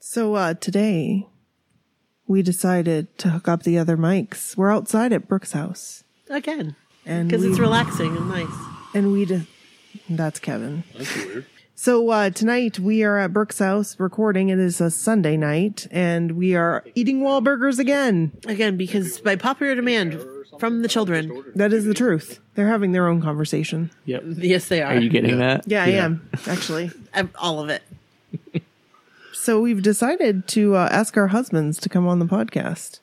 So uh, today, we decided to hook up the other mics. We're outside at Brooke's house, Again. and Because we, it's relaxing and nice. and we. De- that's Kevin. That's weird. So uh, tonight we are at Brooke's house recording. It is a Sunday night, and we are eating Wahlburgers again. Again, because by popular demand from the children. That is the truth. They're having their own conversation. Yep. Yes, they are. Are you getting that? Yeah, I am actually. I'm- all of it. So we've decided to uh, ask our husbands to come on the podcast.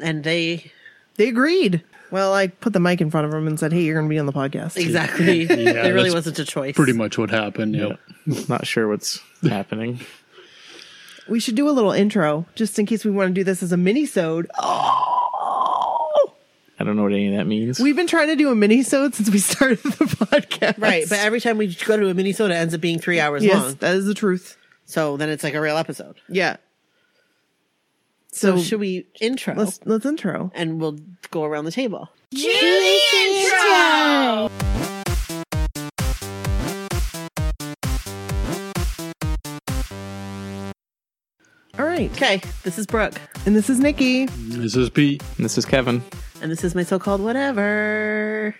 And they They agreed. Well, I put the mic in front of them and said, "Hey, you're going to be on the podcast." exactly. there really that's wasn't a choice. Pretty much what happened. Yep. Not sure what's happening. We should do a little intro just in case we want to do this as a mini-sode. Oh, I don't know what any of that means. we've been trying to do a mini-sode since we started the podcast. Right, but every time we go to a Minnesota, it ends up being three hours yes, long. that is the truth. So then it's like a real episode. Yeah. So, So, should we Oh. intro? let's let's intro. and we'll go around the table. All right, Okay, this is Brooke, and this is Nikki. This is Pete. And this is Kevin. and this is my so-called whatever.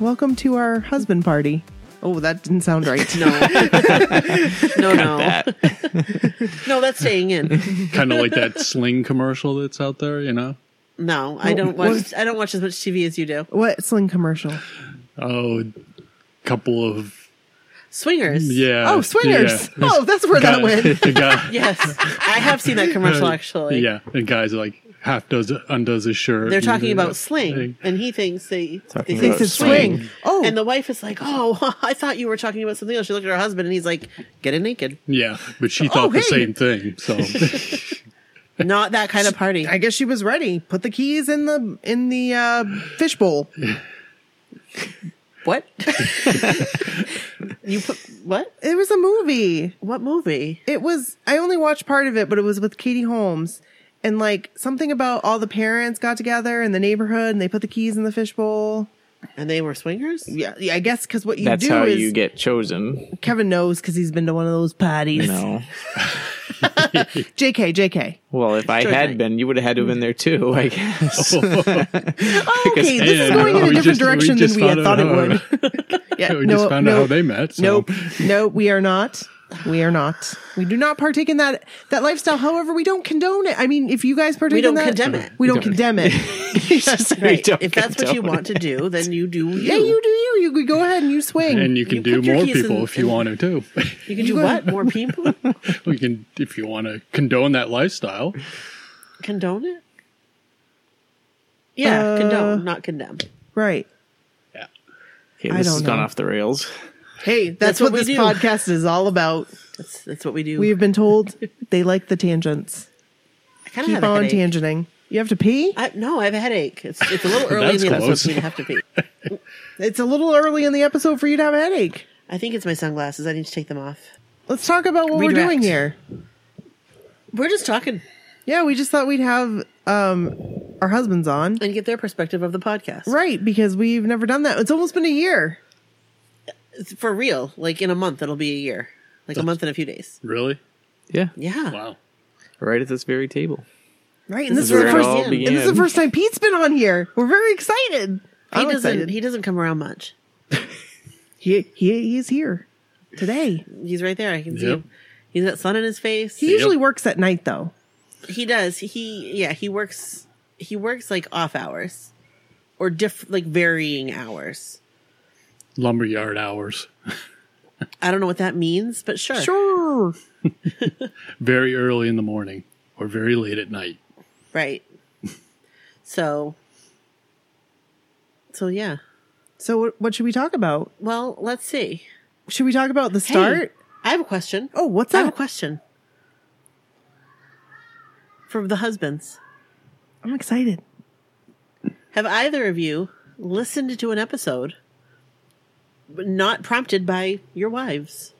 Welcome to our husband party. Oh, that didn't sound right. No, no, no, That. no. That's staying in. Kind of like that sling commercial that's out there, you know? No, I don't watch. I don't watch as much TV as you do. What sling commercial? Oh, couple of. Swingers. Mm, Yeah. Oh, swingers. Yeah. Oh, that's where that Guy- went. the guy, Yes, I have seen that commercial actually. Yeah. The guy's like half does undoes his shirt. They're and- talking about Thing. sling, and he thinks they Talking they about say It's a swing. Oh, And the wife is like, "Oh, I thought you were talking about something else." She looked at her husband, and he's like, "Get it naked." Yeah. But she thought the Oh, hey. same thing. So Not that kind of party. I guess she was ready. Put the keys in the in the uh, fishbowl. What? you put what? It was a movie. What movie? It was. I only watched part of it, but it was with Katie Holmes, and like something about all the parents got together in the neighborhood and they put the keys in the fishbowl. And they were swingers. Yeah, yeah. I guess because what you That's do how is you get chosen. Kevin knows because he's been to one of those parties. You know. Jk, Jk. Well, if I Choice had night. been, you would have had to have been there too, I guess. okay, this is And going in a different we just- we direction than just we had found thought it out how- would. yeah, we no, just found no, out how they met. So. Nope, no, we are not. We are not. We do not partake in that that lifestyle. However, we don't condone it. I mean, if you guys partake, We don't in that, condemn it. We don't condemn it. We don't If that's what you condone want to do, then you do. You. yeah, you do. You you could go ahead and you swing. And you can You do put your more keys in- people if you in- want to too. You can do what? More people we can if you want to condone that lifestyle. condone it. Yeah, Uh, condone, not condemn. right. Yeah. Okay, I this don't has gone know. off the rails. Hey, that's, That's what, what we this do. podcast is all about. That's that's what we do. We have been told they like the tangents. I kind of Keep have a on headache. tangenting. You have to pee. I, no, I have a headache. It's it's a little early in That's the episode close. for me to have to pee. It's a little early in the episode for you to have a headache. I think it's my sunglasses. I need to take them off. Let's talk about what we're Redirect. doing here. We're just talking Yeah, we just thought we'd have um our husbands on. and get their perspective of the podcast. Right, because we've never done that. It's almost been a year. It's for real. Like in a month, it'll be a year. Like a month and a few days. Really? Yeah. Yeah. Wow. Right at this very table. Right, and this, is is where the it first all and this is the began. first time Pete's been on here. We're very excited. He I'm doesn't. excited. He doesn't come around much. He, he he is here today. He's right there. I can see Yep. him. He's got sun in his face. He He, usually works at night though. does. He yeah. He works. He works like off hours, or diff like varying hours. Lumberyard hours. I don't know what that means, but sure. Sure. Very early in the morning or very late at night. Right. so. So yeah. So what, what should we talk about? Well, let's see. Should we talk about the Hey, start? I have a question. Oh, what's I have a that? question. From the husbands. I'm excited. Have either of you listened to an episode but not prompted by your wives?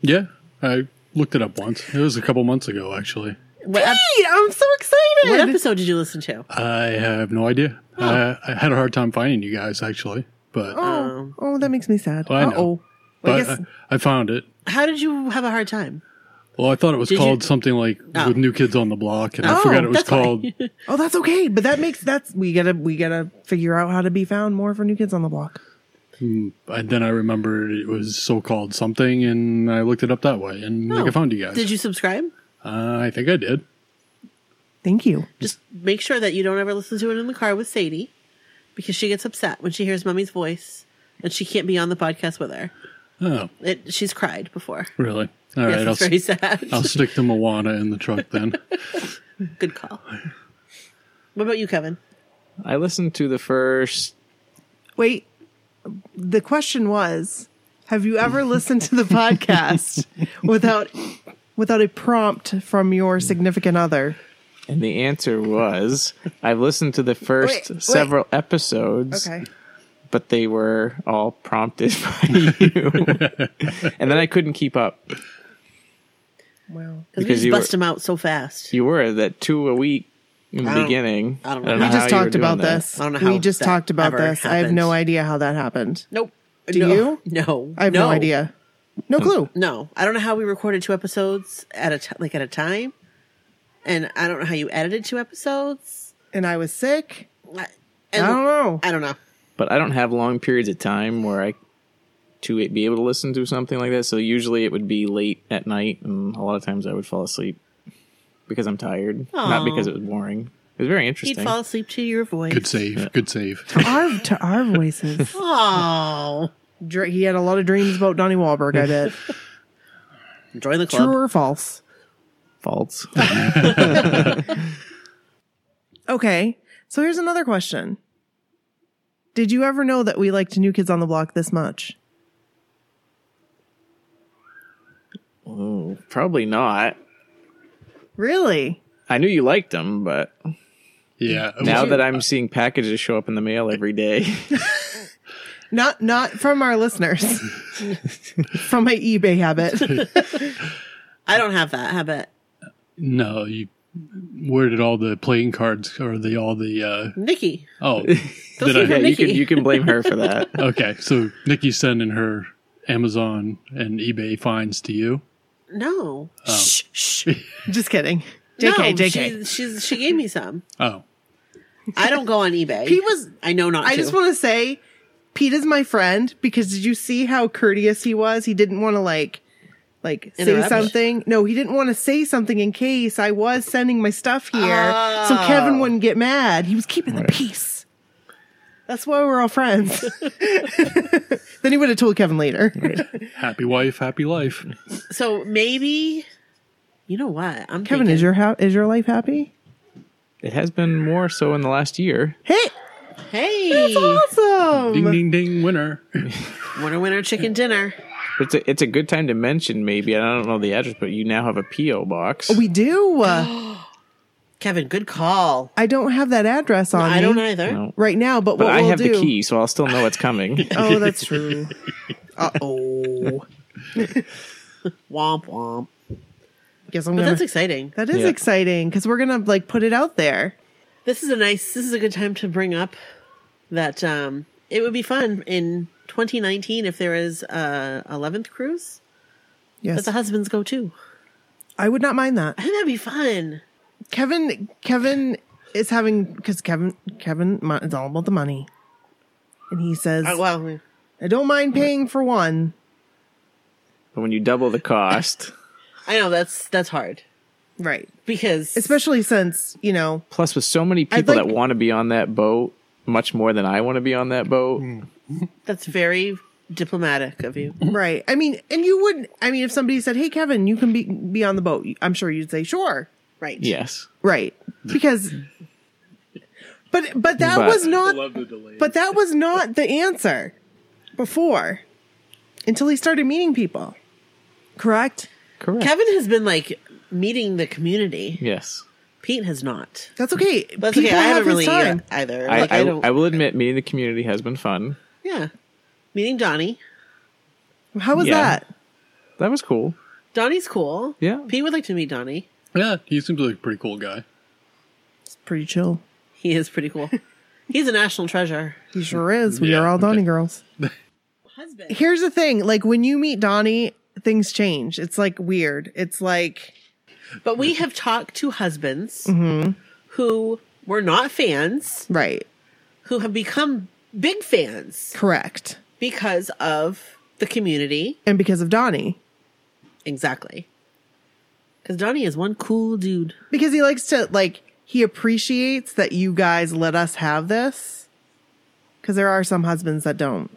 Yeah. I looked it up once. It was a couple months ago actually. What, ep- Pete, I'm so what excited. episode did you listen to? I have no idea. I, I had a hard time finding you guys actually, but Oh, oh, that makes me sad. Well, I know. Uh oh. I but guess I, I found it. How did you have a hard time? Well, I thought it was Did you- called something like Oh. with New Kids on the Block, and I Oh, forgot it was that's why. called. Oh, that's okay, but that makes that's we gotta we gotta figure out how to be found more for new kids on the block. And then I remembered it was so called something, and I looked it up that way, and like I Oh. found you guys. Did you subscribe? Uh, I think I did. Thank you. Just make sure that you don't ever listen to it in the car with Sadie because she gets upset when she hears Mummy's voice and she can't be on the podcast with her. Oh, It, she's cried before. really? All yes, right, it's I'll, very sad. I'll stick to Moana in the truck then. Good call. What about you, Kevin? I listened to the first. Wait, the question was: Have you ever listened to the podcast without without a prompt from your significant other? And the answer was I've listened to the first Wait, wait. several episodes, Okay, but they were all prompted by you. and then I couldn't keep up. well, Because we Because just you bust were- them out so fast. You were that two a week in the I don't- beginning. I don't know. we We how just you were talked doing about that. this. I don't know we how just that talked about ever this. I have happened. no idea how that happened. nope. Do No. you? No. I have no, idea. No clue. No, I don't know how we recorded two episodes at a t- like at a time, and I don't know how you edited two episodes. And I was sick. I, I don't know. I don't know. But I don't have long periods of time where I to be able to listen to something like that. So usually it would be late at night, and a lot of times I would fall asleep because I'm tired, Aw. not because it was boring. It was very He'd interesting. fall asleep to your voice. Good save. Good save. Our to our voices. Oh, Dr- he had a lot of dreams about Donnie Wahlberg. I bet. join the True club. or false? False. Okay. So here's another question. Did you ever know that we liked New Kids on the Block this much? Oh, probably not. Really? I knew you liked them, but Yeah. it now was- that I'm seeing packages show up in the mail every day, Not not from our listeners. from my eBay habit. I don't have that habit. no, you. Where did all the playing cards or the all the? uh Nikki, Oh, Those did yeah, people- I? you can Nikki. you can blame her for that. Okay, so Nikki's sending her Amazon and eBay finds to you. no, Shh, shh. Just kidding. JK, no, JK. She, she's, she gave me some. Oh, I don't go on eBay. He was I know not. I to. just want to say Pete is my friend because did you see how courteous he was? He didn't want to like like say Interrupt? something. No, he didn't want to say something in case I was sending my stuff here Oh. so Kevin wouldn't get mad. He was keeping the peace. That's why we're all friends. then he would have told Kevin later. happy wife, happy life. So maybe, you know what? I'm Kevin, thinking, is your ha- is your life happy? It has been more so in the last year. Hey, hey awesome. Ding ding ding, winner. winner winner chicken dinner. It's a, it's a good time to mention maybe. and I don't know the address, but you now have a PO box. We do. Uh, Kevin, good call. I don't have that address on I me don't either. No. right now, but, But what I we'll have do, the key, so I'll still know it's coming. Oh, that's true. Uh oh. womp womp. Guess I'm But gonna. that's exciting. That is Yeah. exciting because we're gonna like put it out there. This is a nice. This is a good time to bring up that um, it would be fun in 2019 if there is a 11th cruise that Yes, the husbands go to. I would not mind that. I think that'd be fun. Kevin, Kevin is having because Kevin, Kevin, mon- it's all about the money, and he says, Uh, well, "I don't mind paying for one." But when you double the cost, I know that's that's hard Right, because especially since you know plus with so many people like- that want to be on that boat, much more than I want to be on that boat. Hmm. that's very diplomatic of you. Mm-hmm. Right. I mean, and you wouldn't. I mean, if somebody said, "Hey, Kevin, you can be be on the boat," I'm sure you'd say, "Sure." Right. Yes. Right. Because. But but that But- was not. the delay. But that was not the answer, before, until he started meeting people. Correct. Correct. Kevin has been like meeting the community. yes. Pete has not. That's okay. But that's people okay. I have haven't his really time. either. I, Like, I, I I, don't. will admit, meeting the community has been fun. yeah. Meeting Donnie. How was Yeah. that? That was cool. Donnie's cool. Yeah. Pete would like to meet Donnie. Yeah, he seems like a pretty cool guy. It's pretty chill. He is pretty cool. He's a national treasure. He sure is. We Yeah, are all Donnie girls. Husband. Here's the thing: like when you meet Donnie, things change. It's like weird. It's like But we have talked to husbands who were not fans, right, who have become big fans correct, because of the community. and because of Donnie, Exactly. Because Donnie is one cool dude. because he likes to like he appreciates that you guys let us have this, because there are some husbands that don't,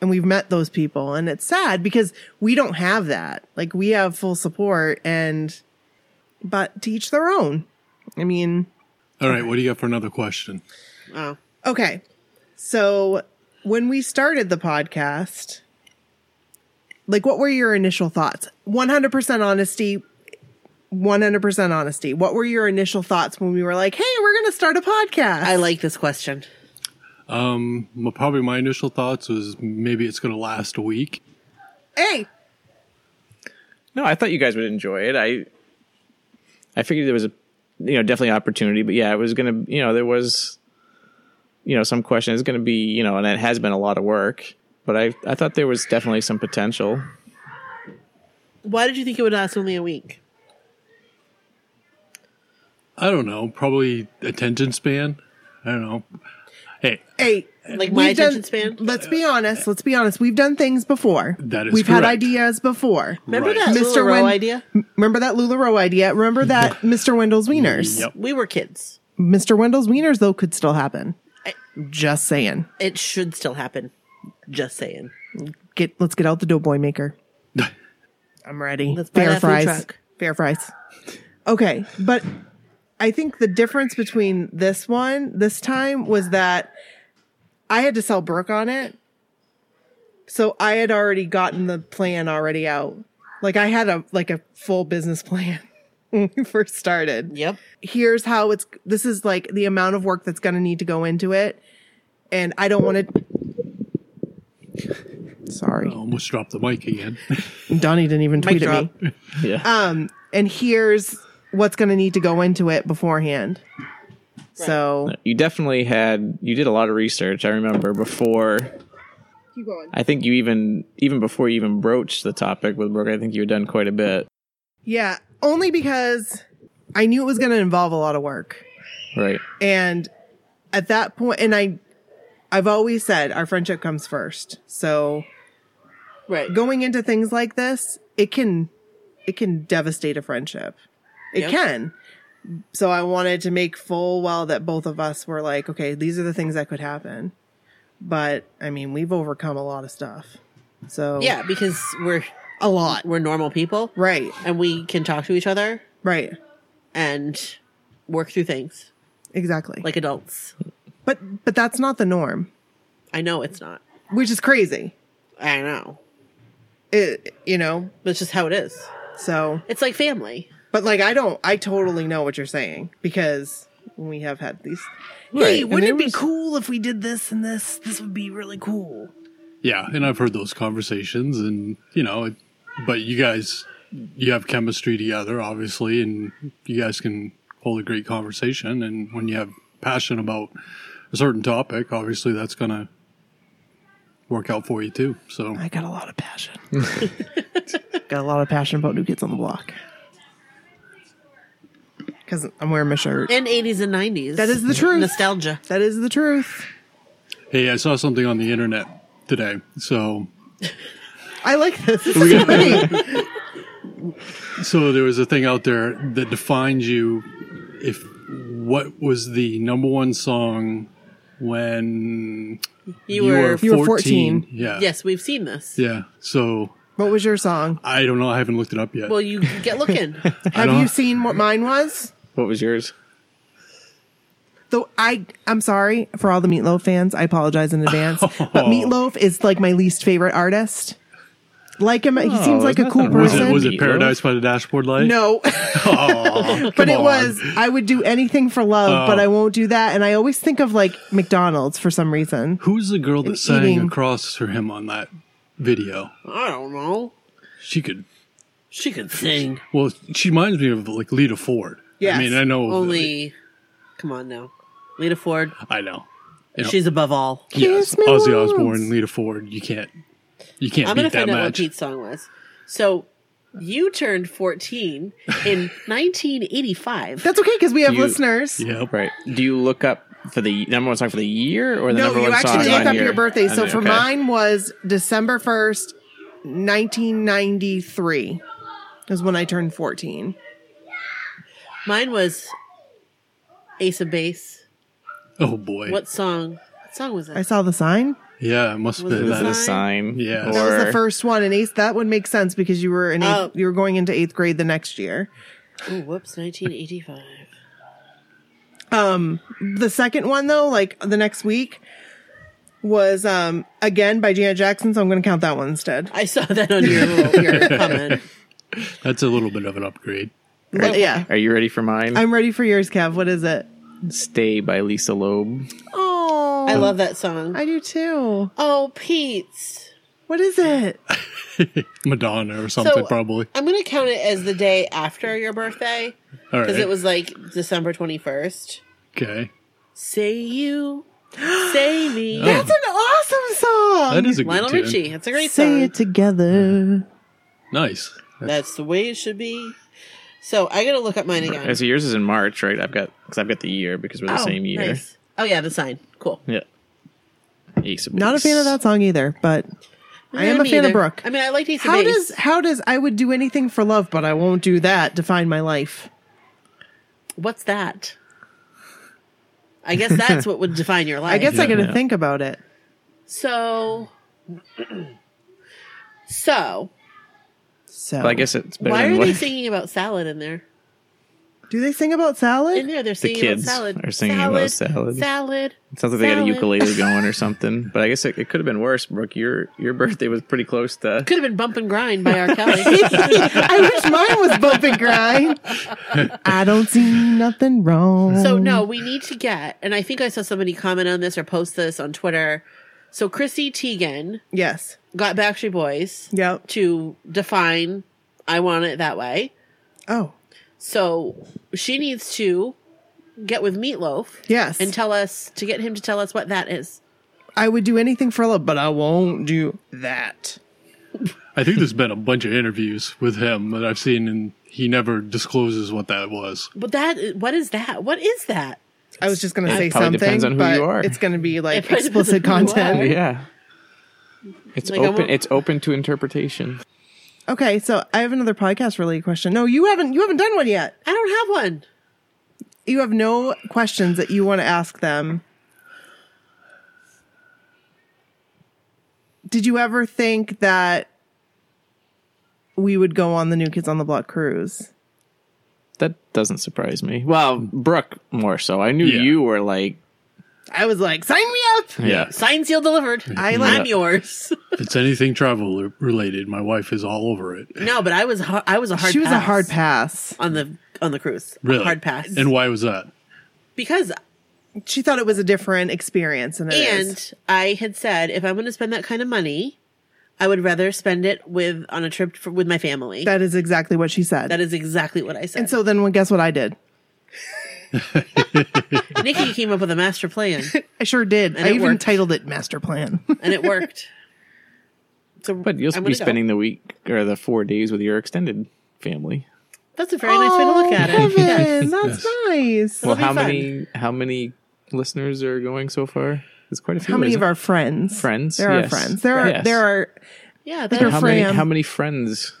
and we've met those people, and it's sad because we don't have that. Like we have full support, and but to each their own. I mean, All right, what do you got for another question? Oh. Okay. So when we started the podcast, like what were your initial thoughts? 100% honesty. 100% honesty. What were your initial thoughts when we were like, "Hey, we're going to start a podcast?" I like this question. Um, my- probably my initial thoughts was maybe it's going to last a week. Hey, No, I thought you guys would enjoy it. I I figured there was a you know definitely opportunity, but yeah, it was gonna you know there was you know some question is gonna be you know and it has been a lot of work, but I I thought there was definitely some potential. Why did you think it would last only a week? I don't know, probably attention span. I don't know. Hey, hey. Like my we've done- attention span? Let's be honest. Let's be honest. We've done things before. That is We've had correct. ideas before. Remember Right. that Mr. Mr. Row Wen- idea? Remember that LuLaRoe idea? Remember that Mr. Wendell's Wieners? Yep. We were kids. Mr. Wendell's Wieners though could still happen. I- Just saying. It should still happen. Just saying. get let's get out the doughboy maker. I'm ready. Let's buy that food fries. truck. Fair fries. Okay, but I think the difference between this one this time was that I had to sell Brooke on it. So I had already gotten the plan already out. Like I had a like a full business plan when we first started Yep. here's how it's this is like the amount of work that's going to need to go into it and i don't want to sorry I almost dropped the mic again. donnie didn't even Mic tweet at me Yeah, um and here's what's going to need to go into it beforehand so you definitely had you did a lot of research. I remember before keep going I think you even even before you even broached the topic with Brooke, I think you had done quite a bit. yeah only because i knew it was going to involve a lot of work Right. and at that point and i i've always said our friendship comes first so Right. going into things like this, it can it can devastate a friendship. It Yep. can. So I wanted to make full well that both of us were like, okay, these are the things that could happen. But I mean, we've overcome a lot of stuff. So Yeah, because we're a lot. we're normal people. Right, And we can talk to each other right, and work through things exactly. like adults. but but that's not the norm, I know it's not. which is crazy. I know. It, you know. That's just how it is. So, It's like family. but like, I don't. I totally know what you're saying because we have had these. Right, Hey, and wouldn't there it be was- cool if we did this and this? This would be really cool. yeah, and I've heard those conversations, and you know, it, but you guys, you have chemistry together, obviously, and you guys can hold a great conversation. And when you have passion about a certain topic, obviously, that's gonna work out for you too. So I got a lot of passion. got a lot of passion about new kids on the block. Because I'm wearing my shirt. And 80s and 90s. That is the truth. Nostalgia. That is the truth. Hey, I saw something on the internet today. So, I like this. This We is got- funny. so there was a thing out there that defines you if what was the number one song when You, were. You were 14. Yeah. Yes, we've seen this. Yeah. So What was your song? I don't know. I haven't looked it up yet. Well, you get looking. Have don't- you seen what mine was? What was yours? Though I, I'm sorry for all the Meatloaf fans. I apologize in advance. But Oh. Meatloaf is like my least favorite artist. Like him, he seems Oh, there's like a cool nothing wrong with was person. it, was it Meatloaf? Paradise by the Dashboard Light? no. Oh, but come it on. was I would do anything for love, Oh. but I won't do that. And I always think of like McDonald's for some reason. Who's the girl that sang eating. across for him on that video? I don't know. She could. She could sing. Well, she reminds me of like Lita Ford. Yes. I mean, I know. Only. Come on now. Lita Ford. I know. You know, She's above all. Kiss me Ozzy once. Osbourne, Lita Ford. You can't. You can't I'm going to beat that find out what match. Pete's song was. So you turned 14 in 1985. That's okay because we have You- listeners. Yep. Right. Do you look up for the number one song for the year or the No, number you one song? actually on looked up here? your birthday. I So mean, for okay. mine was December 1st, 1993 is when I turned 14. Mine was Ace of Base. Oh boy. What song? What song was I that? saw the sign. Yeah, it must have Was been it Is it that. a Sign. sign? Yeah. Or, That That was the first one. And eighth, that would make sense because you were in eighth, Oh. you were going into eighth grade the next year. Oh, whoops, 1985. Um, the second one though, like the next week was, um, again by Janet Jackson. So I'm going to count that one instead. I saw that on your little your comment. That's a little bit of an upgrade. But yeah. Are you ready for mine? I'm ready for yours, Kev. What is it? Stay by Lisa Loeb. Oh, I love that song. I do too. Oh, Pete. What is it? Madonna or something probably. I'm going to count it as the day after your birthday All right. because it was like December 21st. okay. Say you, say me. Oh. That's an awesome song. That is a good Lionel tune. Richie. That's a great Say song. it together. Nice. That's the way it should be. So I got to look up mine again. Oh, So yours is in March, right? I've got because I've got the year because we're the Oh, same year. nice. Oh yeah, the sign. Cool. Yeah. Ace of Not a Base. fan of that song either, but I am Yeah, a me fan of either. Brooke. I mean, I like Ace of How Base. does how does I would do anything for love, but I won't do that define my life? What's that? I guess that's what would define your life. I guess I Yeah. got to think about it. so. so So Well, I guess it's better why than are what they singing about salad in there? do they sing about salad? In there, they're the singing kids about salad. are singing salad, about salad. Salad. It sounds like they got a salad. ukulele going or something. But I guess it, it could have been worse, Brooke. Your your birthday was pretty close to. Could have been bump and grind by R. Kelly. I wish mine was bump and grind. I don't see nothing wrong. So no, we need to get, and I think I saw somebody comment on this or post this on Twitter. So Chrissy Teigen yes, got Backstreet Boys yep. to define "I want it that way." Oh, So she needs to get with Meatloaf yes. and tell us to get him to tell us what that is. I would do anything for love, but I won't do that. I think there's been a bunch of interviews with him that I've seen, and he never discloses what that was. But that, what is that? What is that? I was just gonna say probably something, depends on who but you are. it's gonna be It like probably depends explicit on who you content. Yeah. It's Like, I open. won't- It's open to interpretation. Okay, so I have another podcast related question. No, you haven't. You haven't done one yet. I don't have one. You have no questions that you want to ask them. Did you ever think that we would go on the New Kids on the Block cruise? That doesn't surprise me. Well, Brooke more so. I knew Yeah. you were like, I was like, sign me up. yeah, Sign, seal, delivered. I like I'm yours. If it's anything travel r- related, my wife is all over it. no, but I was, har- I was a hard. she was a pass hard pass. on the on the cruise. Really? hard pass. And why was that? because She thought it was a different experience, and it is. And I had said if I'm going to spend that kind of money, I would rather spend it with on a trip for, with my family. that is exactly what she said. that is exactly what I said. and so then, well, guess what I did? Nikki came up with a master plan, I sure did. And I it even worked. titled it Master Plan. and it worked. So But you'll I'm be gonna go. spending the week or the four days with your extended family. That's a very nice way to look at Oh, it. Yeah. Kevin, that's nice. well, be how fun. many? How many listeners are going so far? It's quite a few. How many isn't of our friends? Friends, There are yes. friends. There are Yes. there are Yeah, it? that, how many? Fran? How many friends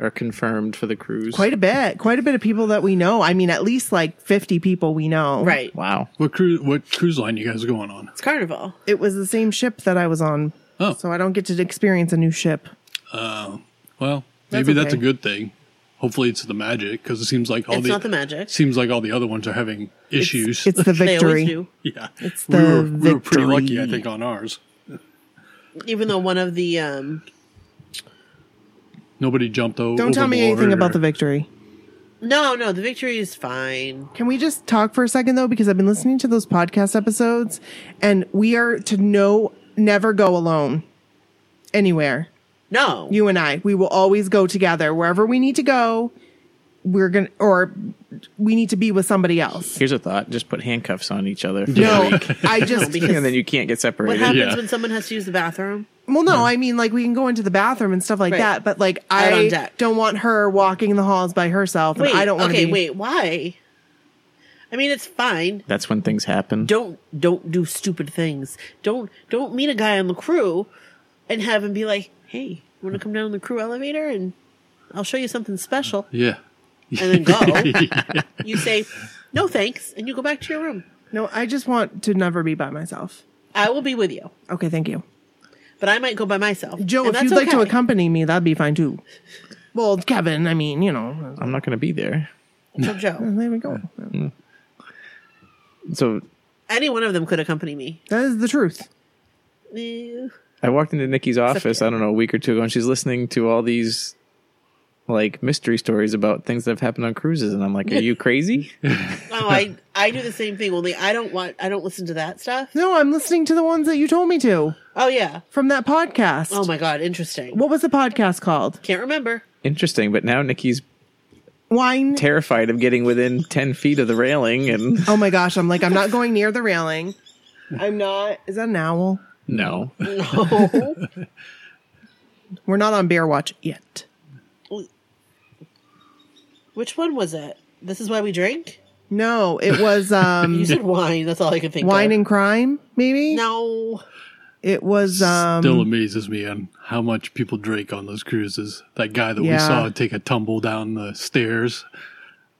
are confirmed for the cruise? quite a bit, quite a bit of people that we know. I mean, at least like fifty people we know. right. wow. What cruise? What cruise line you guys going on? It's carnival. It was the same ship that I was on, Oh, so I don't get to experience a new ship. well, maybe that's, okay. a good thing. Hopefully, it's the magic because it seems like all It's the not the magic. seems like all the other ones are having issues. It's the They always victory. do. yeah, it's the we were, we were pretty victory. lucky, I think, on ours. Even though one of the um Nobody jumped over. Don't tell me anything about the victory. no, no, the victory is fine. Can we just talk for a second though? Because I've been listening to those podcast episodes, and we are to no never go alone anywhere. No. you and I, we will always go together wherever we need to go. We're gonna, or we need to be with somebody else. Here's a thought: just put handcuffs on each other, for the No, week, I just and then you can't get what separated. happens Yeah. when someone has to use the bathroom? Well, no, I mean, like, we can go into the bathroom and stuff like Right. that, but like, Out on I deck. don't want her walking the halls by herself. Wait, and I don't want to okay, be. wait, why? I mean, it's fine. That's when things happen. Don't don't do stupid things. Don't don't meet a guy on the crew and have him be like, "Hey, you want to come down on the crew elevator and I'll show you something special." Yeah. And then go. you say, "No, thanks," and you go back to your room. No, I just want to never be by myself. I will be with you, Okay, thank you. but I might go by myself. Joe, and if that's you'd like to okay. accompany me, that'd be fine too. Well, Kevin, I mean, you know, I'm not going to be there. So Joe, there we go. So any one of them could accompany me. That is the truth. Eh, I walked into Nikki's office, okay. I don't know, a week or two ago, and she's listening to all these like mystery stories about things that have happened on cruises. And I'm like, are you crazy? No, Oh, I I do the same thing. Only I don't want I don't listen to that stuff. No, I'm listening to the ones that you told me to Oh yeah. from that podcast. Oh my god, interesting. What was the podcast called? Can't remember. Interesting. But now Nikki's Wine. terrified of getting within 10 feet of the railing. And oh my gosh, I'm like, I'm not going near the railing. I'm not. Is that an owl? no, No. We're not on bear watch yet. Which one was it? This is why we drink. No, it was um You said wine. That's all I can think. wine of. and crime. Maybe Oh, no. it was um Still amazes me on how much people drink on those cruises. That guy that we Yeah. saw take a tumble down the stairs.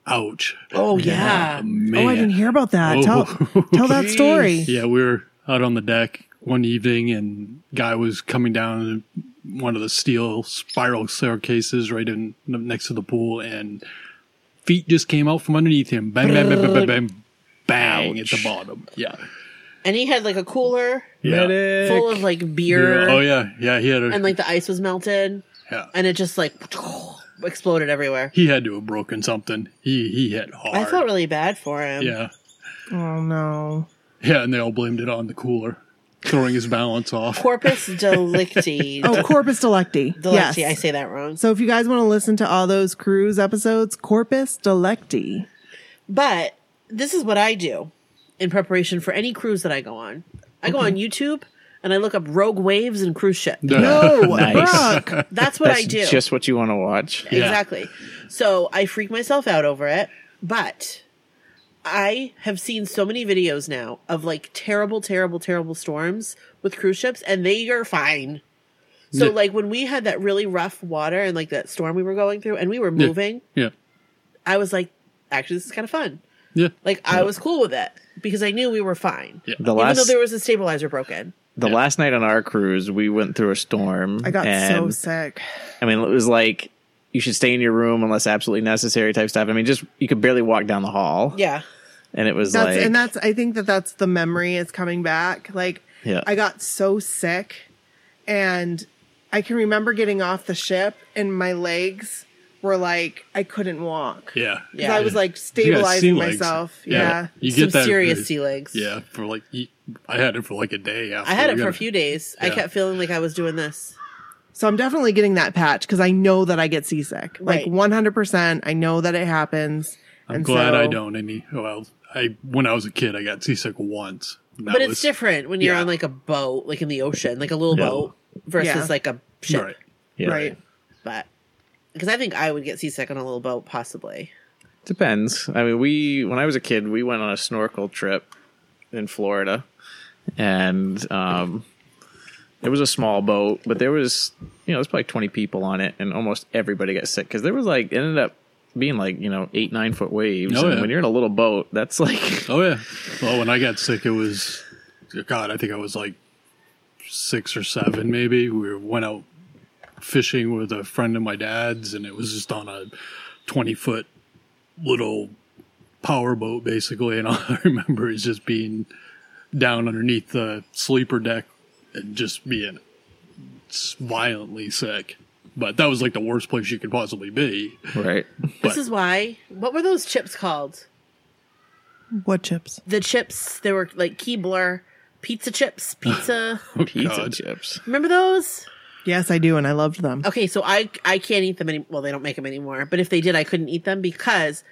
Ouch. Oh yeah. Man. Oh, I didn't hear about that. Oh. Tell tell that story. Yeah, we were out on the deck one evening, and guy was coming down one of the steel spiral staircases right in next to the pool, and feet just came out from underneath him. Bang, bang, bang, bang, bang, bang, bang at the bottom. Yeah, And he had like a cooler yeah. full of like beer, Oh yeah, yeah. He had a, and like the ice was melted, yeah. and it just like exploded everywhere. he had to have broken something. He he hit hard. I felt really bad for him. yeah, Oh no. yeah, and they all blamed it on the cooler throwing his balance off. Corpus delicti. Oh, corpus delecti. Delicti. yes. I say that wrong. So if you guys want to listen to all those cruise episodes, corpus delecti. But this is what I do in preparation for any cruise that I go on. I go on YouTube and I look up rogue waves and cruise ship. No, Nice. Oh, Brooke. That's what that's I do. just what you want to watch. Yeah. Exactly. So I freak myself out over it, but I have seen so many videos now of like terrible, terrible, terrible storms with cruise ships, and they are fine. So, Yeah. like, when we had that really rough water and like that storm we were going through and we were moving, Yeah, I was like, actually, this is kind of fun. yeah. Like, I was cool with it because I knew we were fine. Yeah. The Even though last there was a stabilizer broken. the last night on our cruise, we went through a storm. I got so and- sick. I mean, it was like you should stay in your room unless absolutely necessary type stuff. I mean, just you could barely walk down the hall. Yeah. and it was That's like and that's I think that that's the memory is coming back. Like Yeah. I got so sick and I can remember getting off the ship and my legs were like I couldn't walk. Yeah. Yeah. 'Cause I was like You got sea stabilizing legs. myself. Yeah. You Some get that serious really- sea legs. Yeah, for like you- I had it for like a day. After I had we it for got a few days. I Yeah. kept feeling like I was doing this. So I'm definitely getting that patch because I know that I get seasick. Like Right. 100%. I know that it happens. I'm glad I so- don't any. Well, I when I was a kid, I got seasick once. and that But it's was- different when you're yeah. on like a boat, like in the ocean, like a little Yeah. boat versus Yeah. like a ship. Right. yeah. Right. But because I think I would get seasick on a little boat, possibly. Depends. I mean, we when I was a kid, we went on a snorkel trip in Florida, and um, it was a small boat, but there was you know there's probably 20 people on it, and almost everybody got sick because there was like it ended up being like you know eight nine foot waves. Oh, and yeah. when you're in a little boat, that's like Oh yeah. Well, when I got sick, it was God. I think I was like six or seven, maybe. We went out fishing with a friend of my dad's, and it was just on a twenty foot little power boat, basically. And all I remember is just being down underneath the sleeper deck and just being s- violently sick. But that was like the worst place you could possibly be. right. This is why. What were those chips called? What chips? The chips. They were like Keebler pizza chips. Pizza. Pizza Oh, God. chips. Remember those? Yes, I do. And I loved them. Okay, so I I can't eat them any. Well, they don't make them anymore. But if they did, I couldn't eat them because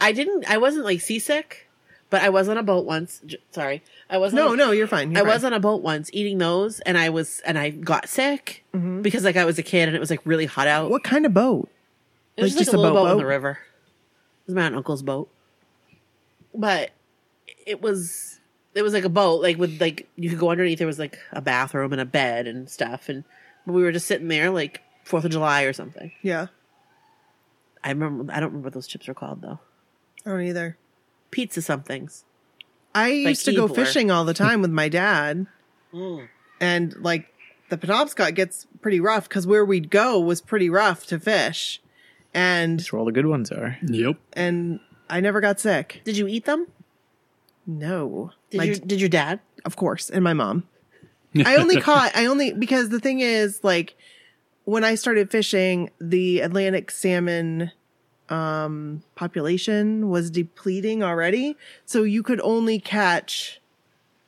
I didn't. I wasn't like seasick. But I was on a boat once. J- sorry, I was No, on a- no, you're fine. I was on a boat once eating those, and I was and I got sick because like I was a kid and it was like really hot out. Mm-hmm. What kind of boat? It was Like, just, just like a a little boat, boat on boat? the river. It was my aunt and uncle's boat, but it was it was like a boat, like with like you could go underneath. There was like a bathroom and a bed and stuff, and we were just sitting there like Fourth of July or something. Yeah. I remember. I don't remember what those chips were called though. I don't either. Pizza somethings. I used to go Keebler. fishing all the time with my dad. Mm. And like the Penobscot gets pretty rough because where we'd go was pretty rough to fish. And That's where all the good ones are. Yep. and I never got sick. Did you eat them? No. Did My your Did your dad? of course, and my mom. I only caught, I only, because the thing is, like, when I started fishing, the Atlantic salmon um, population was depleting already. So you could only catch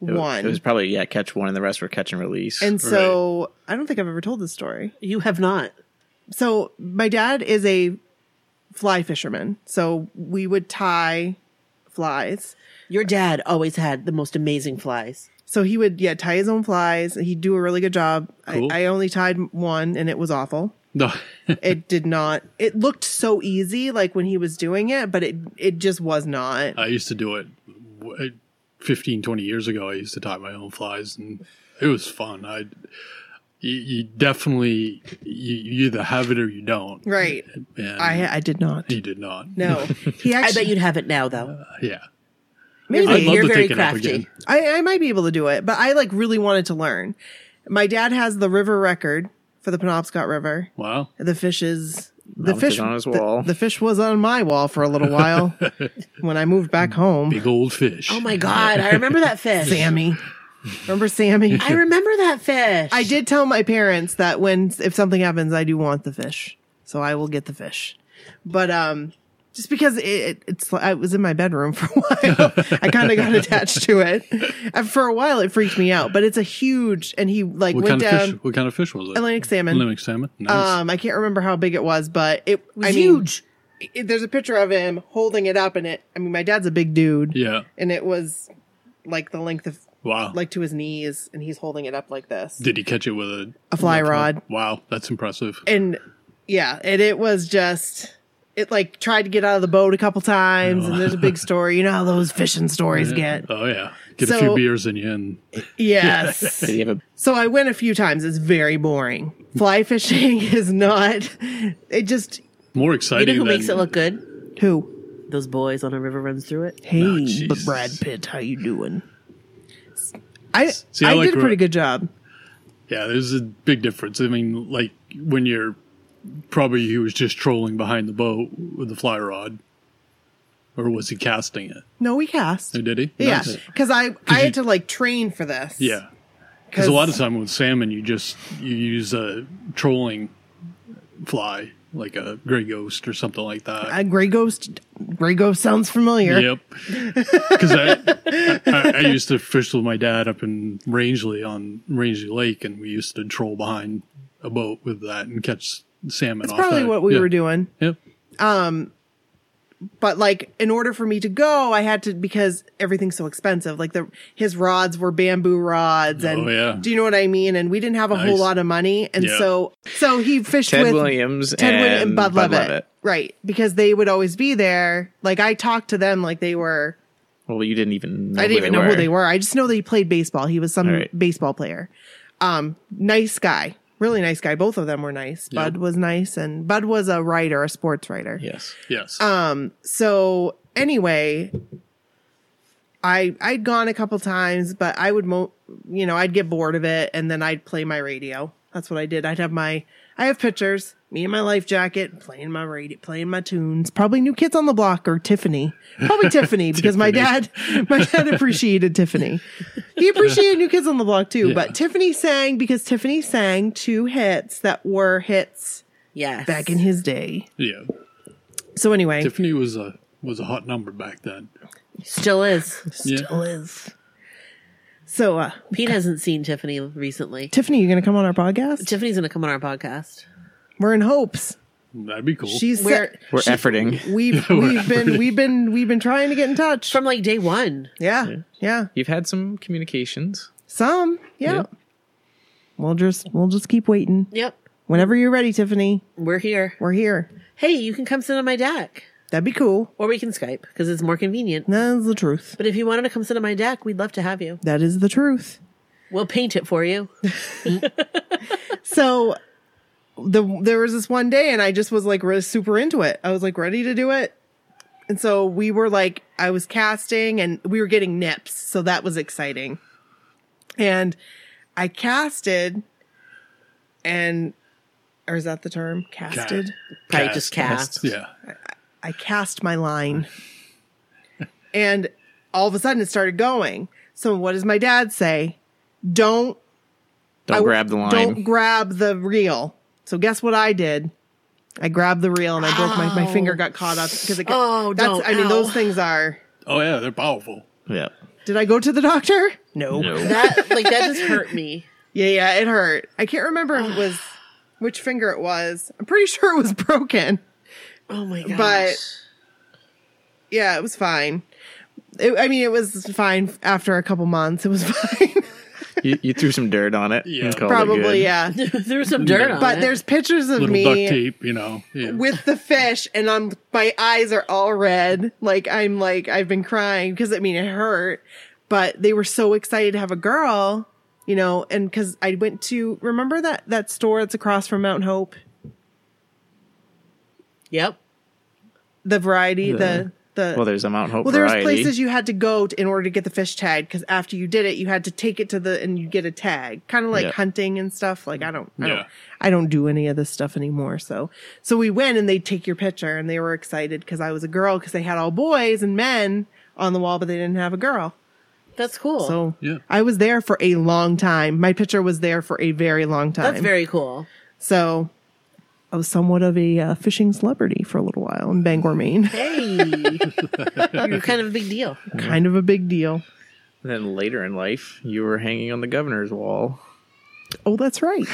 It wa- one. It was probably yeah, catch one, and the rest were catch and release. and so I don't think I've ever told this story. You have not. So my dad is a fly fisherman. So we would tie flies. Your dad always had the most amazing flies. So he would, yeah, tie his own flies. He'd do a really good job. Cool. I, I only tied one and it was awful. No. it did not it looked so easy like when he was doing it but it it just was not I used to do it w- 15, 20 years ago. I used to tie my own flies, and it was fun. I, you, you definitely, you, you either have it or you don't. right And i i did not you did not. no he I actually bet you'd have it now though. Yeah. maybe I'd love you're to very take it up crafty. again. I, I might be able to do it but i like really wanted to learn my dad has the river record for the penobscot river Wow. the fish is the Mounted fish on his the- wall. The, fish was on my wall for a little while when i moved back home Big old fish. Oh my god, I remember that fish. sammy remember sammy I remember that fish. I did tell my parents that when if something happens, I do want the fish, so I will get the fish. But um, just because it, it it's I was in my bedroom for a while, I kind of got attached to it. And for a while, it freaked me out. But it's a huge, and he like What went kind of down fish? What kind of fish was it? um, Atlantic salmon. Atlantic salmon. Nice. Um, I can't remember how big it was, but it was I mean, huge. it- there's a picture of him holding it up, and it. I mean, my dad's a big dude, yeah. and it was like the length of Wow. like to his knees, and he's holding it up like this, Did he catch it with a a fly rod. Wow, that's impressive. and yeah, and it was just it like tried to get out of the boat a couple times, and there's a big story. You know how those fishing stories get. Oh yeah, get a So- few beers in you, and Yes. Did he have a so I went a few times. It's very boring. Fly fishing is not. It just more You exciting. know who than, makes it look good? who Those boys on a river runs through it. hey Jesus. Brad Pitt, how you doing? I See, I I, like did a pretty Ro- good job. Yeah, there's a big difference. I mean, like when you're probably he was just trolling behind the boat with the fly rod, or was he casting it? No, we cast. Or did he? Yeah, Nice. because I I you- had to like train for this. Yeah, because a lot of time with salmon, you just you use a trolling fly like a gray ghost or something like that. Uh, Grey Ghost, Grey Ghost sounds familiar. Yep. Because I, I I used to fish with my dad up in Rangeley on Rangeley Lake, and we used to troll behind a boat with that and catch salmon. That's off probably that. what we Yeah. were doing. Yep. but like in order for me to go i had to because everything's so expensive like the his rods were bamboo rods and Oh, yeah. do you know what i mean and we didn't have a whole Nice. lot of money and Yeah. so so he fished Ted with Williams ted and, Williams and bud, levitt. Levitt. right because they would always be there like i talked to them like they were Well, you didn't even. Know i didn't who even know who they were i just know that he played baseball he was some All right. baseball player um nice guy really nice guy both of them were nice Yeah. bud was nice and bud was a writer a sports writer Yes. Yes. um so anyway i i'd gone a couple times but i would mo- you know i'd get bored of it and then i'd play my radio that's what i did i'd have my i have pictures me in my life jacket playing my radio playing my tunes probably new kids on the block or tiffany probably tiffany because my dad my dad appreciated tiffany he appreciated new kids on the block too Yeah. but tiffany sang because tiffany sang two hits that were hits Yes. back in his day yeah. so anyway Tiffany was a was a hot number back then. Still is. Yeah. Liz. So, uh, Pete hasn't seen Tiffany recently. Tiffany, you going to come on our podcast? Tiffany's gonna come on our podcast. We're in hopes. That'd be cool. She's We're- set- We're efforting. we've we're we've been efforting. we've been we've been trying to get in touch. from like day one. yeah, yeah, You've had some communications. Some, yeah. Yeah. We'll just we'll just keep waiting. Yep, Whenever you're ready, Tiffany, we're here. we're here. Hey, you can come sit on my deck, That'd be cool. or we can Skype because it's more convenient. That's the truth. But if you wanted to come sit on my deck, we'd love to have you. That is the truth. We'll paint it for you. So the there was this one day and I just was like really super into it. I was like ready to do it. And so we were like I was casting and we were getting nips, so that was exciting. And I casted and or is that the term? Casted. Probably just cast. Yeah. I cast my line. and all of a sudden it started going. So what does my dad say? Don't Don't I- grab the line. Don't grab the reel. So guess what I did? I grabbed the reel and I broke my, my finger got caught up because it got, Oh, that's don't. I mean Ow. those things are Oh yeah, they're powerful. Yeah. did I go to the doctor? No. No. That like that just hurt me. Yeah, yeah, it hurt. I can't remember if it was which finger it was. I'm pretty sure it was broken. Oh my gosh. But- Yeah, it was fine. It, I mean, it was fine after a couple months. It was fine. you, you threw some dirt on it. Yeah. and called it good. Probably, yeah. there was some dirt on But it. there's pictures of Little duct me tape, you know. Yeah. with the fish, and I'm my eyes are all red. Like I'm like I've been crying because I mean it hurt, but they were so excited to have a girl, you know. And because I went to remember that that store that's across from Mount Hope, yep. the variety, the the Well, there's a Mount Hope Well, there was variety. places you had to go to, in order to get the fish tag because after you did it, you had to take it to the and you get a tag, kind of like Yeah. hunting and stuff. Like I don't, I Yeah. don't, I don't do any of this stuff anymore. So, so we went and they take your picture and they were excited because I was a girl because they had all boys and men on the wall, but they didn't have a girl. That's cool. So Yeah. I was there for a long time. My picture was there for a very long time. That's very cool. so. I was somewhat of a uh, fishing celebrity for a little while in Bangor, Maine. Hey. You're kind of a big deal. kind of a big deal. And then later in life, you were hanging on the governor's wall. Oh, that's right.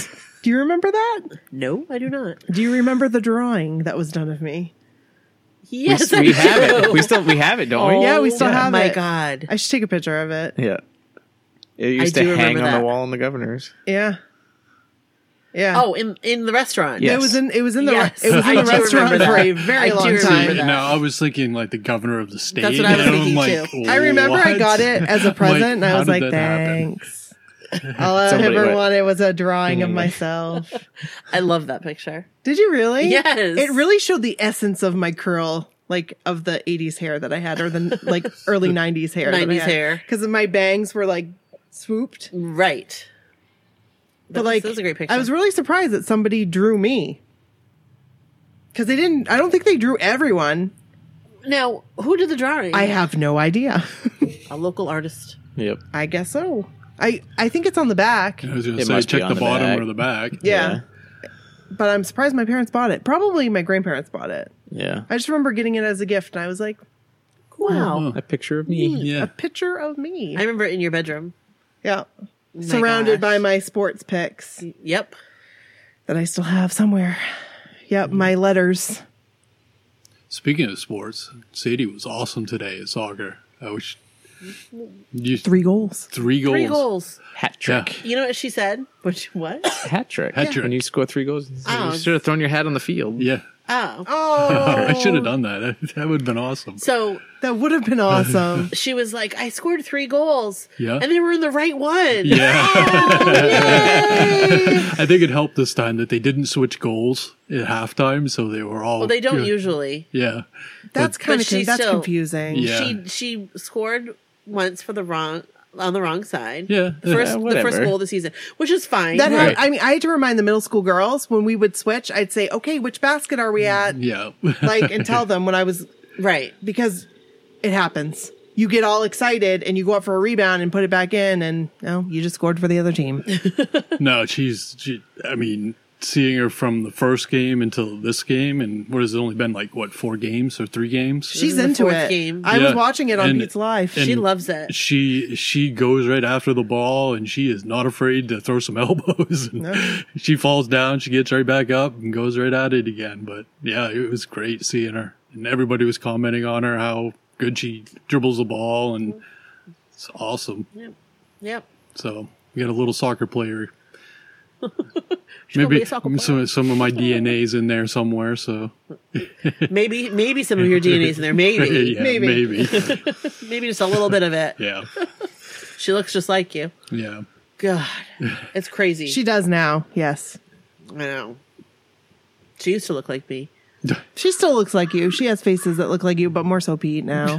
Do you remember that? No, I do not. Do you remember the drawing that was done of me? Yes, we I have do. it. We still we have it, don't Oh, we? yeah, we still have my it. god. I uh, should take a picture of it. Yeah. It used do to hang remember on that. the wall in the governor's. Yeah, yeah. Oh, in in the restaurant. Yeah. it was in it was in the Yes. it was I in the do remember restaurant for that. a very I do long remember time. that. And now I was thinking like the governor of the state. That's what I was and I'm thinking, like, too. I remember I what? got it as a Like, present, and I how was did like, that happen? thanks. All I Somebody ever went- wanted was a drawing Mm. of Hmm. myself. I love that picture. Did you really? Yes. It really showed the essence of my curl, like of the '80s hair that I had, or the like early '90s hair. 90s hair. because my bangs were like swooped. Right. but like that's a great picture. I was really surprised that somebody drew me because they didn't. I don't think they drew everyone. now, who did the drawing? I have no idea. a local artist. Yep. I guess so. I I think it's on the back. I was gonna It say must be check on the, the bottom back. or the back. Yeah. Yeah. but I'm surprised my parents bought it. Probably my grandparents bought it. Yeah. I just remember getting it as a gift, and I was like, Mm-hmm. Wow. A picture of me. Yeah. a picture of me. I remember it in your bedroom. yeah, my surrounded gosh. by my sports picks Yep. that I still have somewhere. Yep, my letters. Speaking of sports, Sadie was awesome today at soccer. I wish you three, Three goals. goals. Three goals. Hat trick. You know what she said? Which what? Hat trick. Hat trick. When you score three goals, Oh. you should have thrown your hat on the field. Yeah. Oh. Oh, I should have done that. That would have been awesome. So that would have been awesome. she was like, I scored three goals. Yeah. And they were in the right one. Yeah. Yay! I think it helped this time that they didn't switch goals at halftime, so they were all well, they don't yeah, usually. Yeah. That's kind of she that's still- confusing. Yeah. She she scored once for the wrong on the wrong side. Yeah. The first the first whatever. goal of the season, which is fine. That Right. hap- I mean, I had to remind the middle school girls when we would switch. I'd say, "Okay, which basket are we at?" Mm, Yeah. Like, and tell them when I was right. because it happens. You get all excited and you go up for a rebound and put it back in, and no, you just scored for the other team. no, she's she, I mean, seeing her from the first game until this game, and what has it only been like what four games or three games? She's the into fourth it. game. I Yeah, was watching it on and- Pete's Live. and- she loves it. she she goes right after the ball and she is not afraid to throw some elbows. And She falls down, she gets right back up and goes right at it again. But yeah, it was great seeing her, and everybody was commenting on her how good she dribbles the ball, and it's awesome. Yep. So we got a little soccer player. gonna be Maybe a soccer some some of my DNA's in there somewhere. So Maybe maybe some of your DNA's in there. Maybe. yeah, maybe. maybe, Maybe just a little bit of it. yeah, She looks just like you. yeah. God. It's crazy. She does now. Yes. I know. She used to look like me. She still looks like you. She has faces that look like you, but more so Pete now.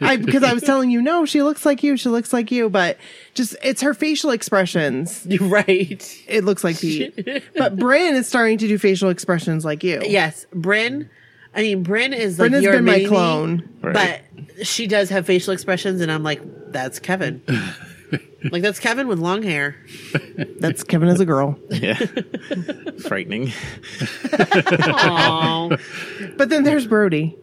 I because I was telling you, no, she looks like you. She looks like you, but just it's her facial expressions. You're right. It looks like Pete. but Bryn is starting to do facial expressions like you. Yes, Bryn. I mean, Bryn is like Bryn has your been my mini-me, clone. Right. but she does have facial expressions, and I'm like, that's Kevin. like that's Kevin with long hair. That's Kevin as a girl. Yeah. Frightening. Aww. But then there's Brody.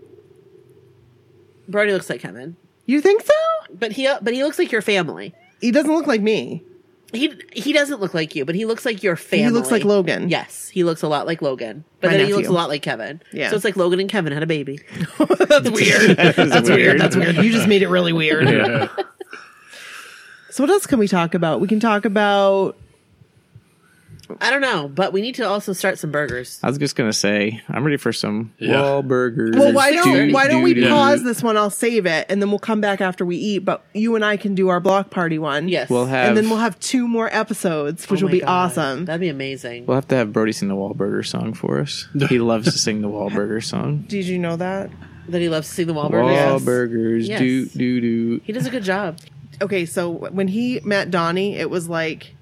Brody looks like Kevin, You think so? but he uh, but he looks like your family. He doesn't look like me. He he doesn't look like you, but he looks like your family. He looks like Logan. Yes, he looks a lot like Logan, but My then he looks a nephew. lot like Kevin. Yeah. So it's like Logan and Kevin had a baby. That's weird. That's, weird. That's weird. You just made it really weird. yeah. So what else can we talk about? We can talk about I don't know, but we need to also start some burgers. I was just gonna say, I'm ready for some Yeah. wall burgers. Well, why Dude, don't why don't we dude, pause dude. this one? I'll save it, and then we'll come back after we eat. But you and I can do our block party one. Yes. We'll have- and then we'll have two more episodes, which Oh will my be God. awesome. That'd be amazing. We'll have to have Brody sing the Wahlburger song for us. He loves to sing the Wahlburger song. Did you know that? that he loves to see the Wahlburgers. Wahlburgers, Yes. do do do. He does a good job. Okay, so when he met Donnie, it was like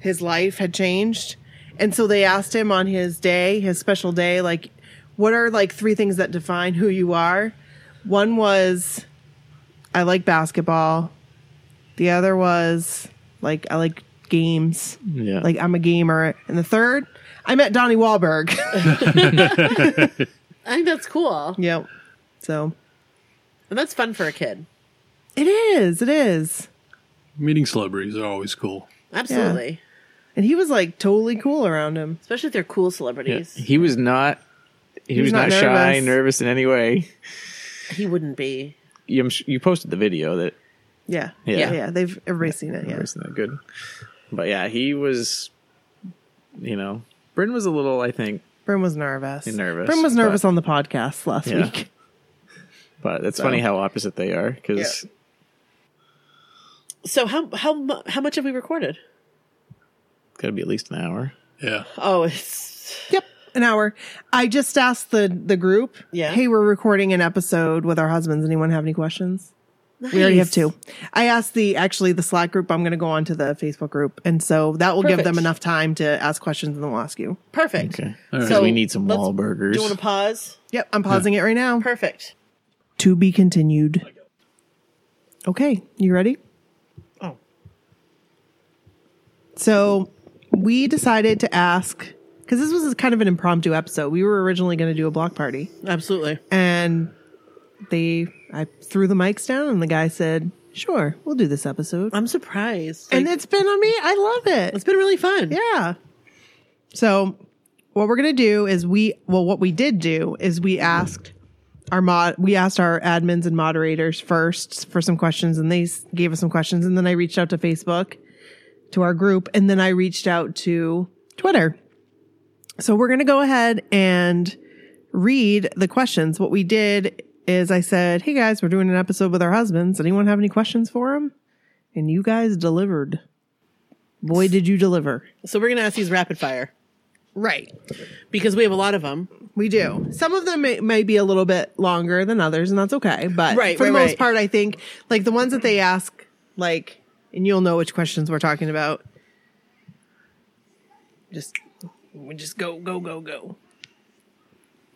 his life had changed, and so they asked him on his day, his special day, like, what are like three things that define who you are? One was, I like basketball. The other was like I like games. Yeah, like I'm a gamer. And the third, I met Donnie Wahlberg. I think that's cool. yep. So And that's fun for a kid. it is, it is. Meeting celebrities are always cool. Absolutely. And he was like totally cool around him. Especially if they're cool celebrities. he was not. He, was, was not, not shy, nervous. nervous in any way. He wouldn't be. You, I'm su- you posted the video that Yeah. Yeah. Yeah. yeah. They've everybody's seen it. Yeah. isn't that good, but yeah, he was. You know, Bryn was a little. I think, Brim was nervous. Nervous, Brim was nervous but- on the podcast last Yeah. week. but it's funny how opposite they are because So how how mu- how much have we recorded? it's got to be at least an hour. Yeah. Oh, it's Yep. An hour. I just asked the the group. Yeah. Hey, we're recording an episode with our husbands. Anyone have any questions? We already have Nice. two. I asked the actually the Slack group. I'm going to go on to the Facebook group, and so that will give Perfect. them enough time to ask questions, and they'll ask you. Perfect. Okay, All right. So we need some let's- wall Do burgers. you want to pause? Yep, I'm pausing it right now. Perfect. To be continued. Okay, you ready? Oh. So we decided to ask because this was kind of an impromptu episode. We were originally going to do a block party, Absolutely. and they I threw the mics down, and the guy said, "Sure, we'll do this episode." I'm surprised. And Like, it's been on me. I love it. it's been really fun. Yeah. So what we're gonna do is we well what we did do is we asked our mod we asked our admins and moderators first for some questions and they s- gave us some questions and then I reached out to Facebook to our group and then I reached out to Twitter. So we're gonna go ahead and read the questions. What we did is I said, "Hey guys, we're doing an episode with our husbands. Anyone have any questions for them?" And you guys delivered. Boy, did you deliver! So we're gonna ask these rapid fire Right. because we have a lot of them. We do. Some of them may, may be a little bit longer than others, and that's okay. But Right, for the right, most right. part, I think like the ones that they ask, like, and you'll know which questions we're talking about. Just, we just go, go, go, go.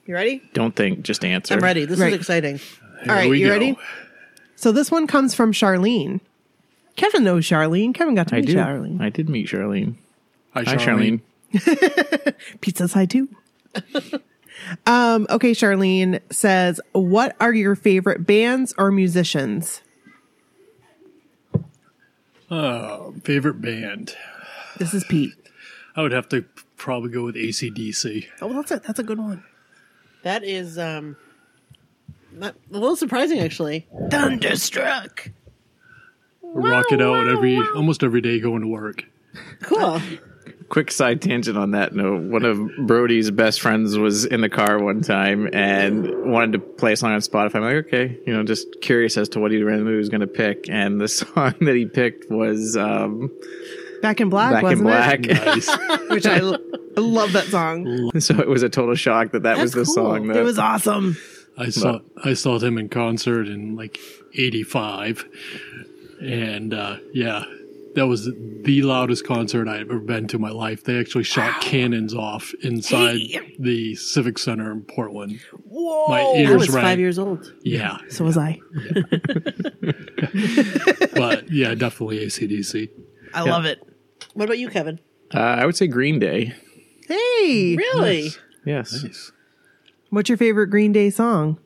You ready? Don't think, just answer. I'm ready. This Right. is exciting. Here All right, we you go. ready? So this one comes from Charlene. Kevin knows Charlene. Kevin got to I meet do. Charlene. I did meet Charlene. Hi, Hi, Charlene. Pizza's high too. um, okay, Charlene says, What are your favorite bands or musicians? Favorite band? This is Pete. I would have to probably go with ACDC. Oh, well, that's a that's a good one. That is um, not, a little surprising actually. Thunderstruck. Rock it out every almost every day going to work. Cool. quick side tangent on that note one of brody's best friends was in the car one time and wanted to play a song on spotify i'm like okay you know just curious as to what he randomly was going to pick and the song that he picked was um, Back in Black, back wasn't in black Nice. it? Which I, l- I love that song. so it was a total shock that that was the That's cool. song that it was awesome. I saw I saw them in concert in like '85, and uh, yeah, that was the loudest concert I've ever been to in my life. They actually shot cannons off inside Hey. the Civic Center in Portland. Whoa. My Oh, I ears was rang. five years old. Yeah, so was I. but yeah, definitely ACDC. I love it. What about you, Kevin? uh, i would say green day Hey. Really? yes Nice. What's your favorite Green Day song?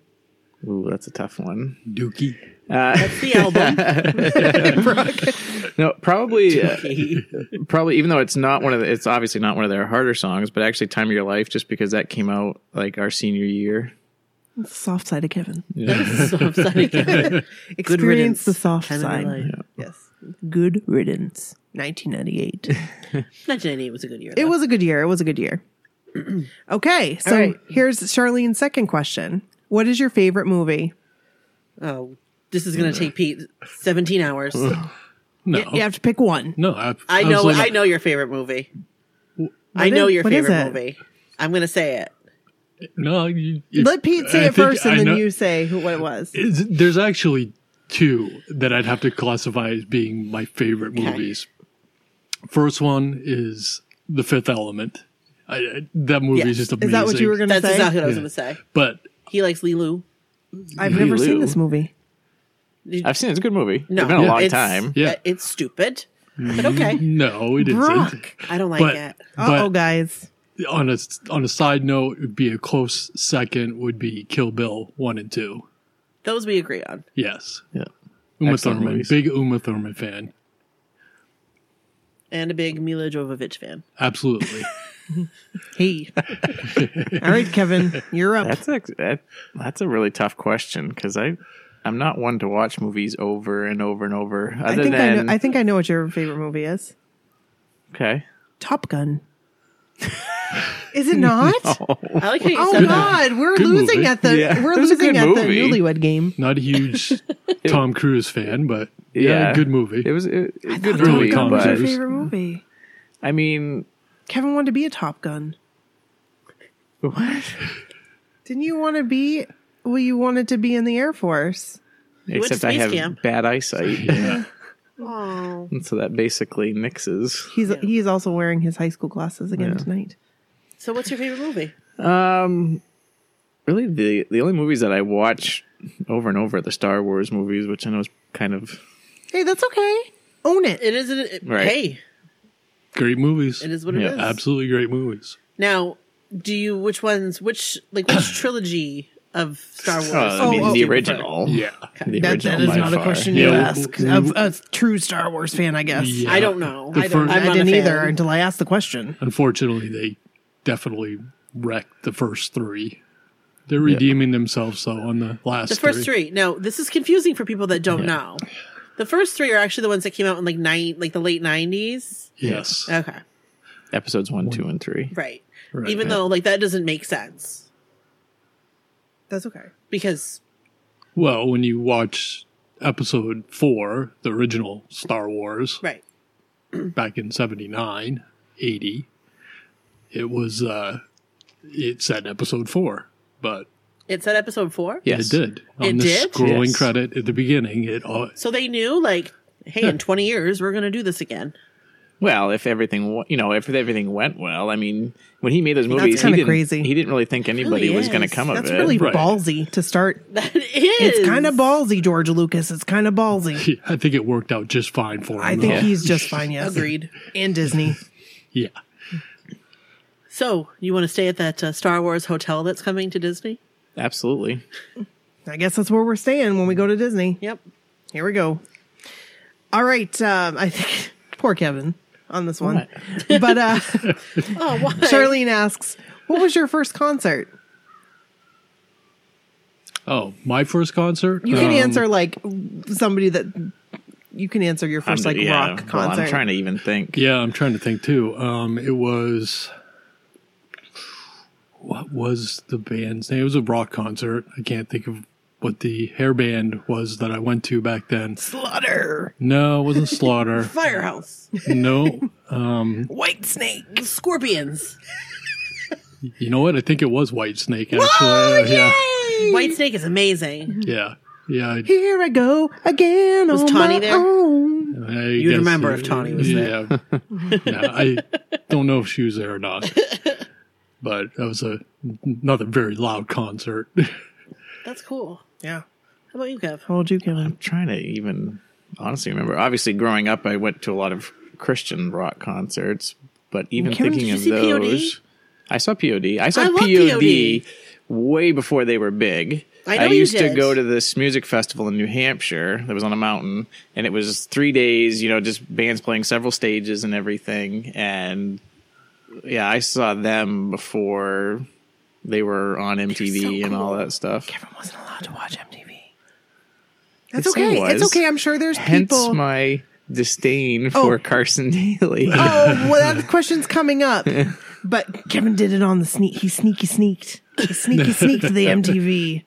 Ooh, that's a tough one Dookie. That's the album. no probably uh, probably even though it's not one of the, it's obviously not one of their harder songs but actually time of your life just because that came out like our senior year It's the soft side of Kevin. so I'm sorry, Kevin. Experience the riddance. soft Time of side. your life. Yes. Good riddance. 1998. 1998 was a good year. it though. was a good year. It was a good year. Okay. So right. here's Charlene's second question. What is your favorite movie? Oh, this is going to take Pete 17 hours. No, You have to pick one. no, I, I was know. like- I know your favorite movie. I What know is- your what is favorite it? movie. I'm going to say it. No, you, if- Let Pete say I it think first I and then know- you say who, what it was. Is, there's actually two that I'd have to classify as being my favorite movies. First one is The Fifth Element. I, I, that movie Yes. is just amazing. Is that what you were going to That's say? exactly what I was Yeah. going to say. But He likes Lilu. I've never Lulu. seen this movie. i've seen it. it's a good movie No, it's been a long it's, time Yeah. uh, it's stupid, but okay. no, it isn't. Brock. Oh, I don't like But, it. Uh-oh, but guys. on a s- on a side note, it would be a close second would be Kill Bill one and two. Those we agree on. Yes, yeah Uma Excellent Thurman, movies. big Uma Thurman fan, And a big Mila Jovovich fan. absolutely. Hey. All right, Kevin, you're up. That's a that, that's a really tough question because I I'm not one to watch movies over and over and over. I Other think I than know. I think I know what your favorite movie is. okay, Top Gun. is it not? I like how you Oh said that. God, we're Good losing movie. at the Yeah. we're It was a losing good at movie. the newlywed game. Not a huge Tom Cruise fan, but yeah, Yeah. good movie. it was a a good thought Tom movie, Gun What was your but Cruise. favorite movie? I mean, Kevin wanted to be a Top Gun. what? Didn't you want to be? Well, you wanted to be in the Air Force. went to Except I space have camp. bad eyesight, Oh. and so that basically mixes. He's Yeah. he's also wearing his high school glasses again Yeah. tonight. So, what's your favorite movie? Um, really, the the only movies that I watch over and over are the Star Wars movies, which I know is kind of Hey, that's okay. Own it. It is. It, Right. Hey, Great movies. it is what Yeah, it is. Absolutely great movies. Now, do you which ones? Which like which trilogy of Star Wars? uh, I mean, oh, the you prefer- original. Yeah. the That, original that is by not a far. question Yeah, you w- ask w- of a true Star Wars fan, I guess. Yeah. I don't know. The I don't. fir- I'm I not didn't a fan. either until I asked the question. Unfortunately, they definitely wrecked the first three. They're redeeming themselves though on the last. The first three. Now, this is confusing for people that don't know. The first three are actually the ones that came out in like nine, like the late nineties. Yes. Okay, Episodes one, two, and three. right. Right. Even Yeah. though like that doesn't make sense That's okay. because Well, when you watch episode four, the original Star Wars right. back in 79, 80, it was, uh, it said episode four, but It said episode four. Yes, it did. On It the did? scrolling Yes. credit at the beginning, it uh, all, So they knew like, hey, in twenty years we're gonna do this again. Well, if everything, wa- you know, if everything went well, I mean, when he made those movies, he kinda didn't, crazy. he didn't really think anybody really was going to is. come That's of it. really Right. ballsy to start. That is. It's kind of ballsy, George Lucas. It's kind of ballsy. I think it worked out just fine for him. I think though. he's just fine. Yes, agreed. And Disney. yeah. So, you want to stay at that uh, Star Wars hotel that's coming to Disney? Absolutely. I guess that's where we're staying when we go to Disney. Yep. Here we go. All right. Um, I think poor Kevin on this one, but uh, Oh, why? Charlene asks, "What was your first concert?" Oh, my first concert. You can Um, answer like somebody that you can answer your 1st I'm- like yeah, rock well, concert. I'm trying to even think. Yeah, I'm trying to think too. Um, it was what was the band's name? It was a rock concert. I can't think of what the hair band was that I went to back then. Slaughter, No, it wasn't Slaughter. Firehouse. no, White Snake. Scorpions. you know what? I think it was White Snake. Actually, Uh, yeah, White Snake is amazing. yeah, yeah. I- Here I go again. Was on Tawny my there? own. I You'd guess remember it- if Tawny was yeah. yeah, I don't know if she was there or not, but that was a another very loud concert. That's cool. Yeah. How about you, Kev? Oh. How old you, Kevin? trying to even honestly remember. Obviously, growing up, I went to a lot of Christian rock concerts, but even Kevin, thinking did of you see POD? those, I saw POD. I saw I love POD, way before they were big. I know you used did. to go to this music festival in New Hampshire that was on a mountain, and it was three days. You know, just bands playing several stages and everything. And yeah, I saw them before they were on MTV so and all cool. that stuff. Kevin wasn't allowed to watch MTV. That's Yes, I okay. It's was. okay. I'm sure there's Hence people. my disdain for Oh. Carson Daly. oh, well, that question's coming up. But Kevin did it on the sneak. He sneaky sneaked. He sneaky sneaked the MTV.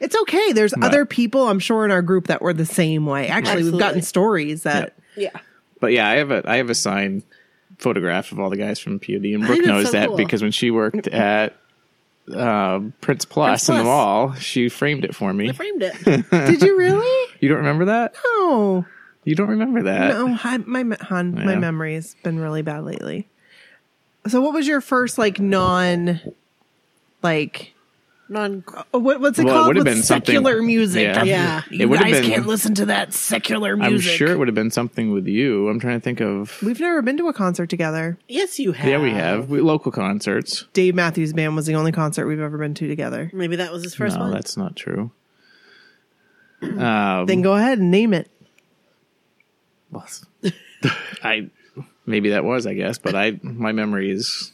It's okay. There's other people, I'm sure, in our group that were the same way. Actually, we've gotten Absolutely. stories that. Yeah. But yeah, I have a I have a signed photograph of all the guys from POD, and Brooke that's knows so that cool. because when she worked at uh, Prince Plus Prince in the Plus. mall, she framed it for I me. framed it. Did you really? You don't remember that? Oh. You don't remember that? No, I, my me- hon, my Uh, Yeah. memory's been really bad lately. So, what was your first like non, like Non. oh, what, what's it Well, it called? would've What's been something- secular music. Yeah. Yeah. It you would've guys been- can't listen to that secular I'm music. sure it would have been something with you. I'm trying to think of. We've never been to a concert together. Yes, you have. Yeah, we have we, local concerts. Dave Matthews Band was the only concert we've ever been to together. Maybe that was his first no, one. that's not true. Um, Then go ahead and name it. Well, I maybe that was, I guess, but I my memory is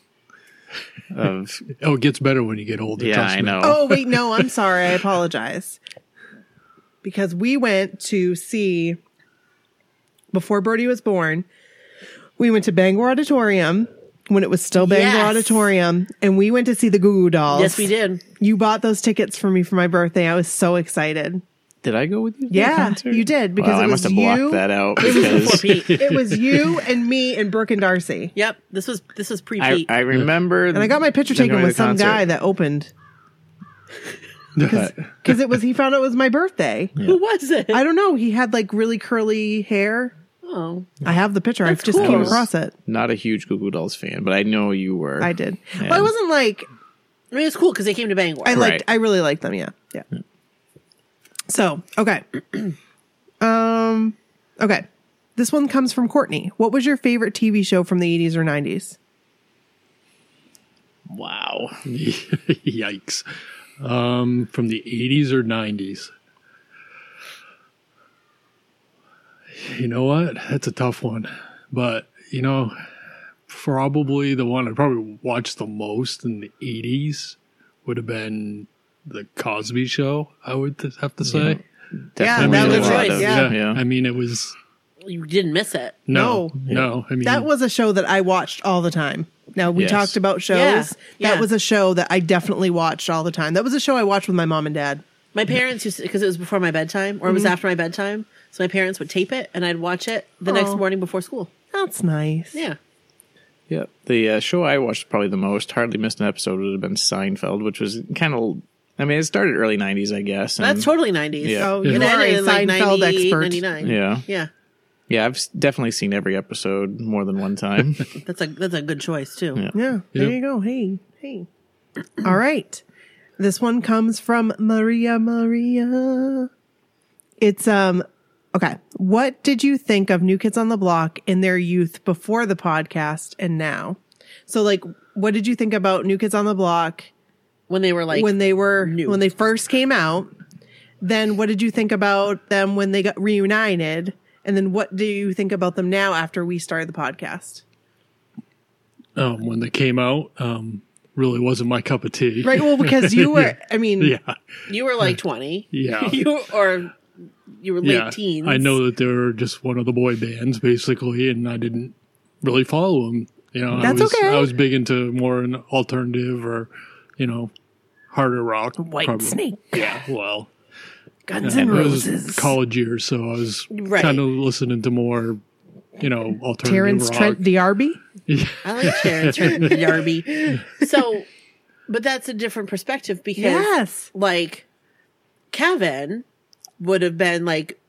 of Oh, it gets better when you get older. yeah, trust I me. know. Oh wait, no, I'm sorry. I apologize. Because we went to see before Birdie was born, we went to Bangor Auditorium when it was still Bangor Yes. Auditorium, and we went to see the Goo Goo Dolls. yes, we did. You bought those tickets for me for my birthday. I was so excited. Did I go with you? to the Yeah, concert? you did because Wow, it I was must have you. blocked that out Before because Pete. It was you and me and Brooke and Darcy. Yep. This was this was pre I, Pete. I remember. And I got my picture taken with some guy that opened That, because it was he found out it was my birthday. Who was it? I don't know. He had like really curly hair. oh. I have the picture. That's I've just cool. came across it. not a huge Goo Goo Dolls fan, but I know you were. I did. Yeah. Well, I wasn't like I mean, it's cool because they came to Bangor. I liked. Right. I really liked them. Yeah, yeah. So okay, um, okay. This one comes from Courtney. What was your favorite TV show from the eighties or nineties? Wow. Yikes. Um, from the 80s or 90s. You know what? That's a tough one. But, you know, probably the one I probably watched the most in the 80s would have been The Cosby Show, I would th- have to say. Yeah, Definitely that a was lot right, of- yeah. I mean, it was. you didn't miss it. No, No. no. I mean, That was a show that I watched all the time. Now we Yes. talked about shows. Yeah, That yeah. was a show that I definitely watched all the time. That was a show I watched with my mom and dad. My parents used because it was before my bedtime or it was after my bedtime. So my parents would tape it and I'd watch it the next Aw. morning before school. That's nice. Yeah. Yep. The uh, show I watched probably the most, hardly missed an episode, would have been Seinfeld, which was kind of. I mean, it started early '90s, I guess. and- That's totally 90s. Yeah. Oh, you And are a ended in, like, Seinfeld 98, expert. 99. Yeah. Yeah. Yeah, I've s- definitely seen every episode more than one time. That's a that's a good choice too. Yeah. Yeah, there Yep. you go. Hey, hey. All right. This one comes from Maria Maria. It's um okay. What did you think of New Kids on the Block in their youth before the podcast and now? So like what did you think about New Kids on the Block when they were like when they were new. when they first came out? Then what did you think about them when they got reunited? And then what do you think about them now after we started the podcast? um, when they came out. Um, really wasn't my cup of tea. Right. Well, because you were, I mean, Yeah. you were like twenty, Yeah. you or you were late yeah. teens. I know that they were just one of the boy bands basically, and I didn't really follow them. You know, That's I was okay. I was big into more an alternative or you know harder rock. White probably. Snake, Yeah. Well, Guns it and was Roses, college years, so I was Right. kind of listening to more. You know, alternative Terrence rock. Trent D'Arby. I like Sharon Trent and Darby. So, but that's a different perspective because, Yes. like, Kevin would have been like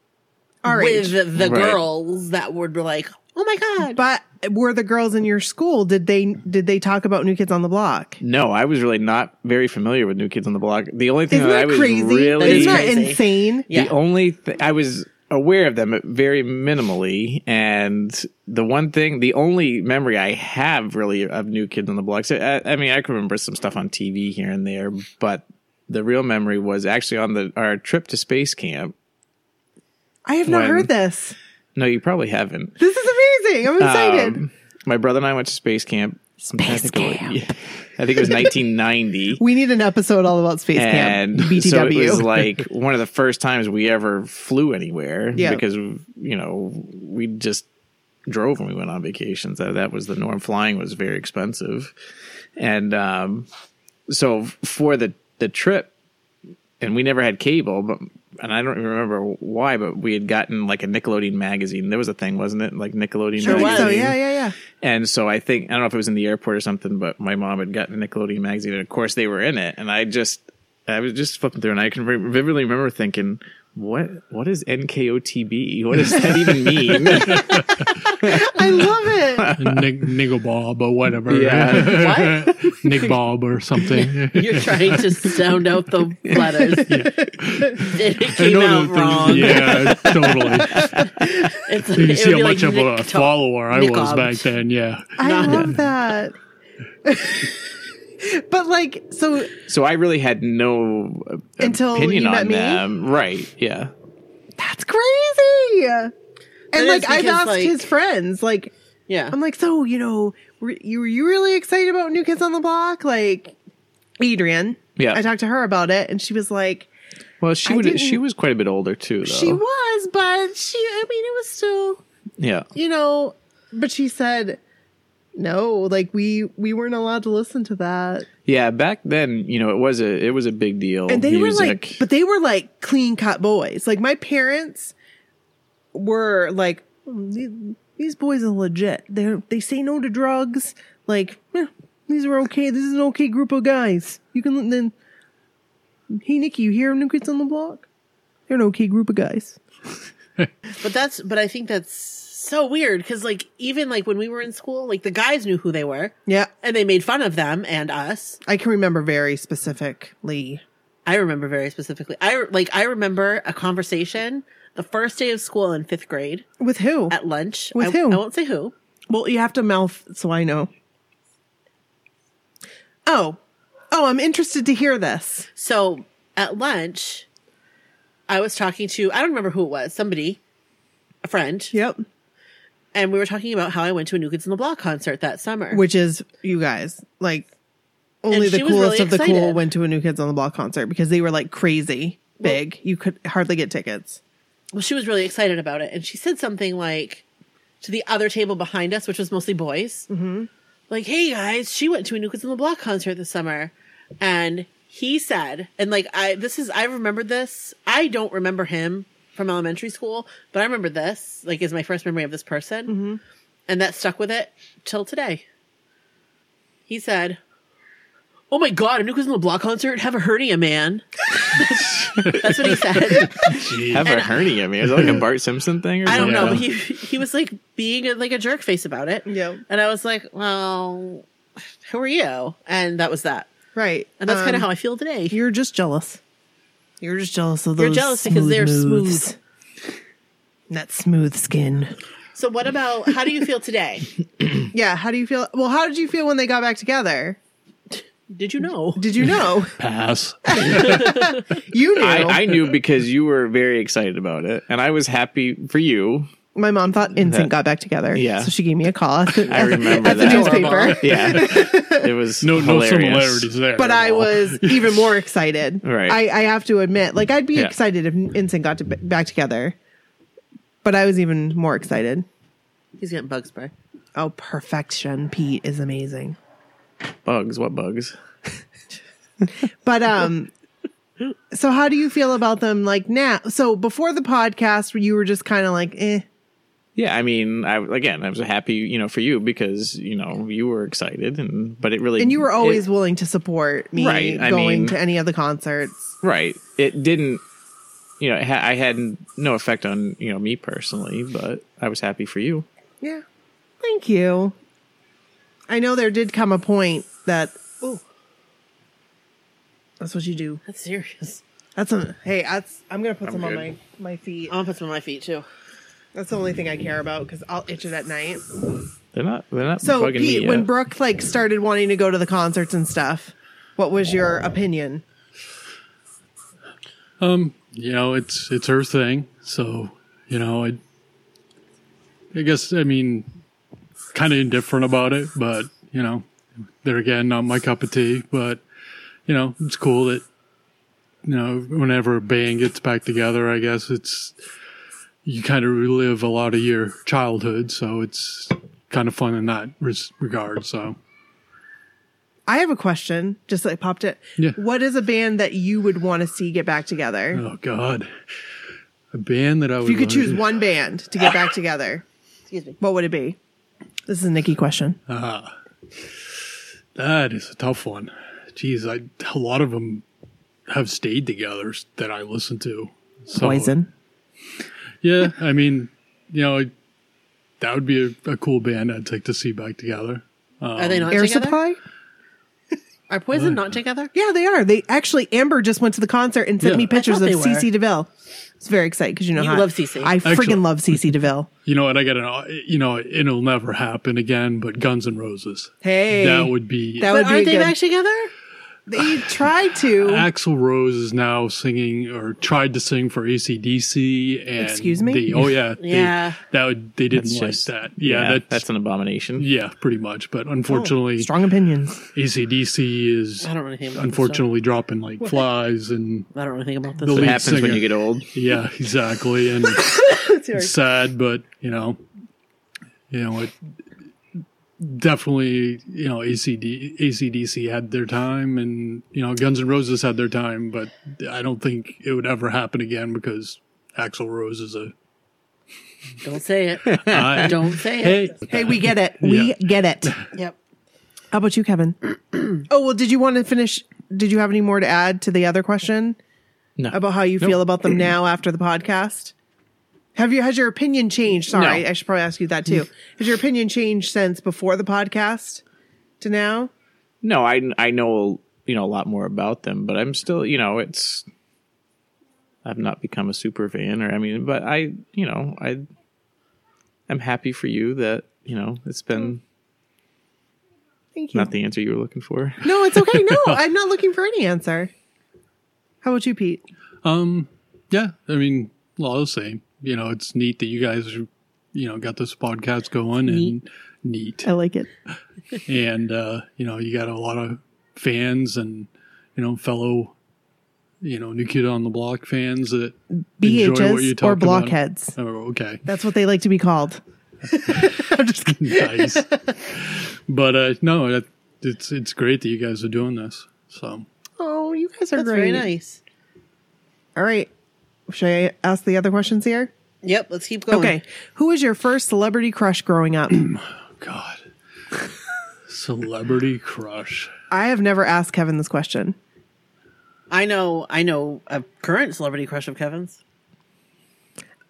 All right. with the, the Right. girls that would be like, "Oh my god!" But were the girls in your school? Did they did they talk about New Kids on the Block? No, I was really not very familiar with New Kids on the Block. The only thing Isn't that I that was crazy? really Isn't that crazy. insane? yeah, The only th- I was aware of them uh, very minimally, and the one thing, the only memory I have really of New Kids on the Block. So, uh, I, I mean, I can remember some stuff on TV here and there, but the real memory was actually on the our trip to space camp. I have not When- heard this. No, you probably haven't. This is amazing. I'm excited. Um, my brother and I went to space camp. Sometime- Space I think it was- camp. yeah. I think it was 1990. we need an episode all about space camp. and BTW. so it was like one of the first times we ever flew anywhere Yeah. because you know we just drove when we went on vacations that that was the norm flying was very expensive and um so for the the trip and we never had cable but and I don't even remember why, but we had gotten like a Nickelodeon magazine. There was a thing, wasn't it? Like Nickelodeon Sure I think magazine. was. Oh, so yeah, yeah, yeah. And so I think I don't know if it was in the airport or something, but my mom had gotten a Nickelodeon magazine, and of course they were in it. And I just I was just flipping through, and I can re- vividly remember thinking, "What what is NKOTB? What does that even mean?" I love it. Nick, Niggle Bob or whatever. Yeah. Nick Bob or something. you're trying to sound out the letters. it I came know out that there's- wrong. Yeah, totally. It's, You it see would how be like much of a Nick Tuck. follower I Nick was Hobbs. back then. Yeah. I Nah. love that. but like, so so I really had no uh, Until opinion you met on me? them, right? Yeah, that's crazy. That And is like, I've because, asked like- his friends, like, Yeah, I'm like, so you know, were you were you really excited about New Kids on the Block? Like, Adrian. Yeah. I talked to her about it, and she was like, Well, she I would didn't- she was quite a bit older too, though. she was, but she, I mean, it was still, yeah. you know, but she said, no, like we we weren't allowed to listen to that, Yeah, back then, you know, it was a it was a big deal. and they music. were like, but they were like clean cut boys. Like my parents were like, "Mm, the- these boys are legit. They they say no to drugs. Like eh, these are okay. This is an okay group of guys. You can then, hey Nikki, you hear new kids on the block? They're an okay group of guys. But that's but I think that's so weird because like even like when we were in school, like the guys knew who they were Yeah, and they made fun of them and us. I can remember very specifically. I remember very specifically. I like I remember a conversation the first day of school in fifth grade With who? at lunch. With I, who? I won't say who. Uh, Well, you have to mouth so I know. Oh. Oh, I'm interested to hear this. So at lunch, I was talking to I don't remember who it was somebody, a friend, Yep. and we were talking about how I went to a New Kids on the Block concert that summer. Which is you guys like only And the she was coolest really of the cool excited. went to a New Kids on the Block concert because they were like crazy big. you could hardly get tickets. well, she was really excited about it, and she said something like to the other table behind us, which was mostly boys, mm-hmm. like, "Hey guys, she went to a New Kids on the Block concert this summer," and he said, and like, I this is I remembered this. I don't remember him from elementary school, but I remember this like is my first memory of this person, and that stuck with it till today. He said. Oh my god, a New Kids on the Block concert? Have a hernia, man. That's what he said. have a hernia. I mean, is that like a Bart Simpson thing? Or I don't know. something? Yeah. But he he was like being a, like a jerk face about it. Yeah. And I was like, well, who are you? And that was that. Right. And that's kind of Um, how I feel today. you're just jealous. You're just jealous of those. You're jealous because they're moves. smooth. That smooth skin. So what about how do you feel today? Yeah. How do you feel? Well, how did you feel when they got back together? Did you know? Did you know? Pass. You knew. I, I knew because you were very excited about it, and I was happy for you. My mom thought Instant got back together. Yeah. So she gave me a call at the, I remember at the that. newspaper. Yeah, it was No, no hilarious. similarities there. But at I all. was even more excited. Right. I, I have to admit, like, I'd be Yeah. excited if Instant got to, back together. But I was even more excited. He's getting bug spray. Oh, perfection. Pete is amazing. Bugs, what bugs? But um so how do you feel about them like now? So before the podcast you were just kind of like, "Eh, Yeah, I mean, I again, I was happy, you know, for you because you know you were excited, and but it really and you were always it- willing to support me Right, I going mean- to any of the concerts. right. It didn't, you know, it ha- I had no effect on you know me personally, but I was happy for you. Yeah. Thank you. I know there did come a point that oh that's what you do. That's serious. That's a hey. That's I'm gonna put I'm some on my good. my feet. I'm gonna put some on my feet too. That's the only thing I care about because I'll itch it at night. They're not. They're not. So bugging me Pete, yet. when Brooke like started wanting to go to the concerts and stuff, what was your opinion? Um, you know, it's it's her thing. So, you know, I I guess I mean kind of indifferent about it, but you know, there again, not my cup of tea, but you know, it's cool that you know, whenever a band gets back together, I guess it's you kind of relive a lot of your childhood, so it's kind of fun in that res- regard. So, I have a question, just like popped it. Yeah. What is a band that you would want to see get back together? oh god, a band that I would If you could love choose to- one band to get back together, Excuse me. what would it be? This is a Nikki question. That is a tough one. Jeez, I a lot of them have stayed together s- that I listen to. So, Poison. Yeah, I mean, you know, I- that would be a, a cool band I'd like to see back together. Are they not Air together? Supply? Are Poison not together? Yeah, they are. They actually Amber just went to the concert and sent Yeah. me I pictures of thought they were. CC DeVille. It's very exciting because you know You how love CeCe. I Actually- freaking love CC DeVille. You know, and I got an, you know, it'll never happen again. But Guns N' Roses. Hey. that would be. That But would be aren't a they good- back together? They tried to. Axel Rose is now singing or tried to sing for ACDC. And Excuse me? They, oh yeah, they- Yeah. that would they didn't It's like just- that. Yeah, that's, that's an abomination. yeah, pretty much. Oh, But unfortunately, Strong opinions. ACDC is I don't really think about this unfortunately dropping like flies and I don't really think about The What this. lead happens when singer. you get old? yeah exactly and it's sad but you know you know it definitely you know acd acdc had their time and you know guns N' roses had their time but i don't think it would ever happen again because axel rose is a Don't say it. I, Don't say it. hey Hey, we get it. We Yeah. get it. Yep. How about you, Kevin? oh well, did you want to finish? Did you have any more to add to the other question No. about how you feel about them now after the podcast? Have you has your opinion changed? Sorry, No. I should probably ask you that too. has your opinion changed since before the podcast to now? no, I I know you know a lot more about them, but I'm still you know it's I've not become a super fan or I mean, but I you know I I'm happy for you that you know it's been Oh. Thank you. not the answer you were looking for. No, it's okay. No, I'm not looking for any answer. How about you, Pete? um, yeah i mean a lot of the same you know it's neat that you guys you know got this podcast going and neat I like it. and uh, you know you got a lot of fans and you know fellow you know new kid on the block fans that enjoy what you BHs talk or about. blockheads. Oh, okay, That's what they like to be called. nice. but uh, no, that, it's it's great that you guys are doing this. So Oh, you guys are That's great. very nice. All right. Should I ask the other questions here? Yep. Let's keep going. Okay. Who was your first celebrity crush growing up? God, celebrity crush. I have never asked Kevin this question. I know. I know a current celebrity crush of Kevin's.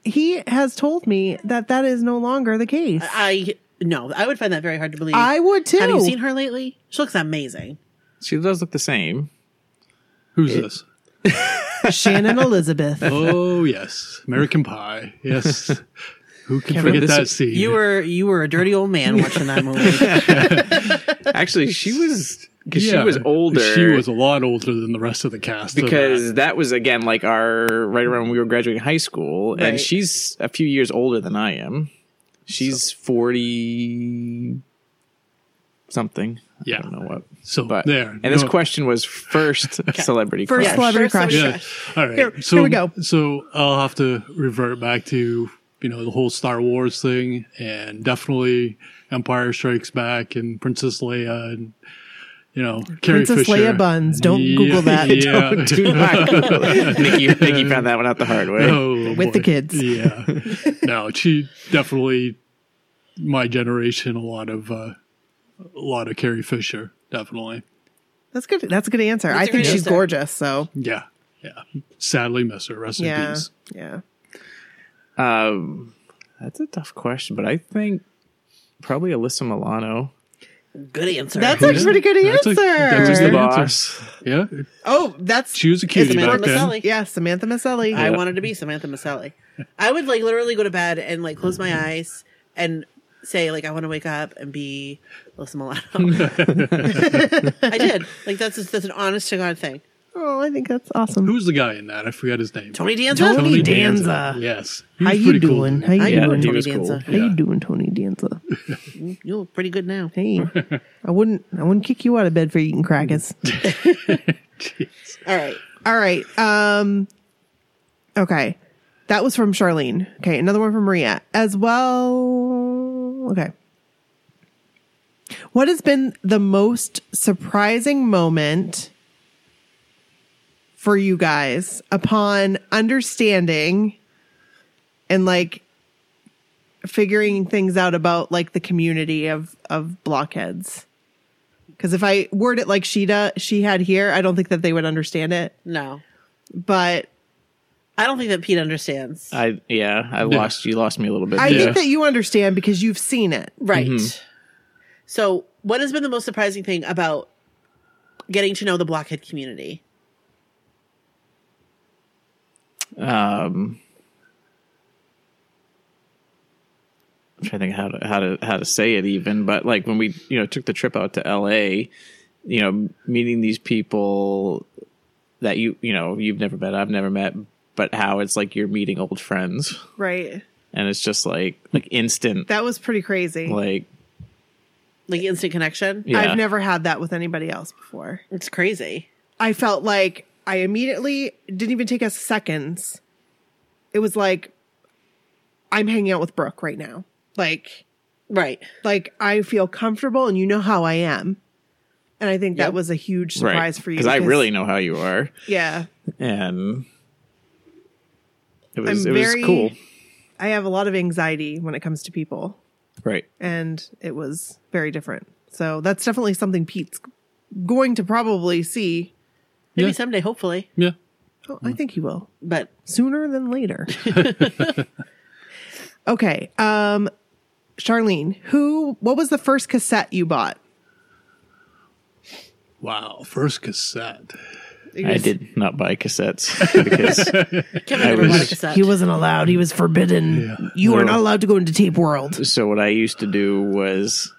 He has told me that that is no longer the case. I, I no. I would find that very hard to believe. would too. Have you seen her lately? She looks amazing. She does look the same. Who's this? Shannon Elizabeth. Oh yes, American Pie. Yes, Who can Kevin, forget this- that scene? You were you were a dirty old man watching that movie. Actually, she was because Yeah. she was older. She was a lot older than the rest of the cast. of because that. that. was again like our right around when we were graduating high school, Right. and she's a few years older than I am. She's forty something. I yeah. don't know what. So But there. and this No. question was first celebrity. First crush. celebrity first crush. celebrity Yeah. All right. Here- so here we go. So I'll have to revert back to you know the whole Star Wars thing, and definitely Empire Strikes Back and Princess Leia and. You know, Carrie Princess Fisher. Leia buns. Don't Google that. Yeah, Do not Google it. Nikki, Nikki found that one out the hard way. Oh, With the kids. Yeah. no, she definitely my generation a lot of uh, a lot of Carrie Fisher, definitely. That's good. That's a good answer. a I think great she's answer. gorgeous. So Yeah. Yeah. Sadly miss her. Rest in yeah, peace. yeah. Um, that's a tough question, but I think probably Alyssa Milano. Good answer. That's a pretty good That's answer. a- that's a Who's good the answer. boss? Yeah. oh, that's She was a cutie Samantha back then. Maselli. yeah, Samantha Maselli. I wanted to be Samantha Maselli. I would like literally go to bed and like close my eyes and say like I want to wake up and be Alyssa Milano. I did. Like that's just, that's an honest to god thing. oh, I think that's awesome. Who was the guy in that? I forgot his name. Tony Danza. Tony Danza. Yes. He How was you pretty cool. doing? How you I doing? would he Tony was Danza. How you Yeah. doing, Tony Danza? You look pretty good now. Hey, I wouldn't. I wouldn't kick you out of bed for eating crackers. All right. All right. Um Okay. That was from Charlene. Okay, another one from Maria as well. Okay. What has been the most surprising moment for you guys upon understanding and like figuring things out about like the community of of blockheads? Because if I word it like Sheeta, she had here, I don't think that they would understand it No, but I don't think that Pete understands. I yeah, I lost you. Lost me a little bit. I there. think that you understand because you've seen it. Right. Mm-hmm. So, what has been the most surprising thing about getting to know the blockhead community? um I'm trying to think how to how to how to say it even, but like when we you know took the trip out to L.A., you know, meeting these people that you you know you've never met, I've never met, but how it's like you're meeting old friends, Right. and it's just like like instant, That was pretty crazy. like Like instant connection? yeah, I've never had that with anybody else before. It's crazy. I felt like I immediately didn't even take us seconds. It was like I'm hanging out with Brooke right now. Like Right. like I feel comfortable and you know how I am. And I think that Yep. was a huge right. surprise for you because I really know how you are, Yeah. and it was I'm it very- was cool, I have a lot of anxiety when it comes to people. right? and it was very different. So that's definitely something Pete's going to probably see. Maybe Yeah. someday, hopefully. Yeah. Oh, I think he will But sooner than later. okay. Um, Charlene, who, what was the first cassette you bought? Wow. First cassette. It I was- did not buy cassettes because Kevin I never was- bought a cassette. He wasn't allowed. He was forbidden. You are No. not allowed to go into tape world. so what I used to do was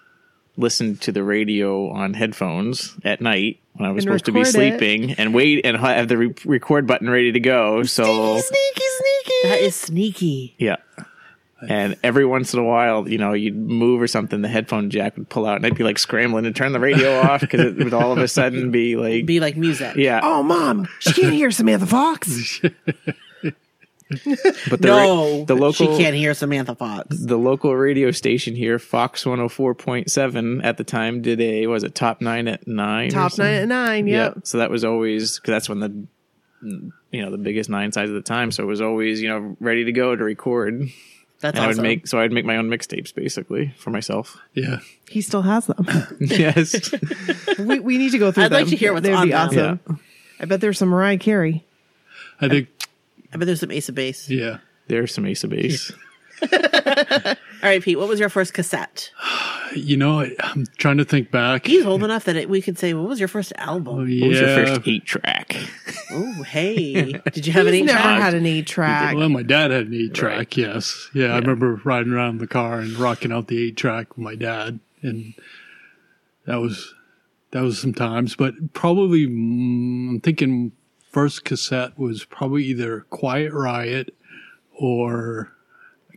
listen to the radio on headphones at night when I was And supposed to be record it. sleeping and wait and ha- have the re- record button ready to go. So Sneaky, sneaky. that is sneaky. yeah. And every once in a while, you know, you'd move or something, the headphone jack would pull out, and I'd be like scrambling to turn the radio off because it would all of a sudden be like, Be like music. yeah. Oh, mom, she can't hear Samantha Fox. but the, ra- No, the local she can't hear Samantha Fox. the local radio station here, Fox one hundred four point seven, at the time did a was it top nine at nine? or Top nine something? at nine. Yeah. Yep. So that was always because that's when the you know the biggest nine size at the time. So it was always you know ready to go to record. And That's I awesome. would make so I'd make my own mixtapes basically for myself. Yeah. He still has them. yes. we, we need to go through I'd like them. to hear what's They'd on be them. awesome. yeah. I bet there's some Mariah Carey. I think I bet there's some Ace of Base. yeah. There's some Ace of Base. All right, Pete, what was your first cassette? you know, I, I'm trying to think back. Oh, He's old enough that it, we could say, "What was your first album?" What was your Yeah. first eight track? Oh, hey, did you have He's any? never tracks? had an eight track. Well, my dad had an eight track. Yes, yeah, I remember riding around in the car and rocking out the eight track with my dad, and that was that was some times. But probably, mm, I'm thinking first cassette was probably either Quiet Riot or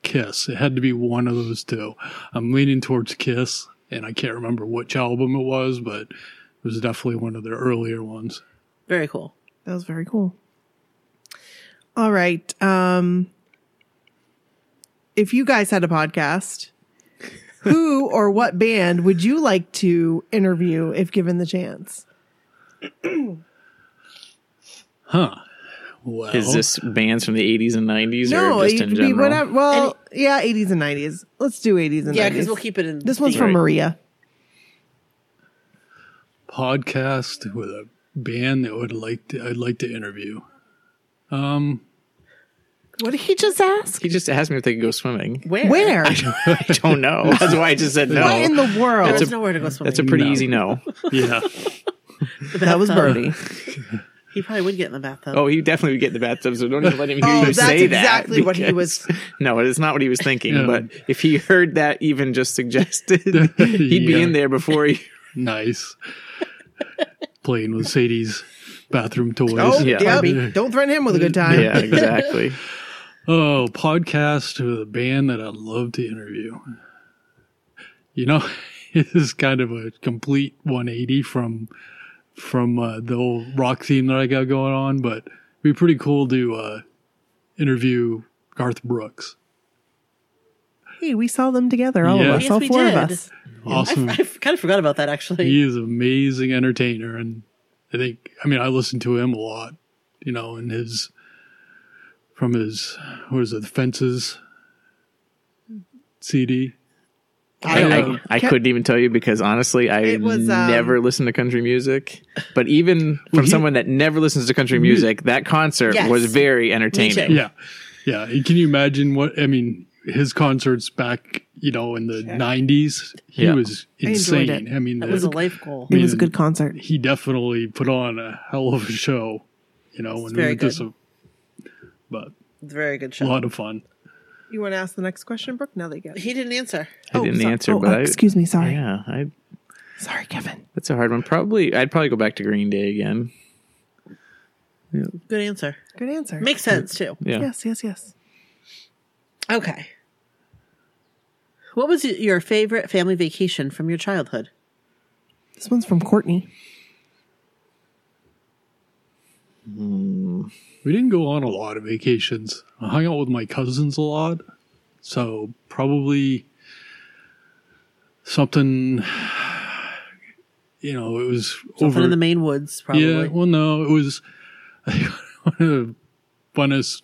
Kiss. It had to be one of those two. I'm leaning towards Kiss, and I can't remember which album it was, but it was definitely one of their earlier ones. Very cool. That was very cool. All right. Um if you guys had a podcast, who or what band would you like to interview if given the chance? Wow. Is this bands from the 80s and 90s no, or just it in could be general? whatever. Well, yeah, 80s and 90s. Let's do 80s and Yeah, 90s. because we'll keep it in. this one's theme. from Right. Maria. podcast with a band that would like to, I'd like to interview. What did he just ask? He just asked me if they could go swimming. where. Where? I don't know. That's why I just said What in no. the world? There's a- nowhere to go swimming. That's a pretty No. easy no. Yeah. that was Birdie. he probably would get in the bathtub. Oh, he definitely would get in the bathtub, so don't even let him hear Oh, you that's say that. exactly what he because- was- No, it's not what he was thinking, Yeah. but if he heard that even just suggested, he'd be Yeah. in there before he. nice. Playing with Sadie's bathroom toys. Oh, Yeah. yeah. Don't threaten him with a good time. Yeah, exactly. Oh, podcast with a band that I'd love to interview. You know, it is kind of a complete 180 from from uh, the old rock theme that I got going on, but it'd be pretty cool to uh, interview Garth Brooks. Hey, we saw them together, all Yeah. of us, Yes, all we four did. of us. Awesome. I kind of forgot about that actually. he is an amazing entertainer and i think i mean i listen to him a lot you know and his from his what is it the fences cd I, know. I, I couldn't even tell you because honestly, I It was, um, never listened to country music. But even from he- someone that never listens to country music, that concert Yes. was very entertaining. too. yeah yeah And can you imagine what i mean his concerts back you know in the 90s he Yeah. was enjoyed insane i, it. mean that the- was a life goal. It was a good concert. he definitely put on a hell of a show you know and it very was just a, but It's a very good a show. lot of fun You want to ask the next question, Brooke? Now they get it. He didn't answer. I didn't sorry. answer, Oh, but uh, I, excuse me. Sorry. yeah, I, Sorry, Kevin. that's a hard one. Probably, I'd probably go back to Green Day again. Good answer. Good answer. Makes sense too. Yeah, Yes, yes, yes. Okay. What was your favorite family vacation from your childhood? This one's from Courtney. We didn't go on a lot of vacations. I hung out with my cousins a lot. So probably something you know, it was Something over in the Maine woods, probably. Yeah, well no, it was one of the funnest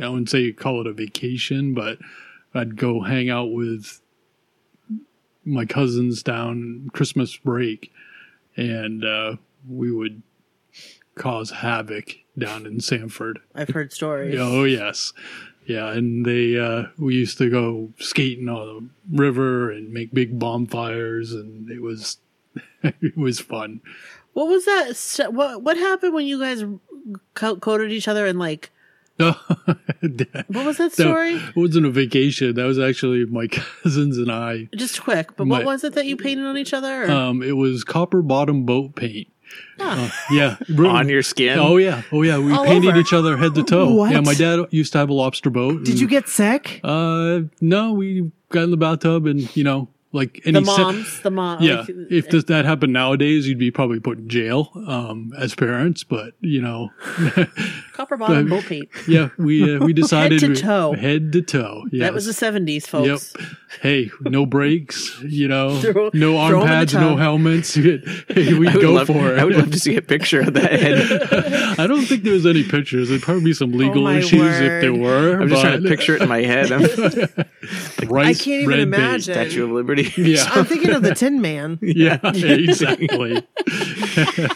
I wouldn't say call it a vacation, but I'd go hang out with my cousins down Christmas break and uh, we would cause havoc down in Sanford. I've heard stories. Oh yes, yeah. And they uh, we used to go skating on the river and make big bonfires, and it was it was fun. What was that? st- What what happened when you guys co- coded each other and like that what was that story? wasn't a vacation. That was actually my cousins and I. Just quick, but My- what was it that you painted on each other? Or? Um, it was copper bottom boat paint. Uh, yeah, on your skin. Oh yeah, oh yeah. We All painted over. each other head to toe. What? Yeah, my dad used to have a lobster boat. Did and- you get sick? Uh, no, we got in the bathtub and you know, like any the se- moms, the mom. yeah like, if this, that happened nowadays you'd be probably put in jail um as parents but you know copper bottom boat paint. yeah we uh, we decided to we- toe. head to toe yes. That was the seventies, folks. Yep. Hey, no brakes, you know, Throw- throw no 'em arm in the pads, no tub. helmets. hey, we I would go love- for it. I would love to see a picture of that head. I don't think there was any pictures. There'd probably be some legal my issues if word. there were. I'm just but trying to picture it in my head. I'm rice, can't even red bait. imagine. Statue of Liberty. Yeah. I'm thinking of the Tin Man. Yeah, exactly.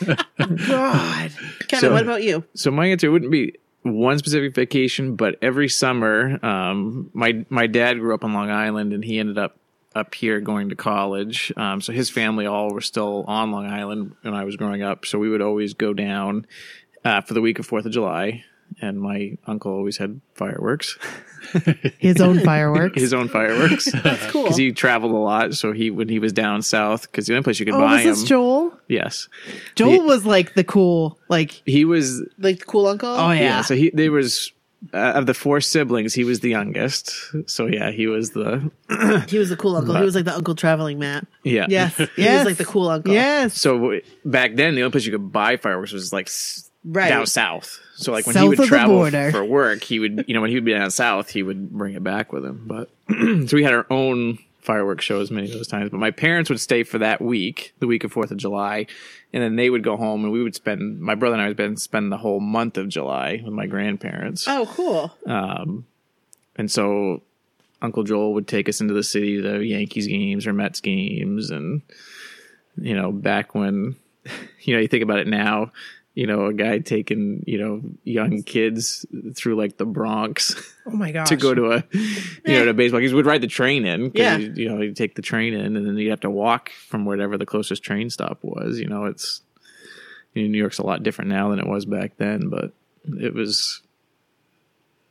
God. Kevin, So- what about you? So my answer wouldn't be one specific vacation, but every summer, um, my my dad grew up on Long Island, and he ended up up here going to college. Um, so his family all were still on Long Island when I was growing up. So we would always go down uh, for the week of Fourth of July, and my uncle always had fireworks, His own fireworks. his own fireworks, That's cool. because he traveled a lot. So he when he was down south, because the only place you could oh, buy was them, this Joel? yes, Joel Yeah. was like the cool, like he was like the cool uncle. Oh, yeah. Yeah. so he there was uh, of the four siblings, he was the youngest. So yeah, he was the He was the cool uncle. He was like the uncle traveling Matt. yeah yes, yes, He was like the cool uncle. yes. So w- back then, the only place you could buy fireworks was like s- Right. down south. So like when South he would of the travel border. for work, he would you know when he would be down south, he would bring it back with him. But so we had our own fireworks shows many of those times. But my parents would stay for that week, the week of Fourth of July, and then they would go home, and we would spend my brother and I would spend spend the whole month of July with my grandparents. Oh, cool. And so Uncle Joel would take us into the city to Yankees games or Mets games. And, you know, back when, you know, you think about it now, you know, a guy taking, you know, young kids through like the Bronx oh my gosh. to go to a, you know, to a baseball. He would ride the train in. 'cause Yeah. You, you know, you'd take the train in and then you'd have to walk from wherever the closest train stop was. You know, it's, you know, New York's a lot different now than it was back then, but it was,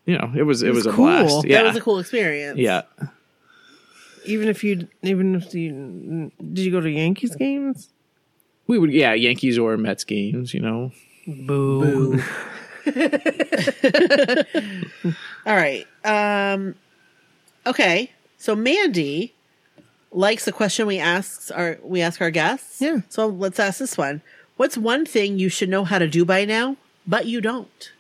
you know, it was, it, was, was a cool. blast. That Yeah. That was a cool experience. Yeah. even if you even if you did you go to Yankees games? We would, yeah, Yankees or Mets games, you know. Boo. All right. Um okay. So Mandy likes the question we asks our we ask our guests. Yeah. So let's ask this one. What's one thing you should know how to do by now, but you don't?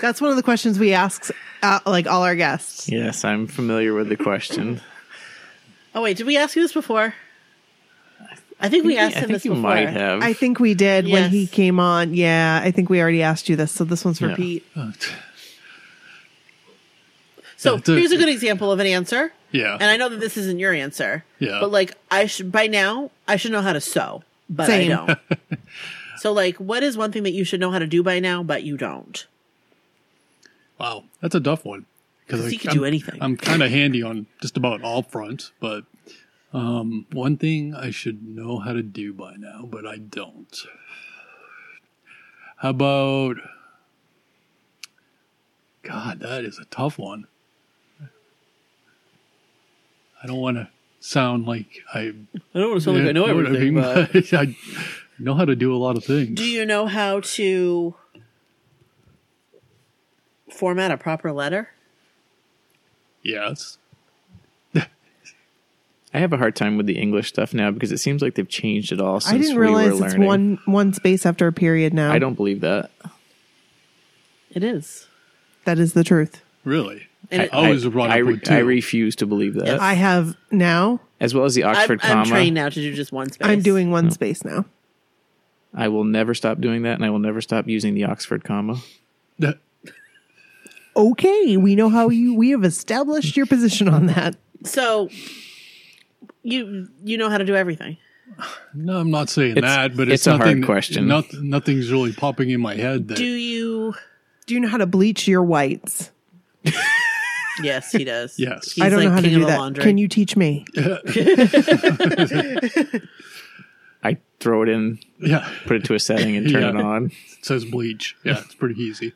That's one of the questions we ask uh, like all our guests. Yes, I'm familiar with the question. Oh wait, did we ask you this before? I think we asked I him think this you before. might have. I think we did when Yes. he came on. Yeah, I think we already asked you this, so this one's for Yeah. Pete. So Yeah, it's a- here's a good example of an answer. Yeah. And I know that this isn't your answer. Yeah. But like I should by now I should know how to sew, but Same. I don't. so like what is one thing that you should know how to do by now, but you don't? Wow, that's a tough one because he could do anything. I'm kind of handy on just about all fronts, but um, one thing I should know how to do by now, but I don't. How about? God, that is a tough one. I don't want to sound like I. I don't want to Yeah, you what I mean? I know how to do a lot of things. Do you know how to format a proper letter? yes. I have a hard time with the English stuff now because it seems like they've changed it all since I didn't we realize were it's learning. one one space after a period now. I don't believe that. It is. That is the truth. Really. And I, it- always brought I, up re- with I two. refuse to believe that. I have now. As well as the I'm, Oxford I'm comma. trained now to do just one space. I'm doing one space now. I will never stop doing that and I will never stop using the Oxford comma. That- Okay, we know how you. We have established your position on that. so. You you know how to do everything. No, I'm not saying It's- that, but it's it's, a hard nothing, question. noth- nothing's really popping in my head. That Do you? Do you know how to bleach your whites? Yes, he does. Yes. He's I don't like know how to king of do the that. laundry. Can you teach me? I throw it in, yeah, put it to a setting and turn Yeah. it on. it says bleach. Yeah, it's pretty easy.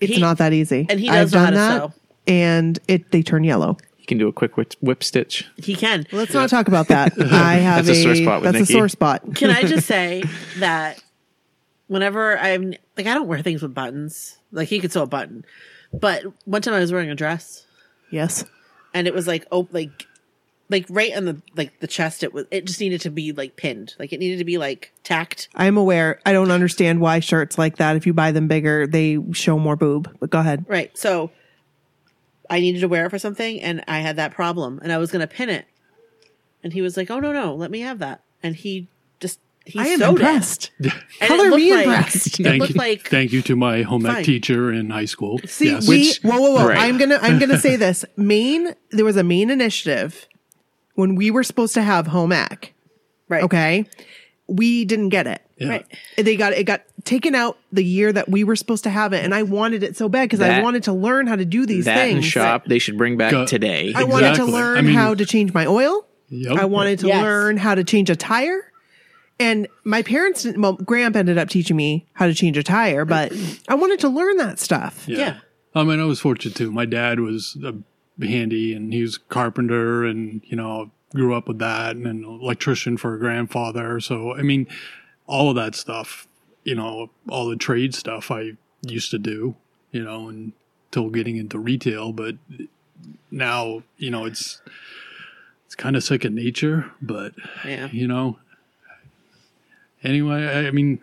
It's He- not that easy. and he I've does know how done to that, sew. and it they turn yellow. You can do a quick whip, whip stitch. He can. Let's not talk about that. I have That's a sore spot with That's Nikki. a sore spot. Can I just say that whenever I'm like, I don't wear things with buttons. Like he could sew a button, but one time I was wearing a dress Yes. and it was like, oh, like, like right on the like the chest. It was. It just needed to be like pinned. Like it needed to be like tacked. I'm aware. I don't understand why shirts like that, if you buy them bigger, they show more boob. But go ahead. Right. So I needed to wear it for something and I had that problem and I was going to pin it. And he was like, oh, no, no, let me have that. And he just, he I am sewed impressed. it. And it Color looked me like- impressed. It Thank looked you, like, thank you to my home Fine. ec teacher in high school. See, yes. we Which- whoa, whoa, whoa. Right. I'm gonna I'm gonna say this. Maine, there was a Maine initiative when we were supposed to have home ec. right. Okay. we didn't get it. Yeah. Right. They got it got taken out the year that we were supposed to have it, and I wanted it so bad because I That- wanted to learn how to do these that things. and shop they should bring back Go- today. I wanted to Exactly. learn I mean- how to change my oil. Yep. I wanted to Mm-hmm. Yes. learn how to change a tire. And my parents, didn't, well, Gramp ended up teaching me how to change a tire, but I wanted to learn that stuff. Yeah. I mean, I was fortunate too. My dad was uh, handy and he was a carpenter and, you know, grew up with that and an electrician for a grandfather. So, I mean, all of that stuff, you know, all the trade stuff I used to do, you know, until getting into retail. But now, you know, it's, it's kind of second nature, but Yeah. you know. Anyway, I I mean,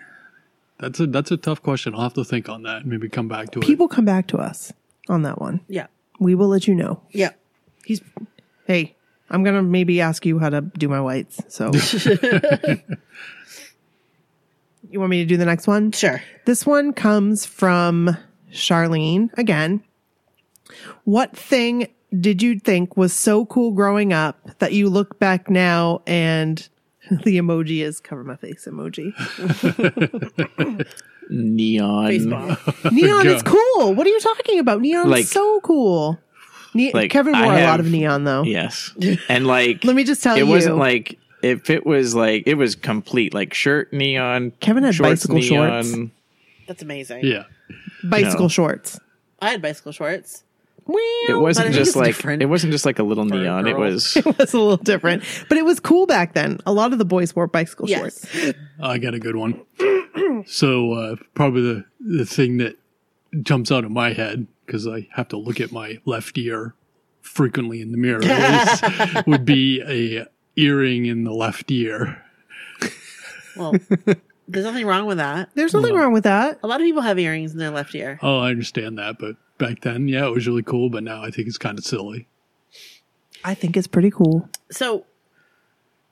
that's a that's a tough question. I'll have to think on that. and Maybe come back to it. People come back to us on that one. Yeah. We will let you know. Yeah. He's, hey, I'm going to maybe ask you how to do my whites. So. You want me to do the next one? Sure. This one comes from Charlene again. What thing did you think was so cool growing up that you look back now and the emoji is cover my face emoji? Neon Baseball. Neon Go. is cool. What are you talking about? Neon Like- is so cool. Ne- like, Kevin I wore a lot have- of neon though. Yes. And like Let me just tell it you, wasn't like if it was like it was complete like shirt neon Kevin had shorts, bicycle neon, shorts. That's amazing. Yeah, bicycle No. shorts. I had bicycle shorts. It but wasn't it just is like different it wasn't just like a little for a neon. It girl. was That's a little different, but it was cool back then. A lot of the boys wore bicycle Yes. shorts. I got a good one. so uh, probably the the thing that jumps out of my head because I have to look at my left ear frequently in the mirror is, would be a earring in the left ear. Well, there's nothing wrong with that. There's nothing wrong with that. A lot of people have earrings in their left ear. Oh, I understand that, but back then, yeah, it was really cool. But now I think it's kind of silly. I think it's pretty cool. So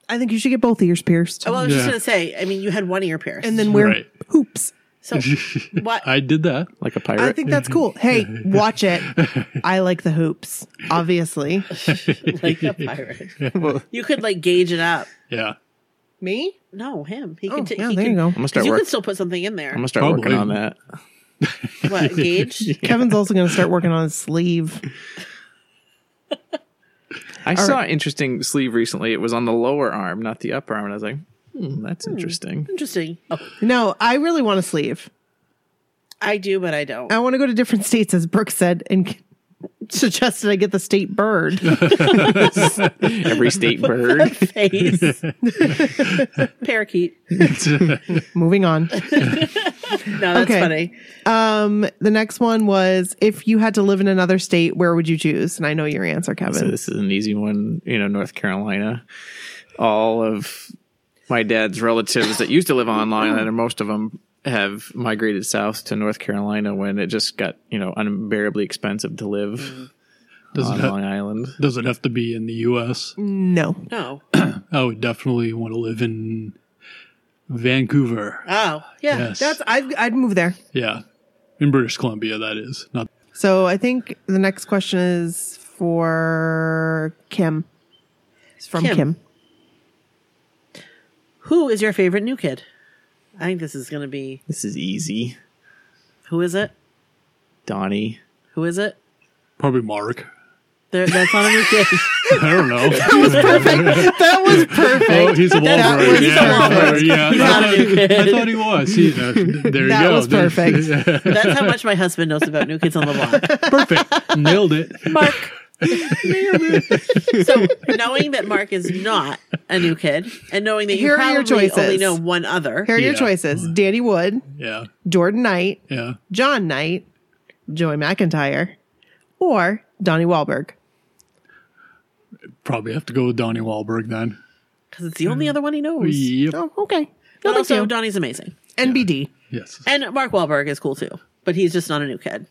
I think you should get both ears pierced. Oh, well, I was just Yeah. gonna say. I mean, you had one ear pierced, and then wear Right. hoops. so what? I did that. like a I pirate. think that's cool. Hey, watch it. I like the hoops, obviously. like a pirate. Well, You could like gauge it up. Yeah, Me? No, him. He Oh, could. T- yeah, he there could, you go. I'm gonna 'cause start You working. could still put something in there. I'm gonna start Probably. working on that. What gauge? Kevin's also going to start working on his sleeve. I saw an interesting sleeve recently. It was on the lower arm, not the upper arm, and I was like, hmm, that's interesting. Interesting. Oh, No, I really want a sleeve. I do, but I don't. I want to go to different states, as Brooke said, and g- suggested I get the state bird. Every state bird. Oh. Face. Parakeet. Moving on. No, that's Okay. funny. Um, the next one was if you had to live in another state, where would you choose? And I know your answer, So Kevin. this is an easy one, you know, North Carolina. All of my dad's relatives that used to live on Long Island, and most of them have migrated south to North Carolina when it just got, you know, unbearably expensive to live doesn't on have, Long Island. doesn't have to be in the U.S. No. No. I would definitely want to live in Vancouver. Oh, yeah. Yes. That's I'd, I'd move there. yeah. In British Columbia, that is. Not So I think the next question is for Kim. It's from Kim. Kim. Who is your favorite new kid? I think this is gonna be. This is easy. Who is it? Donnie. Who is it? probably Mark. There, that's not a new kid. I don't know. that was perfect. That was perfect. Oh, he's a That Wolverine. was yeah, perfect. yeah. I not a thought- new I kid. thought he was. He- uh, there That you go. was perfect. That's how much my husband knows about new kids on the block. perfect. Nailed it. Mark. so knowing that Mark is not a new kid, and knowing that you Here are your probably only choices. know one other, Here are your Yeah. choices: Danny Wood, Yeah. Jordan Knight, Yeah. John Knight, Joey McIntyre, or Donnie Wahlberg. Probably have to go with Donnie Wahlberg then. because it's the Mm. only other one he knows. Yep. Oh, okay. No, But thank also, you. Donnie's amazing, NBD. Yes. and Mark Wahlberg is cool too, but he's just not a new kid.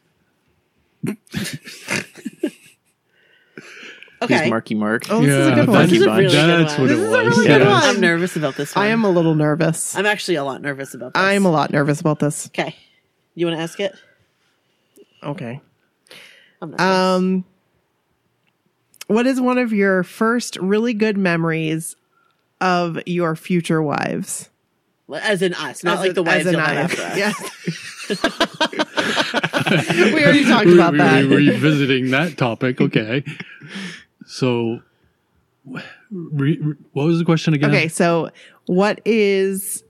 okay, He's Marky Mark. Oh, this is a good one. that's- This is a really good that's one. what This it is a was. really good yeah. one. I'm nervous about this. One. I am a little nervous. I'm actually a lot nervous about this. I'm a lot nervous about this. okay. You want to ask it? Okay. I'm nervous. Um, what is one of your first really good memories of your future wives? as in us, not As like a- the wives as that an left I. after us. Yes. we already talked We- about we- that. we- Revisiting that topic. Okay. So, re, re- what was the question again? Okay, so what is?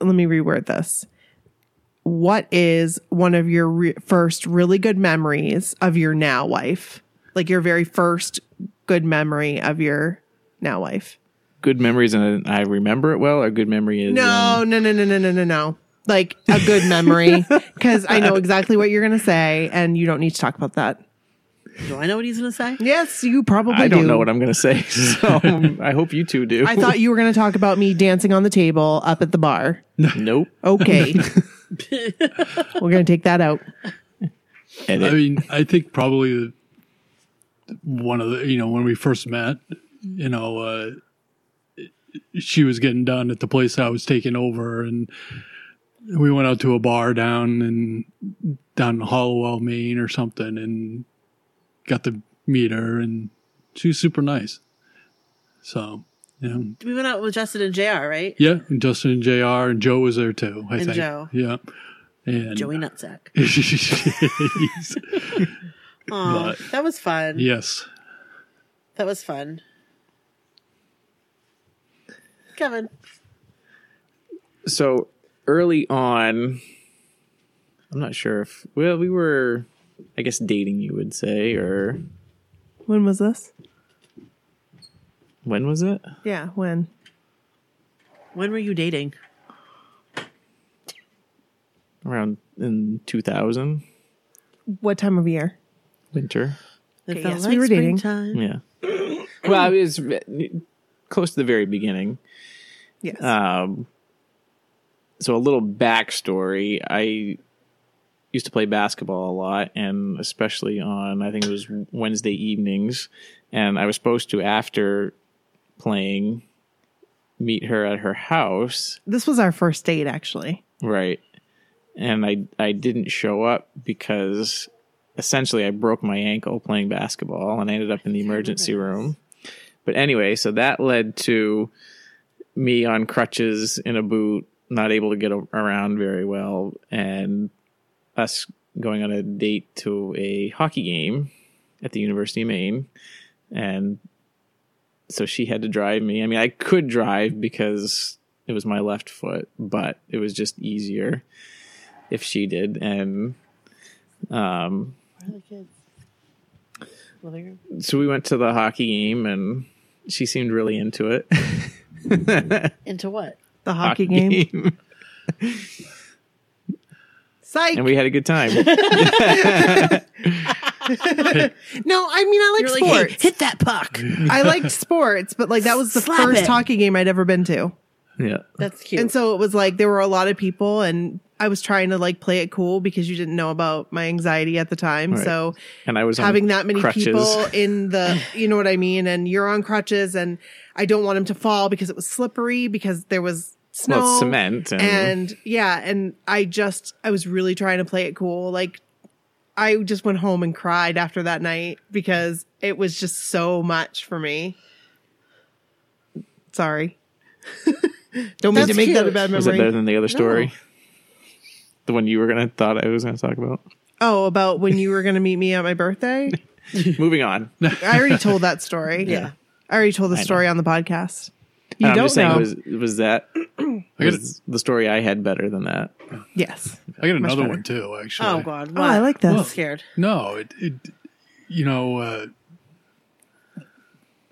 Let me reword this. What is one of your re- first really good memories of your now wife? Like your very first good memory of your now wife? Good memories and I remember it well, or good memory is um, No, no, no, no, no, no, no, no. Like a good memory, because I know exactly what you're gonna say, and you don't need to talk about that. Do I know what he's gonna say? Yes, you probably. I don't do. know what I'm going to say. So I hope you two do. I thought you were gonna talk about me dancing on the table up at the bar. nope. Okay, we're gonna take that out. Edit. I mean, I think probably the- one of the, you know, when we first met, you know, uh, she was getting done at the place I was taking over and we went out to a bar down in down in Hollowell, Maine or something and got to meet her and she was super nice. So, yeah. We went out with Justin and Jr. Right? Yeah, and Justin and JR and Joe was there too, I And think. Joe. Yeah. And Joey Nutsack. Aw, But- that was fun. yes. That was fun. Kevin, so early on i'm not sure if well we were i guess dating you would say or When was this? when was it Yeah, when? when were you dating? around in 2000 What time of year? winter It Okay, yes, we were dating. springtime. yeah well it was close to the very beginning Yes. Um, so a little backstory. I used to play basketball a lot, and especially on I think it was Wednesday evenings, and I was supposed to after playing meet her at her house, this was our first date, actually. right? And I I didn't show up because essentially I broke my ankle playing basketball, and I ended up in the emergency room. But anyway, so that led to me on crutches in a boot, not able to get a- around very well, and us going on a date to a hockey game at the University of Maine. And so she had to drive me. I mean, I could drive because it was my left foot, but it was just easier if she did. And um, Living room. so we went to the hockey game, and she seemed really into it. Into what? The hockey, game. Psych. and we had a good time. no, I mean I like You're like, sports. hey, hit that puck. I liked sports, but like that was the Slap first it. hockey game I'd ever been to. yeah. That's cute. And so it was like there were a lot of people and I was trying to like play it cool because you didn't know about my anxiety at the time. Right. So And I was on having that many crutches. people in the you know what I mean and you're on crutches and I don't want him to fall because it was slippery because there was snow Well, it's cement and, and yeah and I just I was really trying to play it cool like I just went home and cried after that night because it was just so much for me sorry don't mean to That's make that a cute. bad was that better memory than the other story? The one you were gonna thought I was gonna talk about. oh about when you were going to meet me at my birthday Moving on. I already told that story yeah. I already told the know. story on the podcast. You I'm Um, don't Um, just saying know. was was that was the story I had better than that. yes. I got another better. one too, actually. Oh God. Oh, I What? like I'm this. scared. No, it, it you know, uh,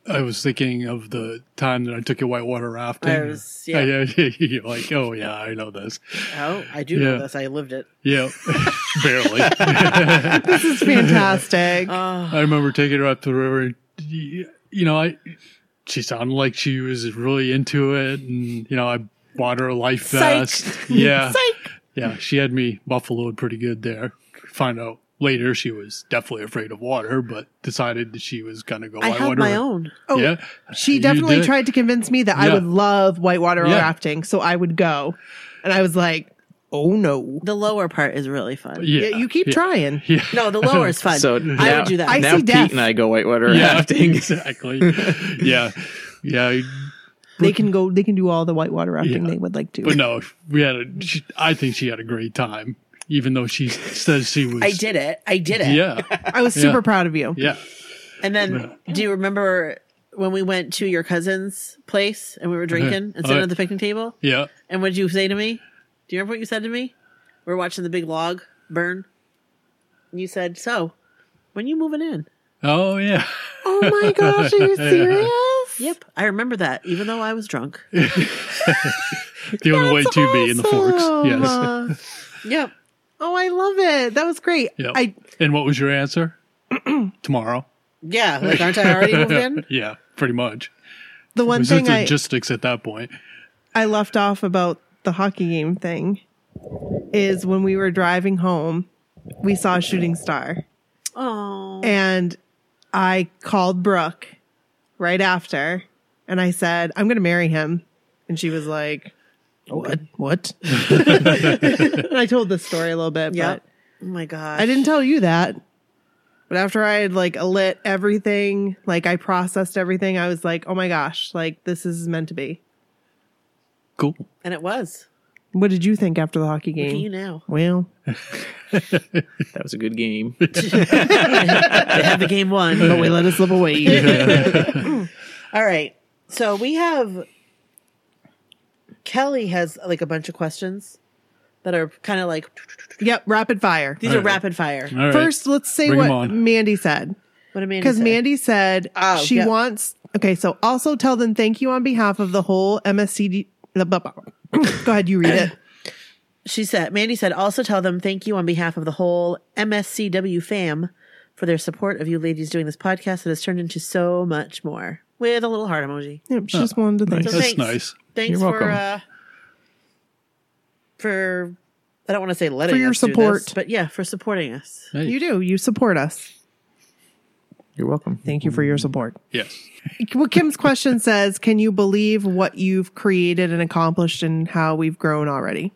I was thinking of the time that I took you whitewater rafting. I was- yeah. you're like, oh yeah, I know this. Oh, I do Yeah. know this. I lived it. Yeah, barely. This is fantastic. I remember taking her up to the river. and, You know, I she sounded like she was really into it, and you know, I bought her a life Psych. vest. Yeah, Psych. yeah, she had me buffaloed pretty good there. Find out later she was definitely afraid of water, but decided that she was gonna go. I have whitewater. my own. Oh, yeah, she you definitely did. tried to convince me that I Yeah. would love whitewater Yeah. rafting, so I would go. And I was like, "Oh no! The lower part is really fun. Yeah, Yeah, you keep trying." Yeah, No, the lower is fun. So I now, would do that. Uh, I now see Pete death. and I go whitewater yeah rafting. exactly. yeah, yeah. I They can go. They can do all the whitewater rafting Yeah. they would like to. But no, we had a. She, I think she had a great time, even though she says she was. I did it. I did it. Yeah, I was Yeah. super proud of you. yeah. And then, do you remember when we went to your cousin's place and we were drinking and sitting Uh, at the picnic table? Yeah. And what did you say to me? Do you remember what you said to me? We are watching the big log burn. And you said, So, when you moving in? Oh yeah. Oh my gosh, are you serious? Yep. I remember that, even though I was drunk. The only way to be in the forks. Yes. Awesome. yep. Oh, I love it. That was great. Yeah. I and what was your answer? Tomorrow. Yeah. Like, aren't I already moved in? Yeah, pretty much. the It one was just thing I logistics at that point. I left off about the hockey game thing is when we were driving home, we saw a shooting star. Oh. And I called Brooke right after and I said, I'm going to marry him. And she was like, What? What? and I told this story a little bit, but Yep. Oh my gosh. I didn't tell you that. But after I had like lit everything, like I processed everything, I was like, oh my gosh, like this is meant to be. Cool. And it was. What did you think after the hockey Do you game? now? Well, That was a good game. I had the game won. but we let it slip away. All right. So we have Kelly has like a bunch of questions that are kind of like yep, rapid fire. these are rapid fire. All right. First, let's say Bring 'em what on. Mandy said. What Amanda Because said. Mandy said Oh, she yeah. wants. Okay, so also tell them thank you on behalf of the whole MSCD. Blah, blah, blah. Go ahead, you read it. she said Mandy said also tell them thank you on behalf of the whole MSCW fam for their support of you ladies doing this podcast that has turned into so much more with a little heart emoji. Yep, she just wanted to thank. So That's thanks. nice. Thanks You're for welcome. uh for I don't want to say letting For your us do this, support. but yeah, for supporting us. Hey. You do. You support us. You're welcome. Thank you for your support. Yes. Well, Kim's question says, "Can you believe what you've created and accomplished, and how we've grown already?"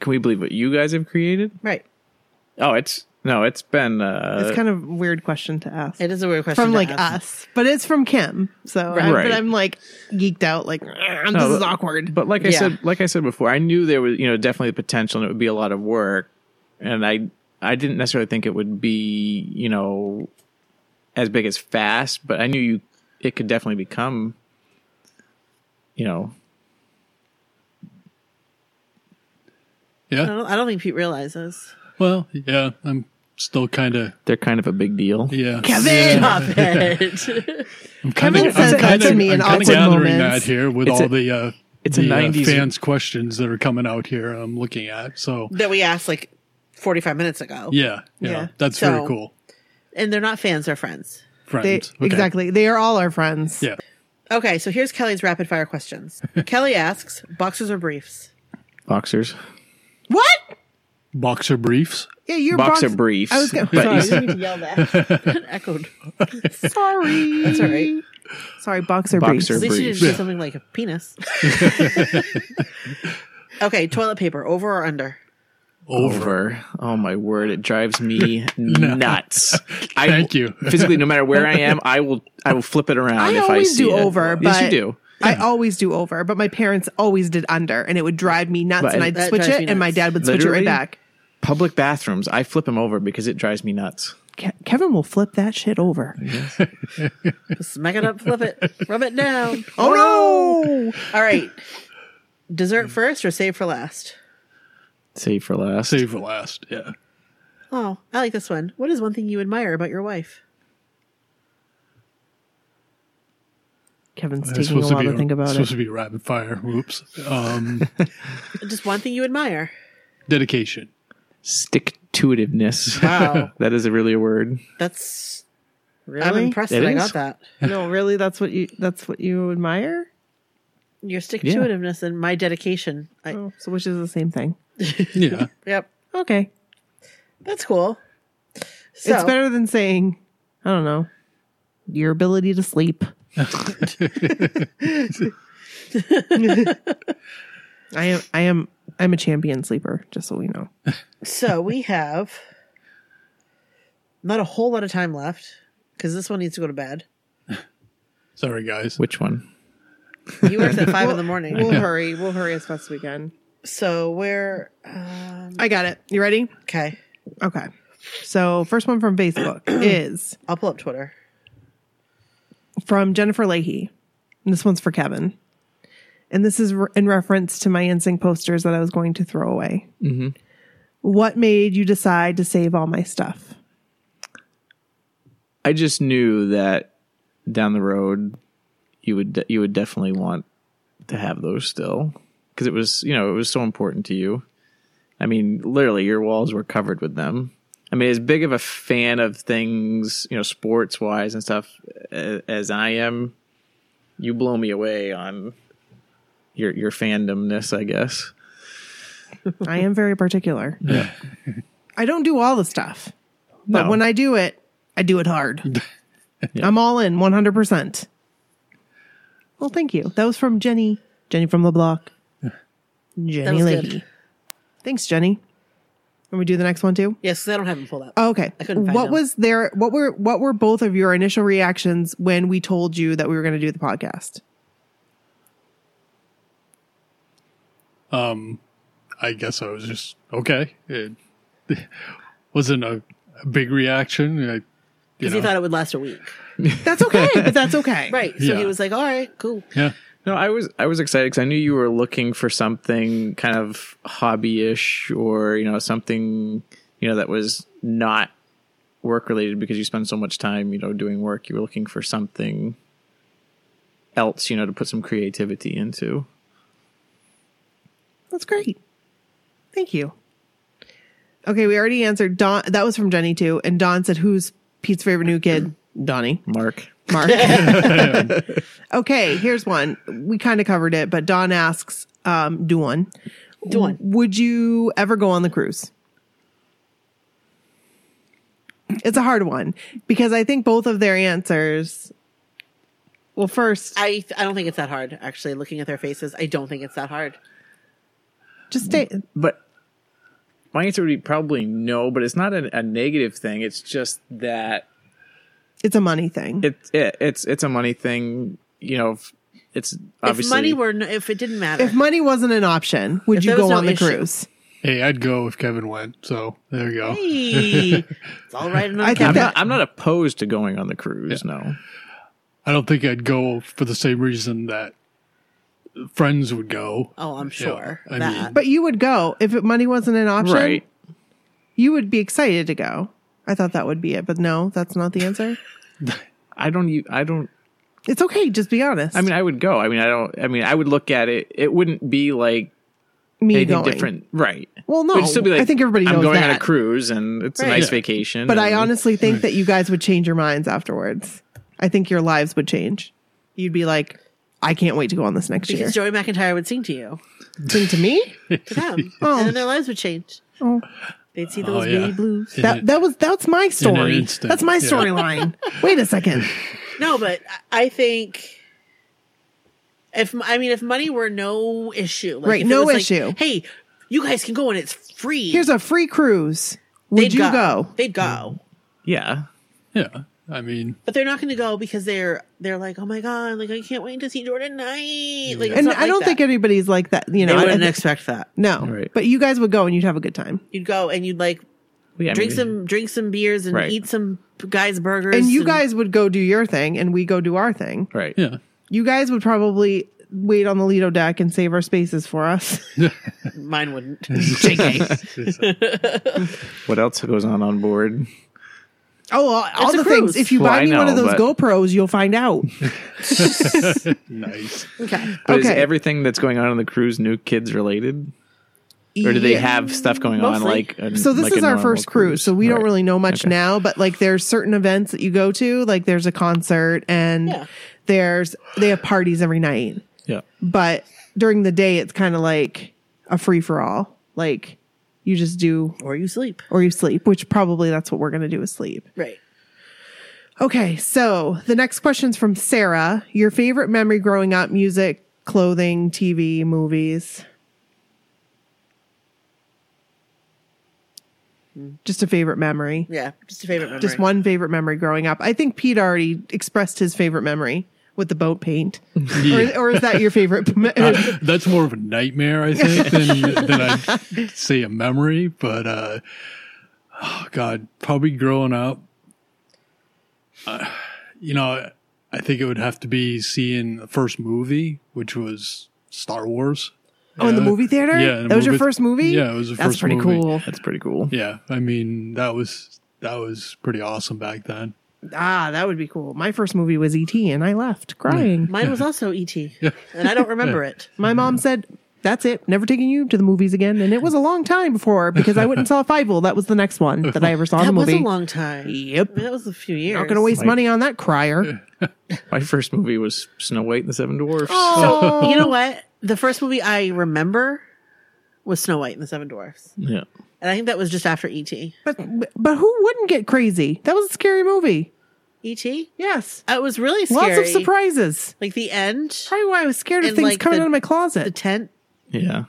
Can we believe what you guys have created? Right. Oh, it's no, it's been uh It's kind of a weird question to ask It is a weird question. from to like ask. us, but it's from Kim. So, I- Right. but I'm like geeked out. Like "Ah, No, this is but- awkward. But like I Yeah. said, like I said before, I knew there was you know definitely the potential, and it would be a lot of work, and I I didn't necessarily think it would be you know as big as fast, but I knew you it could definitely become you know I Yeah. don't, I don't think Pete realizes. Well, yeah, I'm still kind of they're kind of a big deal. yeah. Kevin, Stop it. I'm kind of Kevin says that to me in awkward gathering moments. that here with It's a- all the uh it's a the, uh, 90s fans questions that are coming out here. I'm looking at so that we asked like 45 minutes ago. yeah yeah, Yeah. that's So- very cool. And they're not fans, they're friends. they, Friends, Okay. exactly. They are all our friends. Yeah, Okay, so here's Kelly's rapid fire questions. Kelly asks boxers or briefs? Boxers, What? boxer briefs. Yeah, you're boxer box- briefs. I was gonna, but sorry, you said yell that. echoed. sorry. That's all right. Sorry, boxer, Boxer At briefs. least you briefs. didn't do something like a penis. okay, toilet paper, over or under? Over. over. Oh my word, it drives me nuts. I, Thank you. physically, no matter where I am, I will I will flip it around. I if I always see do it. over, yes, but- you do. I always do over, but my parents always did under, and it would drive me nuts. But- and I'd That switch drives it, me and my nuts. dad would switch it right Literally? back. public bathrooms i flip them over because it drives me nuts Ke- Kevin will flip that shit over. Smack it up, flip it, rub it down. Oh no! All right. Dessert first or save for last? save for last Save for last. Yeah. Oh, I like this one. What is one thing you admire about your wife? Kevin's It's taking a while to, think about supposed it. to be rapid fire. Whoops. Um, Just one thing you admire. dedication. stick to itiveness Wow. that is a really a word That's Really? I'm impressed It that I is. got that. No, really, that's what you that's what you admire. Your stick to itiveness and my dedication. I, Oh, so which is the same thing. Yeah. Yep. Okay, That's cool. So, it's better than saying I don't know your ability to sleep. I am. I am. I'm a champion sleeper. Just so we know. so we have not a whole lot of time left because this one needs to go to bed. Sorry, guys. which one He works at five in the morning. We'll hurry. We'll hurry as fast as we can. so we're um, I got it. You ready? okay. Okay. So first one from Facebook is I'll pull up Twitter. from Jennifer Leahy. And this one's for Kevin. And this is re- in reference to my NSYNC posters that I was going to throw away. Mm-hmm. What made you decide to save all my stuff? I just knew that down the road you would you would definitely want to have those still because it was you know it was so important to you. I mean, literally, your walls were covered with them. I mean, as big of a fan of things, you know, sports wise and stuff a- as I am, you blow me away on your your fandomness, I guess. I am very particular. Yeah. I don't do all the stuff, but No. when I do it, I do it hard. I'm all in 100%. Well, thank you. That was from Jenny, Jenny from the block. Jenny was Leahy. good. Thanks, Jenny. Can we do the next one too? Yes, 'cause I don't have him pulled up. Oh, okay. I couldn't find what them. was there? What were what were both of your initial reactions when we told you that we were going to do the podcast? I guess I was just okay. It wasn't a, a big reaction. I, you Because know, he thought it would last a week. That's okay, but that's okay. Right. So Yeah. he was like, all right, cool. yeah, No, I was I was excited because I knew you were looking for something kind of hobbyish or you know something you know that was not work related because you spend so much time you know doing work. You were looking for something else, you know, to put some creativity into. That's great. Thank you. Okay, we already answered Don. That was from Jenny too, and Don said, "Who's Pete's favorite new kid?" Donnie. Mark, Mark. okay, here's one. We kind of covered it, but Don asks, um, "Do one? Do one. Would you ever go on the cruise?" It's a hard one because I think both of their answers. Well, first, I, I don't think it's that hard, actually, looking at their faces. I don't think it's that hard. just stay. but my answer would be probably no. But it's not a, a negative thing. It's just that It's a money thing. it, it it's it's a money thing. You know, f- it's obviously if money were, n- if it didn't matter. if money wasn't an option, would If you there was go no on the issue. cruise? hey, I'd go if Kevin went. So there you go. Hey, it's all right. I I think I'm that- not, I'm not opposed to going on the cruise. No. I don't think I'd go for the same reason that friends would go. oh, I'm You know, sure. I that. mean, But you would go if it, money wasn't an option. Right. You would be excited to go. I thought that would be it, but no, that's not the answer. I don't. e- I don't. It's okay. Just be honest. I mean, I would go. I mean, I don't. I mean, I would look at it. It wouldn't be like me anything going. different, right? Well, no, It'd still be like, I think everybody I'm knows going on a that. cruise, and it's a Right. nice Yeah. vacation. But I and- honestly think that you guys would change your minds afterwards. I think your lives would change. You'd be like, I can't wait to go on this next year. because Joey McIntyre would sing to you, Sing to me. to them, Oh. and then their lives would change. Oh. They'd see those Oh, yeah. baby blues. In That it- that was that's my story. instant, That's my yeah. storyline. wait a second. No, but I- I think if I mean if money were no issue, like, Right, if it no was like, issue. hey, you guys can go and it's free. Here's a free cruise. Would They'd you go? They'd go, yeah, yeah, I mean, but they're not going to go because they're they're like, oh my god, like I can't wait to see Jordan Knight. Like, it's And not I like don't that. think anybody's like that. You know, I- I think- expect that. No, Right. but you guys would go and you'd have a good time, You'd go and you'd like yeah I drink mean, some drink some beers and Right. eat some guys burgers. and you guys would go do your thing, and we go do our thing. right. yeah, You guys would probably wait on the Lido deck and save our spaces for us. mine wouldn't. JK. What else goes on on board? oh, all, all It's a the things. cruise. If you Well, buy I me one of know, those but- GoPros, you'll find out. nice. okay. But is Okay. everything that's going on on the cruise new kids related, or do they Yeah. have stuff going on Mostly. like? A, So this like a is our normal first cruise, so we don't Right. really know much Okay. now. But like, there's certain events that you go to, like there's a concert, and Yeah. there's they have parties every night. Yeah. But during the day, it's kind of like a free for all. Like you just do Or you sleep. or you sleep, which probably that's what we're going to do is sleep. Right. Okay, so the next question's from Sarah. Your favorite memory growing up, music, clothing, TV, movies? Just a favorite memory. Yeah. Uh, Just a favorite memory. Just one favorite memory growing up. I think Pete already expressed his favorite memory, with the boat paint, or, or is that your favorite? Uh, that's more of a nightmare, I think, than, than I'd say a memory. But uh, oh God, probably growing up, uh, you know, I think it would have to be seeing the first movie, which was Star Wars. Oh, in the movie theater? Yeah, in the That was your movie- first movie? Yeah, it was the That's first pretty movie. cool. That's pretty cool. Yeah, I mean that was that was pretty awesome back then. Ah, that would be cool. My first movie was E.T. and I left crying. Mine was also E.T., and I don't remember it. My mom said, That's it, never taking you to the movies again. And it was a long time before because I went and saw Fievel. That was the next one that I ever saw in That the was movie. a long time. Yep. That was a few years. Not gonna waste Like- money on that crier. My first movie was Snow White and the Seven Dwarfs. Oh. So, you know what? The first movie I remember was Snow White and the Seven Dwarfs. Yeah. And I think that was just after E E.T. But but who wouldn't get crazy? That was a scary movie. E.T.? Yes. E Uh, It was really scary. Lots of surprises. Like the end, Probably why I was scared of And, things like, coming the- out of my the closet. tent Yeah. it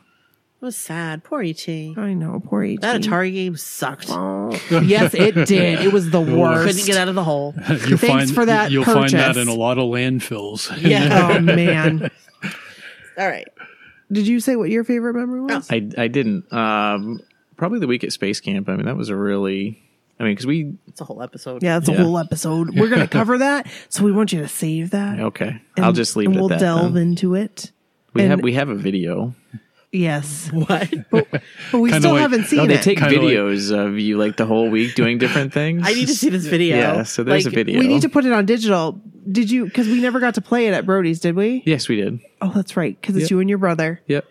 was sad. Poor E.T. I know, poor E.T. That Atari game sucked. Oh. yes, it did. It was the worst. Couldn't get out of the hole. You'll Thanks find for that you'll find that purchase. in a lot of landfills. Yeah. oh man. All right. Did you say what your favorite memory Oh. was? I, I didn't. Um, probably the week at space camp. I mean, that was a really. I mean, because we It's a whole episode. Yeah, that's a Yeah. whole episode. We're going to cover that, so we want you to save that. okay. And- I'll just leave and it we'll at that. delve then. into it. we and- have we have a video. Yes, What? but we Kinda still like- haven't seen No, they it. take Kinda like- videos of you like the whole week doing different things. I need to see this video. Yeah, so there's Like, a video. we need to put it on digital. Did you? Because we never got to play it at Brody's, did we? Yes, we did. Oh, that's right. Because it's Yep. you and your brother. Yep.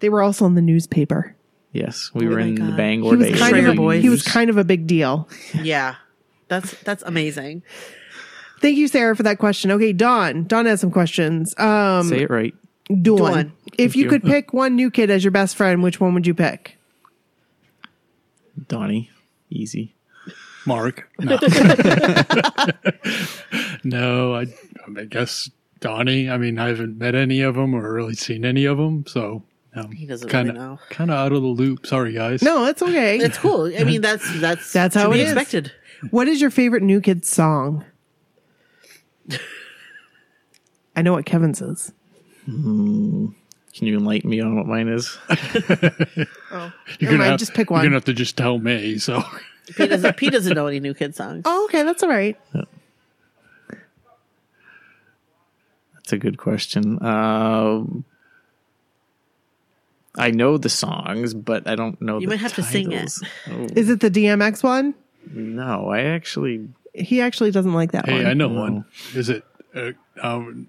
They were also in the newspaper. Yes, we Oh were my in the God. Bangor He was Daily kind of Schrader a, Boys. he was News. kind of a big deal. Yeah. That's that's amazing. Thank you, Sarah, for that question. Okay, Dawn. Dawn has some questions. Um, Say it right. Dawn, Dawn. if you, you. could pick one new kid as your best friend, which one would you pick? Donnie. Easy. Mark. No, no I, I guess Donnie. I mean, I haven't met any of them or really seen any of them, so um, He doesn't kinda, really know. Kind of out of the loop. Sorry, guys. No, it's okay. It's cool. I mean, that's that's That's to how be it is. expected. What is your favorite New Kids song? I know what Kevin's is. Can you enlighten me on what mine is? Oh, you're gonna mind, have, just pick You're one. gonna have to just tell me. So Pete doesn't, Pete doesn't know any new kid songs. oh okay, that's all right. That's a good question. Um, I know the songs, but I don't know. You the might have to sing it. titles. Is it the DMX one? Oh, no, I actually He actually doesn't like that hey, one. I know one. Is it uh, um,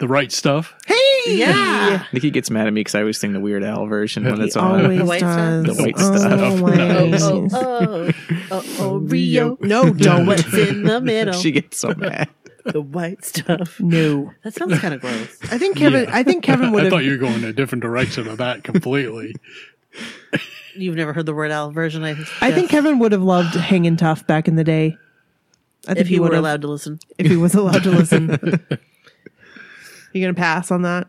the right stuff? Hey, Yeah. Nikki gets mad at me because I always sing the Weird Al version when it's on. always The white does. stuff? The white stuff. Always. Oh, oh, oh, oh, Rio. No, don't. What's in the middle? She gets so mad. the white stuff. no. That sounds kind of gross. I think Kevin. I think Kevin would I thought have. you were going a different direction of that completely. You've never heard the word Al version, I think. I think Kevin would have loved Hangin' Tough back in the day. I think if he would were have- allowed to listen. if he was allowed to listen. you gonna pass on that?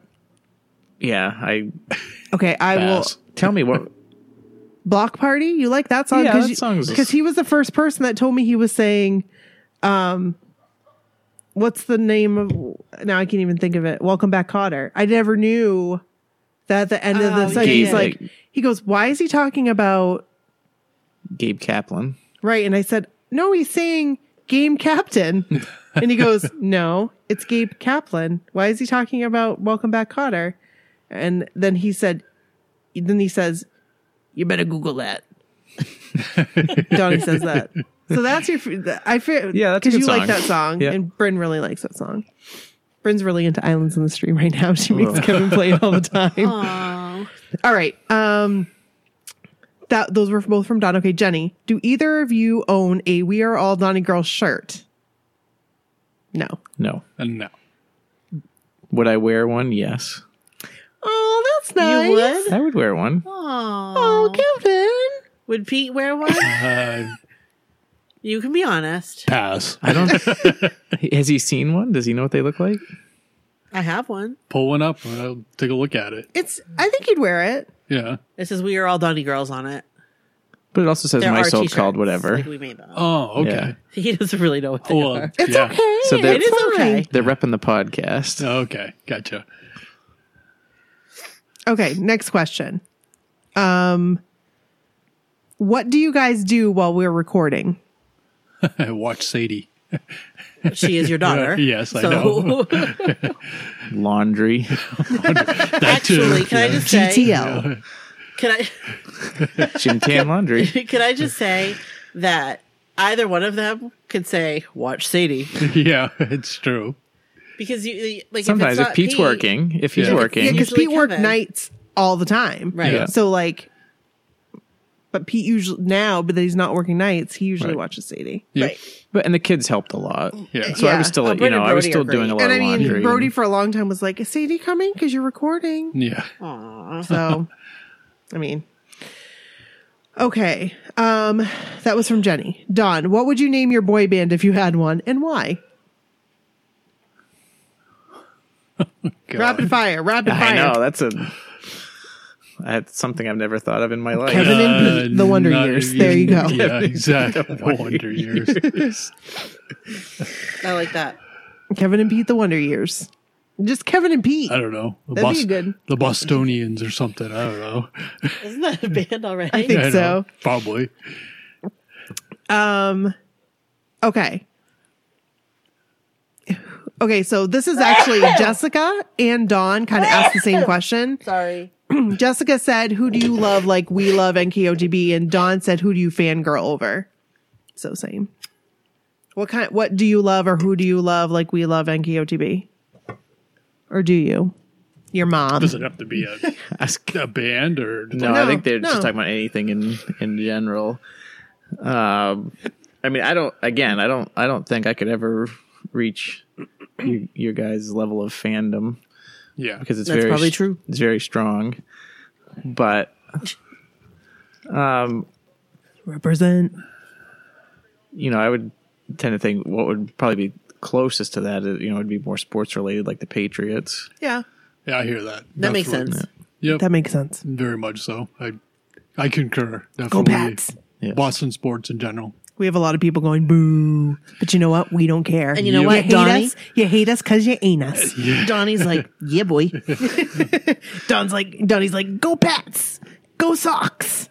Yeah, I Okay, I Pass. will. tell me what. Block Party. You like that song? Yeah, Cause that you- song's- 'cause he was the first person that told me he was saying, um, what's the name of? Now I can't even think of it. Welcome back, Cotter. I never knew that at the end of Ah, Oh, the song, yeah, he's yeah. like, he goes, "Why is he talking about?" Gabe Kaplan. Right, and I said, "No, he's saying game captain," and he goes, "No, it's Gabe Kaplan. Why is he talking about Welcome Back, Cotter?" And then he said, then he says, "You better Google that." Donnie says that. So that's your. f- I feel Yeah, that's a because good you like song. that song, Yeah. and Bryn really likes that song. Bryn's really into Islands in the Stream right now. She makes Kevin play it all the time. Aww. All right. Um that those were both from Don. Okay, Jenny, do either of you own a We Are All Donnie Girl shirt? No. No, And no, would I wear one? Yes, Oh, that's nice. You would? I would wear one. Oh, Aww. Kevin. Would Pete wear one? uh, You can be honest. pass. I don't. has he seen one? Does he know what they look like? I have one. Pull one up. and I'll take a look at it. It's I think you'd wear it. Yeah. It says we are all Donny girls on it. But it also says There my are soul t-shirts, called whatever. like we made them. Oh, Yeah. okay. He doesn't really know what they Well, are. It's yeah. okay. So they're- it is okay. They're repping the podcast. Okay, gotcha. Okay, next question. Um, what do you guys do while we're recording? Watch Sadie. She is your daughter. Yes, I know. Laundry. That too. actually, can I Yeah. just say? GTL. Can I? Jim Tan Laundry. Can I just say that either one of them could say "Watch Sadie" Yeah, it's true. because you like if Sometimes it's if, not Pete's Pete- working, if he's Yeah. Yeah, working, because Usually Pete worked Kevin. nights all the time. right? Yeah. So like, but Pete usually now, but that he's not working nights, he usually Right. watches Sadie. Yeah. Right. but and the kids helped a lot. Yeah. So I was Yeah. still, Oh, you know, Brandon I was Brody still are great. doing a lot And I of mean, laundry. Brody for a long time was like, "Is Sadie coming? Because you're recording." Yeah. Aw. So, I mean, okay. Um, that was from Jenny. Don, what would you name your boy band if you had one, and why? God. Rapid fire, rapid I fire. know that's a that's something I've never thought of in my life. Kevin and Pete, the Wonder Uh, not Years. even- There you go. Yeah, exactly. the Wonder Years. I like that. Kevin and Pete, the Wonder Years. Just Kevin and Pete. I don't know. The That'd be good. The Bostonians or something. I don't know. Isn't that a band already? I think I so. know. Probably. Okay. Okay, so this is actually Jessica and Dawn kind of asked the same question. Sorry. Jessica said, Who do you love like we love NKOTB? And Dawn said, Who do you fangirl over? So same. What kind what do you love or who do you love like we love NKOTB? Or do you? Your mom. Does it have to be a, Ask- a band or? No, I No, think they're no. just talking about anything in in general. Um, I mean, I don't. Again, I don't. I don't think I could ever reach your, your guys' level of fandom Yeah. because it's That's very probably sh- true. It's very strong, but um, Represent. you know, I would tend to think what would probably be closest to that. uh, You know, would be more sports related, like the Patriots. Yeah. Yeah, I hear that. That makes Definitely. sense. Yep. That makes sense. Very much so. I I concur. Go Definitely. Pats. Yeah. Boston sports in general. We have a lot of people going boo, but you know what? We don't care. And you know you what, hate Donnie? us. You hate us because you ain't us. Donnie's like, yeah, boy. Don's like Donnie's like go Pats, go Sox,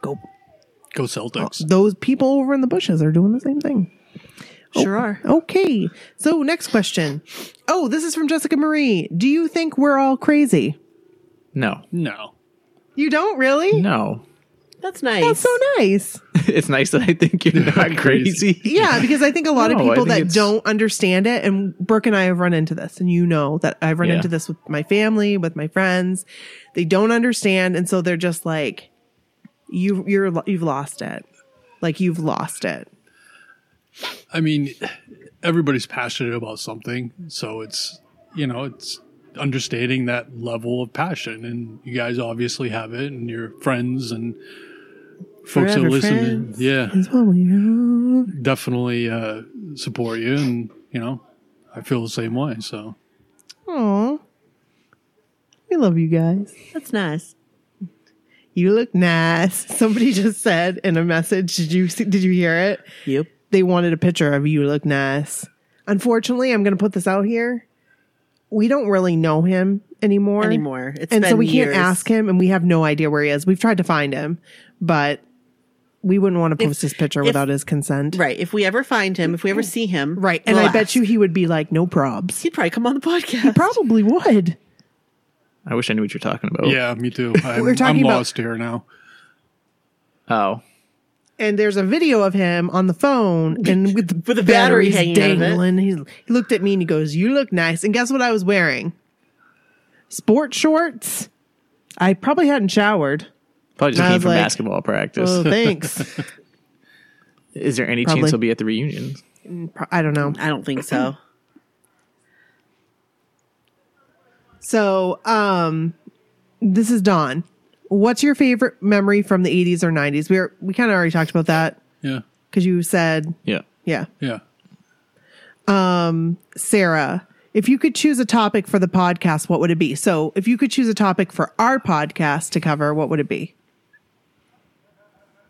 go. Go Celtics. Those people over in the bushes are doing the same thing. Sure are. Oh. Okay, so next question. Oh, this is from Jessica Marie. Do you think we're all crazy? No, No. You don't really? no. That's nice. That's so nice. it's nice that I think you're not Crazy. crazy. Yeah, because I think a lot of No, I people think that it's- don't understand it, and Brooke and I have run into this, and you know that I've run Yeah. into this with my family, with my friends. They don't understand, and so they're just like, "You, you're, lo- you've lost it. Like you've lost it." I mean, everybody's passionate about something, so it's you know it's understanding that level of passion, and you guys obviously have it, and your friends and folks that Forever listen, friends. yeah, That's what we have. definitely uh, support you, and you know, I feel the same way. So Aw, we love you guys. That's nice. You look nice. Somebody just said in a message. Did you see, did you hear it? Yep. they wanted a picture of you look nice. Unfortunately, I'm going to put this out here. We don't really know him anymore. Anymore. It's and so been we years. can't ask him, and we have no idea where he is. We've tried to find him, but we wouldn't want to post his picture if- without his consent. Right. If we ever find him, if we ever see him, Right. And we'll I bet ask. you he would be like, no probs. he'd probably come on the podcast. Probably would. I wish I knew what you're talking about. yeah, me too. I'm, We're talking I'm about- lost here now. Oh. And there's a video of him on the phone and with the, With the battery batteries hanging out of it. dangling. He, he looked at me and he goes, You look nice. And guess what I was wearing? Sport shorts. I probably hadn't showered. Probably I just came was from like, basketball practice. Oh, thanks. Is there any probably. chance he'll be at the reunion? Pro- I don't know. I don't think so. So, um, this is Dawn. What's your favorite memory from the 80s or 90s? We were, we kind of already talked about that Yeah, because you said, Yeah. yeah. yeah. Sarah, if you could choose a topic for the podcast, what would it be? So, if you could choose a topic for our podcast to cover, what would it be?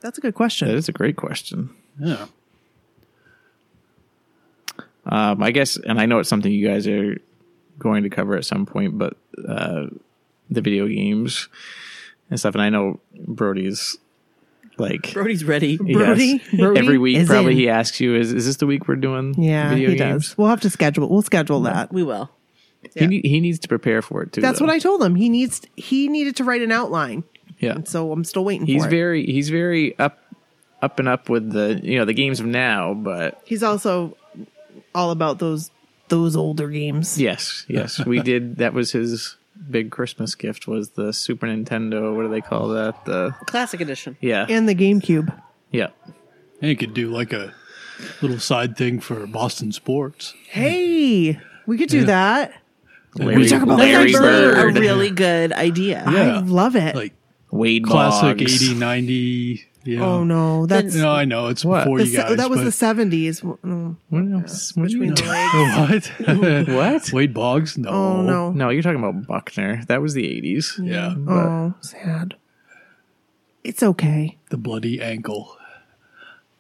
That's a good question. Uh, That is a great question. Yeah. Um, I guess, and I know it's something you guys are going to cover at some point, but uh, the video games and stuff. And I know Brody's like Brody's ready. yes. Brody- Brody every week. is Probably in. he asks you, "Is is this the week we're doing yeah, video he games?" does. We'll have to schedule. We'll schedule that. We will. He ne- he needs to prepare for it too. That's though. what I told him. He needs. He needed to write an outline. yeah. So I'm still waiting. He's for it. very he's very up up and up with the you know the games of now, but He's also all about those those older games. Yes, yes, we did. That was his big Christmas gift. Was the Super Nintendo? What do they call that? The Classic edition. yeah, And the GameCube. yeah. And you could do like a little side thing for Boston sports. Hey, we could do that. Larry, talk about Larry Larry Bird, Bird. A really good idea. I love it. Like Wade classic Boggs. 80, 90. Yeah. oh no, that's No, I know. It's What? before the you se- guys. that was but- the seventies. Oh, No. What else? What do you know? Oh, what? What? Wade Boggs? No. Oh no. No, you're talking about Buckner. That was the eighties. Yeah. Oh, sad. It's okay. The bloody ankle.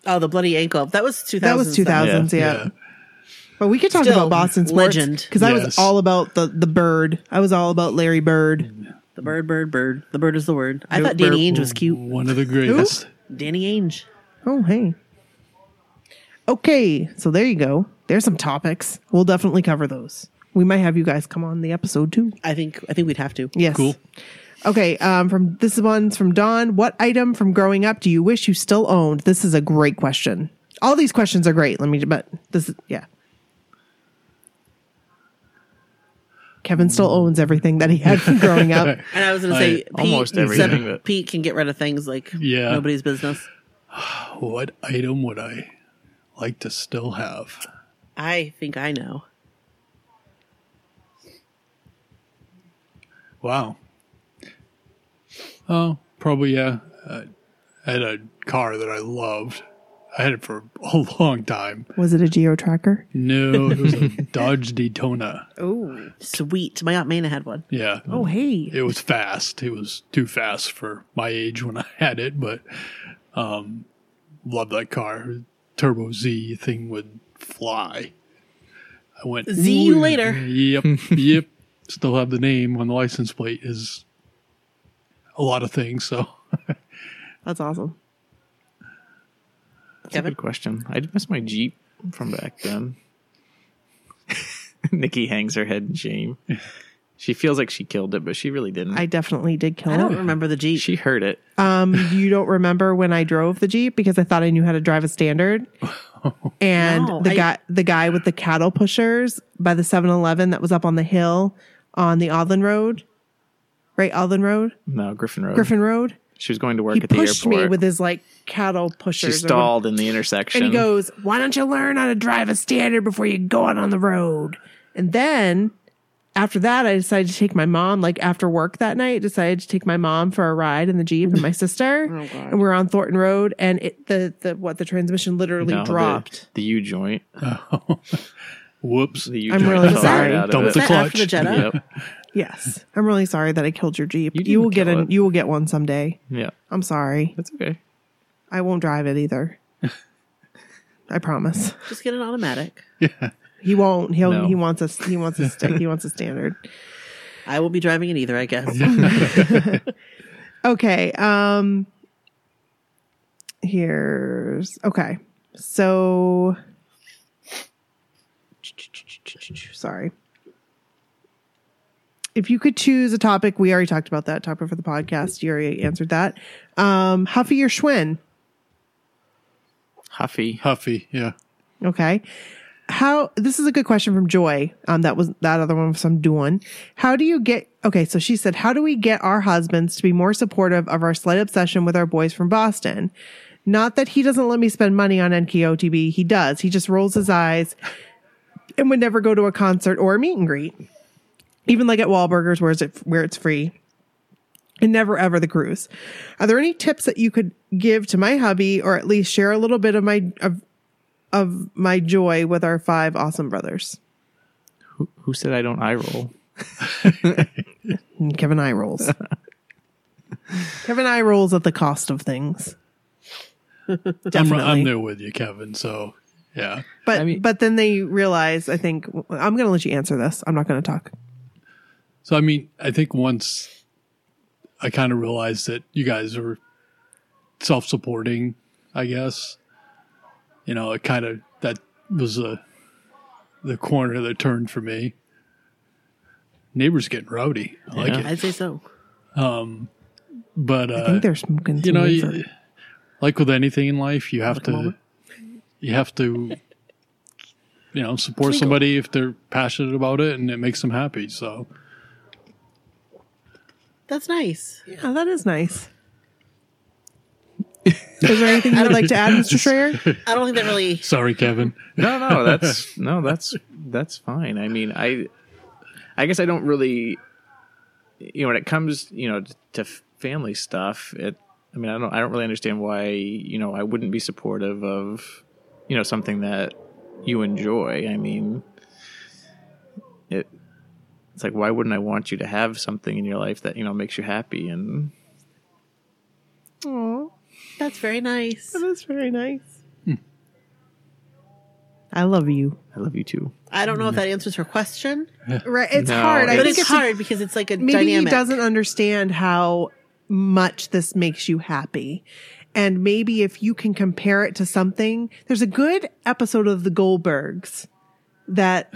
Oh, the bloody ankle. That was 2000. That was two thousands. Yeah. Yeah. but we could talk Still, about Boston sports legend. because I was Yes. all about the the bird. I was all about Larry Bird. The bird, bird, bird. The bird is the word. I Nope, thought Danny bird. Ainge was cute. One of the greatest. Danny Ainge. Oh hey. Okay, so there you go. There's some topics. We'll definitely cover those. We might have you guys come on the episode too. I think. I think we'd have to. Yes. Cool. Okay, um, from this one's from Don. What item from growing up do you wish you still owned? This is a great question. All these questions are great. Let me, but this, is yeah. Kevin still owns everything that he had from growing up. And I was going to say, Pete, almost said everything that- Pete can get rid of things like Yeah. nobody's business. What item would I like to still have? I think I know. Wow. Oh, probably yeah. Uh, I had a car that I loved. I had it for a long time. Was it a geo tracker? No, it was a Dodge Daytona. Oh, Sweet. My aunt Mana had one. Yeah. oh, hey, It was fast. It was too fast for my age when I had it, but um loved that car. Turbo Z thing would fly. I went See you "Ooh, later." Yep. yep. Still have the name on the license plate is a lot of things, so that's awesome. That's a good question. I miss my Jeep from back then. Nikki hangs her head in shame. She feels like she killed it, but she really didn't. I definitely did kill I don't him. remember the Jeep. she heard it. Um, you don't remember when I drove the Jeep because I thought I knew how to drive a standard. And No, the I- guy the guy with the cattle pushers by the 7-Eleven that was up on the hill on the Odlin Road. Right, Odlin Road? No, Griffin Road. Griffin Road. She was going to work He at the pushed airport. me with his like cattle she pushers. or whatever. stalled in the intersection. And he goes, Why don't you learn how to drive a standard before you go out on the road? And then after that, I decided to take my mom, like after work that night, decided to take my mom for a ride in the Jeep and my sister. Oh, and we were on Thornton Road and it the, the what the transmission literally No, the- dropped. the U joint. whoops. The U I'm joint really fell sorry. right out of Don't it. The Is that after clutch. the Jetta? Yep. Yes. I'm really sorry that I killed your Jeep. You You, didn't will get kill a it. you will get one someday. Yeah. I'm sorry. That's okay. I won't drive it either. I promise. Just get an automatic. He won't. He'll No. he wants us he wants a stick. He wants a standard. I won't be driving it either, I guess. Okay. Um here's okay. So sorry. If you could choose a topic, we already talked about that topic for the podcast. You already answered that. Um, Huffy or Schwinn? Huffy. Huffy, yeah. Okay. How this is a good question from Joy. Um, that was that other one was from Dawn. How do you get okay, so she said, How do we get our husbands to be more supportive of our slight obsession with our boys from Boston? Not that he doesn't let me spend money on NKOTB, he does. He just rolls his eyes and would never go to a concert or a meet and greet. Even like at Wahlburgers where is it where it's free and never ever the cruise. Are there any tips that you could give to my hubby or at least share a little bit of my of of my joy with our five awesome brothers? Who, who said I don't eye roll? And Kevin eye rolls. Kevin eye rolls at the cost of things. I'm, Definitely. I'm there with you, Kevin. So yeah, But I mean- but then they realize. I think I'm going to let you answer this. I'm not going to talk. So I mean, I think once I kind of realized that you guys were self-supporting, I guess. You know, it kind of that was a the corner that turned for me. Neighbors getting rowdy. I like Yeah. it, I'd say so. but I uh, think they're smoking. you know, you, you, like with anything in life, you have to moment. you have to you know support somebody if they're passionate about it and it makes them happy. So That's nice. yeah, that is nice. is there anything you would like to add, Mr. Schreier? I don't think that really. sorry, Kevin. no no that's no that's that's fine i mean i i guess i don't really you know when it comes you know to, to family stuff it i mean i don't i don't really understand why you know i wouldn't be supportive of you know something that you enjoy i mean it it's like why wouldn't i want you to have something in your life that you know makes you happy and Oh, That's very nice. that is very nice. I love you. i love you too I don't know if that answers her question, Right, it's No, hard. I but think it's, it's a- hard because it's like a maybe dynamic. he doesn't understand how much this makes you happy. And maybe if you can compare it to something, there's a good episode of The Goldbergs that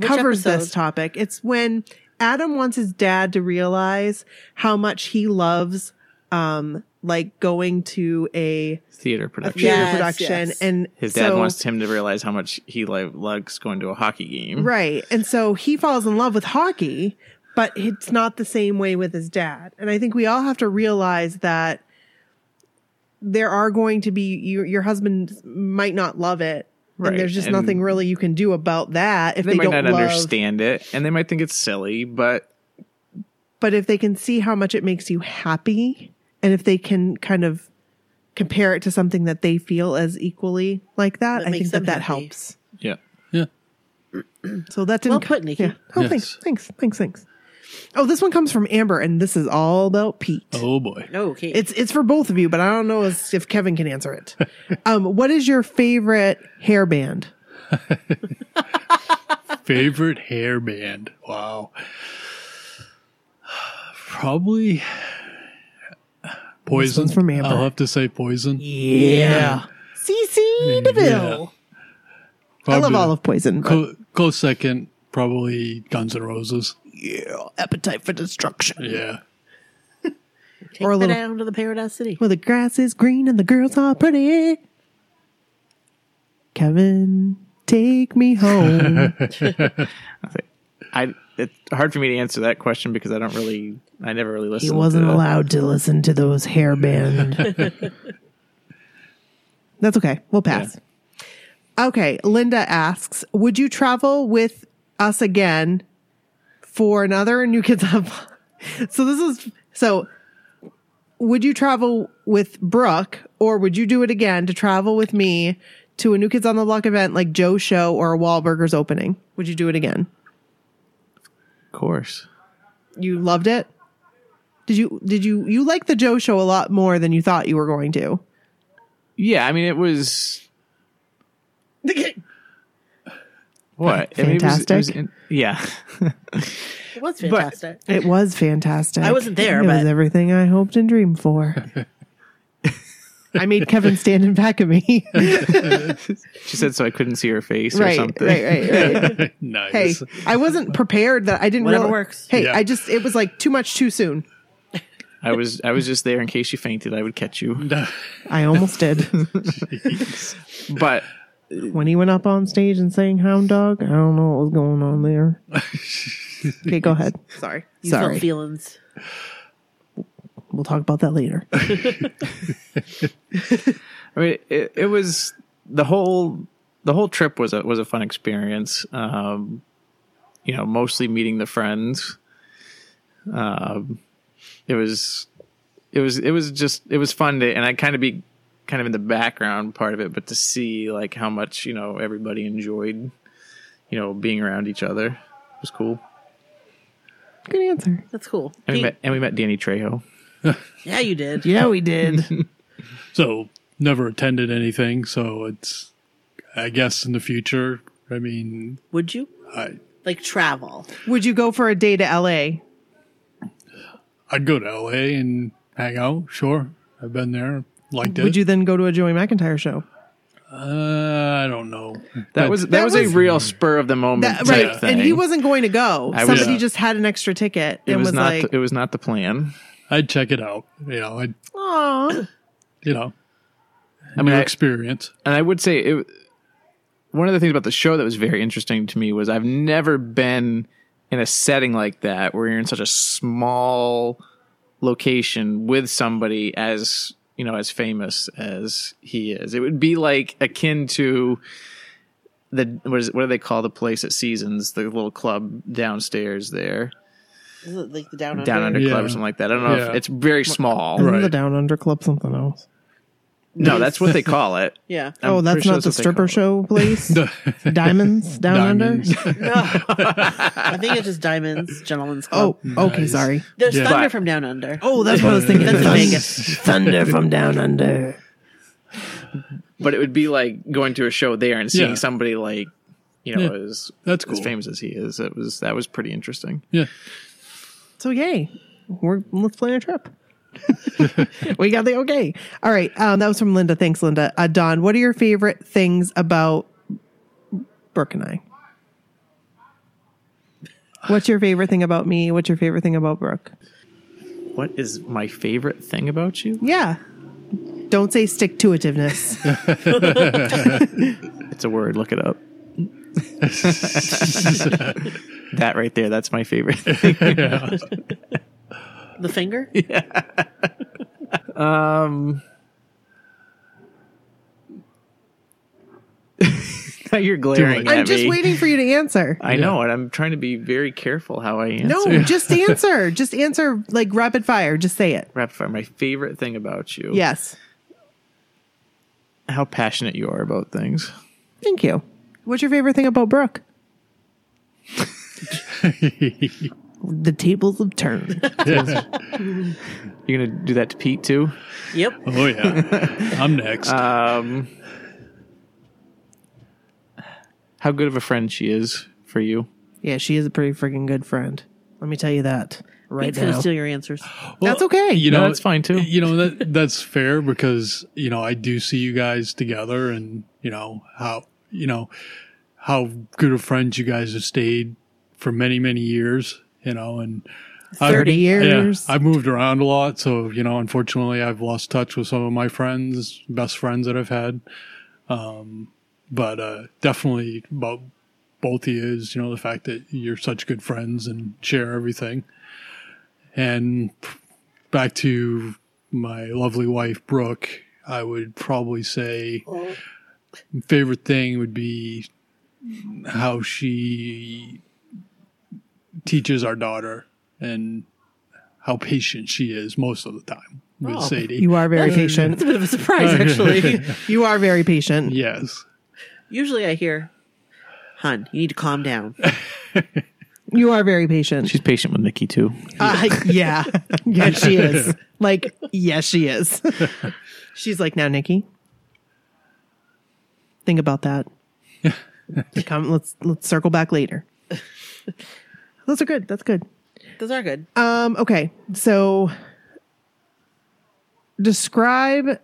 covers this episode? topic. It's when Adam wants his dad to realize how much he loves, um, like going to a, theater a production theater Yes, production. yes. And his dad so- wants him to realize how much he like, likes going to a hockey game Right. And so he falls in love with hockey, but it's not the same way with his dad. And I think we all have to realize that there are going to be your, your husband might not love it. Right. And there's just And- nothing really you can do about that if they, they, might don't not love, understand it and they might think it's silly but But if they can see how much it makes you happy and if they can kind of compare it to something that they feel as equally like that, That I makes think that them that happy. helps. yeah Yeah. So that didn't Well put, Nikki. Yeah. Oh, Yes. thanks, thanks, thanks, thanks. Oh, this one comes from Amber, and this is all about Pete. Oh boy. okay. It's it's for both of you, but I don't know as- if Kevin can answer it. Um, what is your favorite hairband? Favorite hair band. Wow. Probably Poison. one's from Amber. I'll have to say Poison. Yeah, CC Deville. I love Probably all of Poison. But clo- close second, probably Guns N' Roses. yeah, appetite for destruction. Yeah. Take or a me little- down to the Paradise City. Well, the grass is green and the girls are pretty. Kevin, take me home. i it's hard for me to answer that question because i don't really i never really he listened wasn't to allowed to listen to those hairband. That's okay. We'll pass. Okay. Linda asks, would you travel with us again for another New Kids on Block? So this is, so would you travel with Brooke or would you do it again to travel with me to a New Kids on the Block event like Joe's show or a Wahlburgers opening? Would you do it again? of course You loved it? Did you did you you liked the Joe show a lot more than you thought you were going to? yeah i mean it was it what I mean, it was- it was Fantastic. in- yeah was fantastic. It was fantastic. I wasn't there, It was but- everything I hoped and dreamed for. I made Kevin stand in back of me. right, she said so i couldn't see her face or right, something right, right. Hey, nice. I wasn't prepared that I didn't. Whatever reali- works. Hey, Yeah. I just it was like too much too soon. i was i was just there in case you fainted i would catch you I almost did but when he went up on stage and sang "Hound Dog." I don't know what was going on there. Okay, go ahead. Sorry, You felt sorry. feelings. We'll talk about that later. I mean, it, it was the whole the whole trip was a was a fun experience. Um, you know, mostly meeting the friends. Um, it was it was it was just it was fun to and I kind of be kind of in the background part of it, but to see like how much you know everybody enjoyed, you know, being around each other was cool. Good answer. That's cool. And we Pete- met and we met Danny Trejo. yeah, you did. Yeah, we did. So never attended anything, so it's I guess in the future. I mean, Would you I like travel? Would you go for a day to LA? I'd go to LA and hang out. Sure, I've been there, liked Would it. you then go to a Joey McIntyre show? uh, I don't know. That was that, was, was- a real spur of the moment That, type right. thing. And he wasn't going to go. I was- Somebody Yeah. just had an extra ticket It and was, was, not. like, the, it was not the plan. I'd check it out. You know, I'd "Aw, you know, I mean, new I- experience. and I would say it. One of the things about the show that was very interesting to me was I've never been in a setting like that where you're in such a small location with somebody as you know as famous as he is. It would be like akin to the what is what do they call the place at Seasons, the little club downstairs there, Is it like the down under? down under club Yeah. or something like that. I don't know Yeah. if it's very small. isn't the Right. Down Under Club something else. No, that's what they call it. Yeah. I'm oh, that's pretty sure not the what they call stripper it. show place? Diamonds? Down Diamonds. Under? I think it's just diamonds, gentlemen's club. Oh, okay, Nice. sorry. There's Yeah. thunder But- from down under. Oh, that's what I was thinking. That's Thunder- Vegas. Thunder from Down Under. but it would be like going to a show there and seeing Yeah. somebody like you know Yeah, as that's as cool. famous as he is it was that was pretty interesting Yeah. So yay, we're let's plan a trip. we got the okay. All right, um, that was from Linda. Thanks, Linda. Uh, Don, what are your favorite things about Brooke and I? What's your favorite thing about me? What's your favorite thing about Brooke? what is my favorite thing about you Yeah, don't say stick to itiveness. it's a word look it up that right there that's my favorite The finger? you're glaring at I'm just me waiting for you to answer. i know and i'm trying to be very careful how i answer No, just answer. Just answer like rapid fire. Just say it. rapid fire my favorite thing about you Yes. how passionate you are about things Thank you. What's your favorite thing about Brooke? the tables have turned. you're gonna do that to pete too Yep. Oh yeah. I'm next. Uh, how good of a friend she is for you Yeah, she is a pretty freaking good friend. Let me tell you that right Pete's now. gonna steal your answers. Well, That's okay. You No, know, that's fine, too. You know that that's fair because you know I do see you guys together, and you know how you know how good of friends you guys have stayed for many many years. You know, and I- 30 years. Yeah, I've moved around a lot, so you know, unfortunately, I've lost touch with some of my friends, best friends that I've had. Um, but uh, definitely about both of you is you know the fact that you're such good friends and share everything. And back to my lovely wife Brooke, I would probably say favorite thing would be how she teaches our daughter and how patient she is most of the time with Sadie. Oh, you are very It's patient. a bit of a surprise, actually. You are very patient. yes. Usually I hear, "Hun, you need to calm down." You are very patient. she's patient with nikki too Uh, yeah. Yes, she is. Like, yes, she is. She's like, now, Nikki, think about that. Come, let's let's circle back later. Those are good. That's good. Those are good. Um, okay, so describe.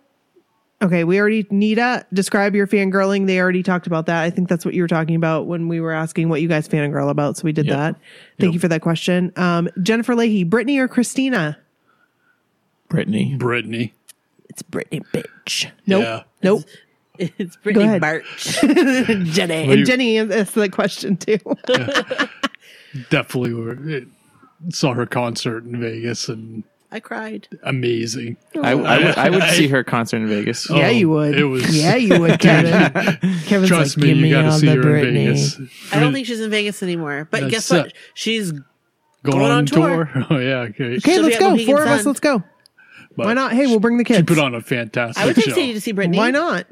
Okay, we already Nita describe your fangirling. They already talked about that. I think that's what you were talking about when we were asking what you guys fangirl about. So we did Yep. that. Thank Yep. you for that question. Um, Jennifer Leahy, Brittany or Christina? brittany Brittany. It's Brittany, bitch. Nope. Yeah. Nope. It's Brittany ahead. March. Jenny. you- And Jenny asked that question too. Definitely were, it, saw her concert in Vegas and I cried. amazing. I, I would- I would see her concert in Vegas. yeah, Oh, you would. it was- yeah, you would, Kevin. Kevin's Trust like, me, give you me got to all see the her in Brittany. Vegas. I don't think she's in Vegas anymore. But That's guess what? it. She's going, going on, on tour. Oh yeah, okay. Okay, She'll be let's at go. Mohegan Four of us, Sun. let's go. But Why not? Hey, we'll bring the kids. She put on a fantastic I would take show. Sadie to see Brittany. Why not?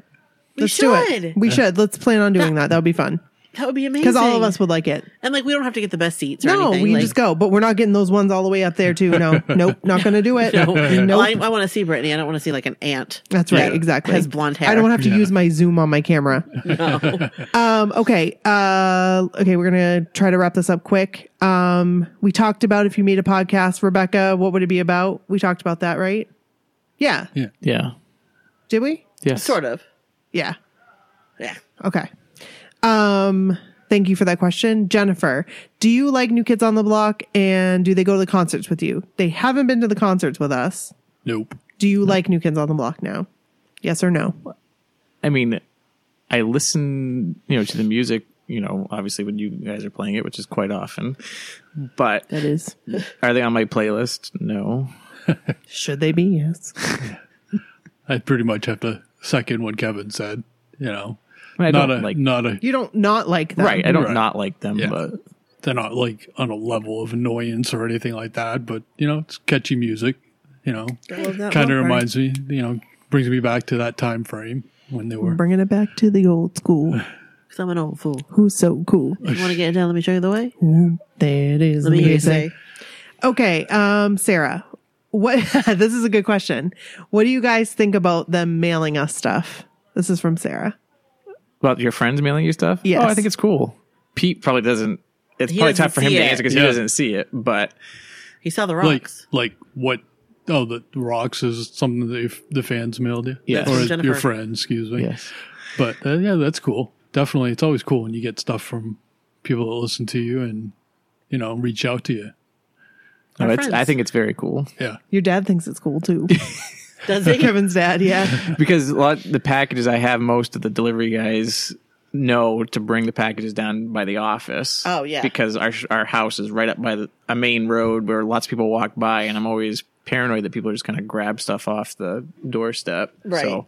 We Let's do should. it. We should. Let's plan on doing that. That would be fun. That would be amazing. because all of us would like it. and like we don't have to get the best seats or No, anything. we can like, just go, but we're not getting those ones all the way up there too. No, nope, not going to do it. No, Oh, no. Nope. I, I want to see Brittany. I don't want to see like an ant. That's right, that exactly. Has blonde hair. I don't have to Yeah. use my zoom on my camera. No. Um, okay. Uh, okay. We're going to try to wrap this up quick. Um, we talked about if you made a podcast, Rebecca, what would it be about? We talked about that, right? Yeah. Yeah. Yeah. Did we? Yes. sort of. Yeah. Yeah. Okay. Um, thank you for that question. Jennifer, do you like New Kids on the Block and do they go to the concerts with you? They haven't been to the concerts with us. Nope. Do you like New Kids on the Block now? Yes or no? I mean, I listen, you know, to the music, you know, obviously when you guys are playing it, which is quite often. But That is. are they on my playlist? No. Should they be? Yes. I pretty much have to second what Kevin said. You know, I, mean, I not a don't like not a. You don't not like them. right. I don't Right. not like them, Yeah. but They're not like on a level of annoyance or anything like that. But you know, it's catchy music. You know, kind of reminds me. You know, brings me back to that time frame when they were. Bringing it back to the old school. Because I'm an old fool. Who's so cool? You want to get it down? Let me show you the way. That is Let me hear you say. Okay, um, Sarah, what? this is a good question. What do you guys think about them mailing us stuff? This is from Sarah. about your friends mailing you stuff? Yes. Oh, I think it's cool. Pete probably doesn't. It's He probably doesn't tough for him see to it. answer because Yeah. he doesn't see it. But He saw the like rocks. like what oh the rocks is something that if the fans mailed you Yes. That's or from your Jennifer. friends excuse me yes, but uh, yeah that's cool definitely it's always cool when you get stuff from people that listen to you and you know reach out to you no, Our it's, I friends. think it's very cool yeah Your dad thinks it's cool too. Does he? Kevin's dad, yeah. because a lot the packages I have, most of the delivery guys know to bring the packages down by the office. Oh, yeah. because our our house is right up by the, a main road where lots of people walk by, and I'm always paranoid that people are just going to grab stuff off the doorstep. Right. So,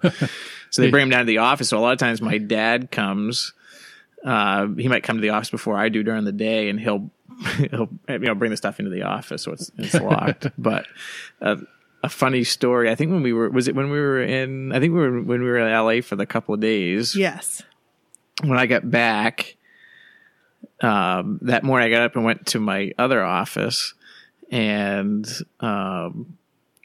so they bring them down to the office. So a lot of times my dad comes. uh, he might come to the office before I do during the day, and he'll he'll you know bring the stuff into the office, so it's it's locked. but uh, a funny story, I think when we were was it when we were in I think we were when we were in LA for the couple of days. Yes. When I got back, um, that morning I got up and went to my other office, and um,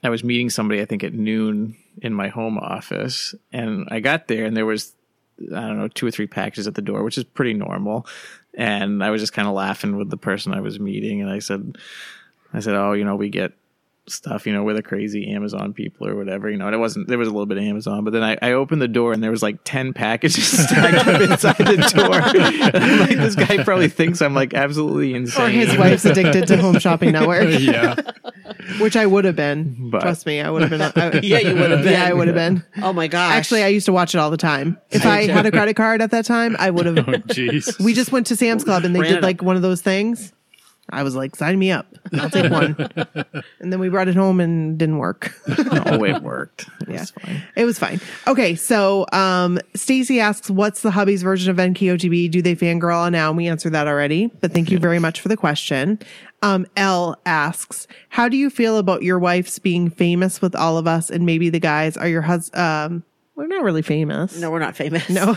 I was meeting somebody I think at noon in my home office, and I got there and there was I don't know, two or three packages at the door, which is pretty normal. And I was just kind of laughing with the person I was meeting, and I said, I said, oh, you know, we get stuff, you know, we're the crazy Amazon people or whatever, you know. And it wasn't there was a little bit of Amazon, but then I, I opened the door and there was like ten packages stacked up inside the door. And I'm like, this guy probably thinks I'm like absolutely insane. Or his wife's addicted to Home Shopping Network, yeah which I would have been. But- Trust me, I would have been. I, Yeah, you would have been. Yeah, I would have been. Oh my gosh. Actually, I used to watch it all the time. If I had a credit card at that time, I would have oh jeez We just went to Sam's Club and they Ran did it like one of those things. I was like, sign me up. I'll take one. and then we brought it home and didn't work. Oh, it worked. It Yeah. was fine. it was fine. Okay, so um Stacy asks, What's the hubby's version of NKOTB? Do they fangirl on now? And we answered that already. But thank you very much for the question. Um, L asks, How do you feel about your wife's being famous with all of us and maybe the guys? Are your hus um we're not really famous. no, we're not famous. No.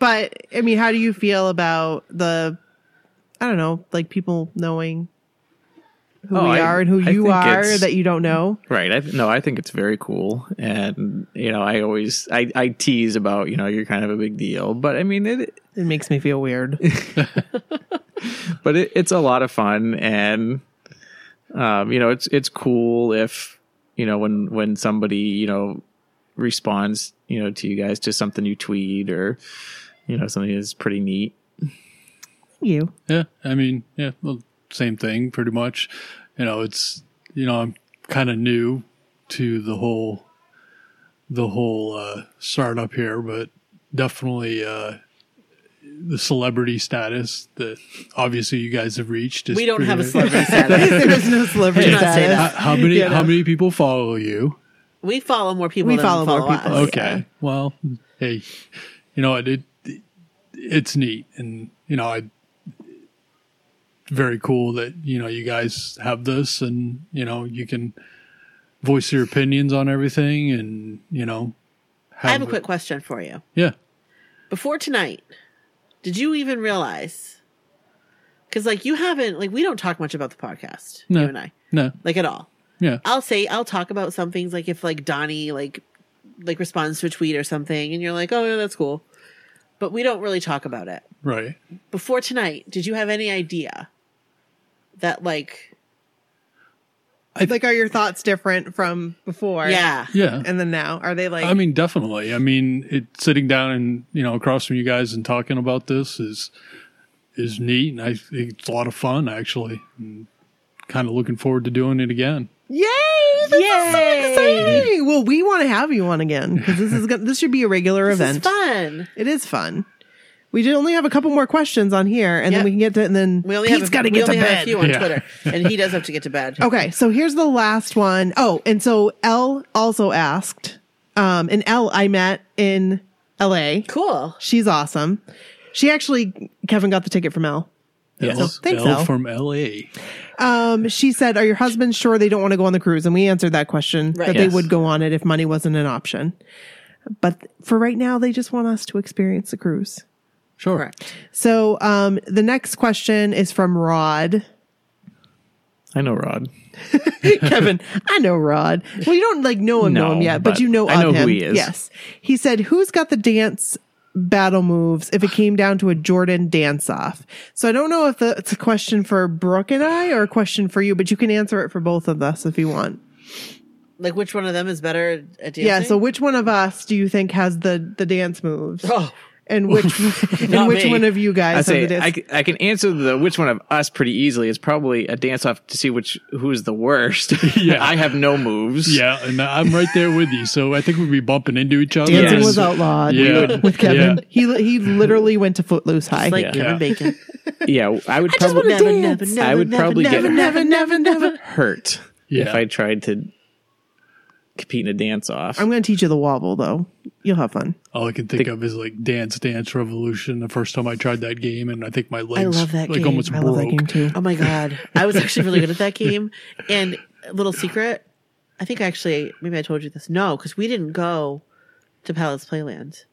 but I mean, how do you feel about the I don't know, like people knowing who Oh, we I- are and who I you think are it's- that you don't know? Right. I th- no, I think it's very cool, and you know, I always I, I tease about you know you're kind of a big deal, but I mean it, It makes me feel weird. but it, it's a lot of fun, and um, you know, it's it's cool if you know when when somebody you know responds you know to you guys to something you tweet or you know something that's pretty neat. you. Yeah, I mean, yeah, well, same thing pretty much. You know, it's you know, I'm kind of new to the whole the whole uh startup here, but definitely uh the celebrity status that obviously you guys have reached is We don't have a pretty- celebrity status. there is no celebrity not say status. that. How, how many Yeah, how no. many people follow you? We follow more people We than follow, follow more us. people. Okay. Well, hey, you know, it, it it's neat, and you know, I very cool that you know you guys have this, and you know you can voice your opinions on everything, and you know, I have a it- quick question for you. yeah. Before tonight, Did you even realize? Because like you haven't like we don't talk much about the podcast. No. You and I No. like at all. Yeah. I'll say I'll talk about some things like if like Donnie like like responds to a tweet or something, and you're like, oh yeah, that's cool. But we don't really talk about it. Right. Before tonight, did you have any idea that like Like, are your thoughts different from before? yeah Yeah. And then now, are they like? I mean, definitely. I mean, it sitting down and you know across from you guys and talking about this is is neat, and I think it's a lot of fun actually. And kind of looking forward to doing it again. yay! This is so Yay! exciting. Well, we want to have you on again because this is gonna, this should be a regular this event. is fun. It is fun. We did only have a couple more questions on here, and Yep. then we can get to. And then We only Pete's have got to we get to only have bed. Oh, a few on Yeah. Twitter, and he does have to get to bed. Okay, so here's the last one. Oh, and so L also asked, um, and L I met in L.A. Cool. She's awesome. She actually, Kevin got the ticket from L. L, so- thanks, L Al. from L.A. Um, she said, "Are your husbands sure they don't want to go on the cruise?" And we answered that question Right. that they Yes. would go on it if money wasn't an option. But for right now, they just want us to experience the cruise. Sure. So um, the next question is from Rod. I know Rod. Kevin, I know Rod. Well, you don't like know him, know No, him yet, but, but you know I of know who him. he is. Yes, he said, "Who's got the dance battle moves?" If it came down to a Jordan dance off, so I don't know if the, it's a question for Brooke and I or a question for you, but you can answer it for both of us if you want. Like which one of them is better at dancing? Yeah. So, which one of us do you think has the the dance moves, Oh, and which and Not which me. one of you I guys have the say dance? I, c- I can answer the which one of us pretty easily. It's probably a dance off to see which who's the worst. Yeah. I have no moves. Yeah, and I'm right there with you. So I think we'd be bumping into each other. Dancing Yes. was outlawed Yeah. with Kevin. Yeah. He he literally went to Footloose High. like Yeah. Kevin Bacon. yeah. I would just probably wanna Never, dance. never, never, I would never, probably get- never, never, never, never. hurt Yeah. if I tried to compete in a dance off. I'm going to teach you the wobble, though. You'll have fun. All I can think of is like Dance Dance Revolution. The first time I tried that game, and I think my legs love that like game. almost I broke. love that game too. Oh my god, I was actually really good at that game. And a little secret, I think actually maybe I told you this. No, because we didn't go to Palace Playland.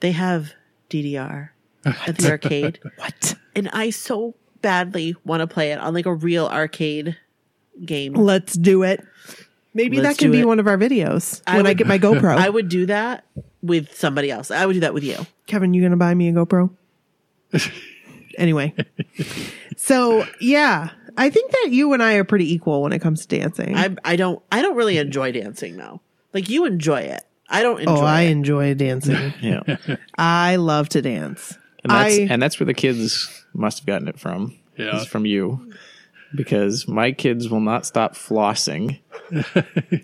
They have DDR at the arcade, What? and I so badly want to play it on like a real arcade game. Let's do it. Maybe Let's that can do be it. one of our videos when I would- get my GoPro. I would do that with somebody else. I would do that with you. Kevin, you going to buy me a GoPro? anyway. So, yeah, I think that you and I are pretty equal when it comes to dancing. I I don't I don't really enjoy dancing though. Like you enjoy it. I don't enjoy oh, I it. enjoy dancing. yeah. And I love to dance. that's I- and that's where the kids must have gotten it from. Yeah. It's from you. Because my kids will not stop flossing.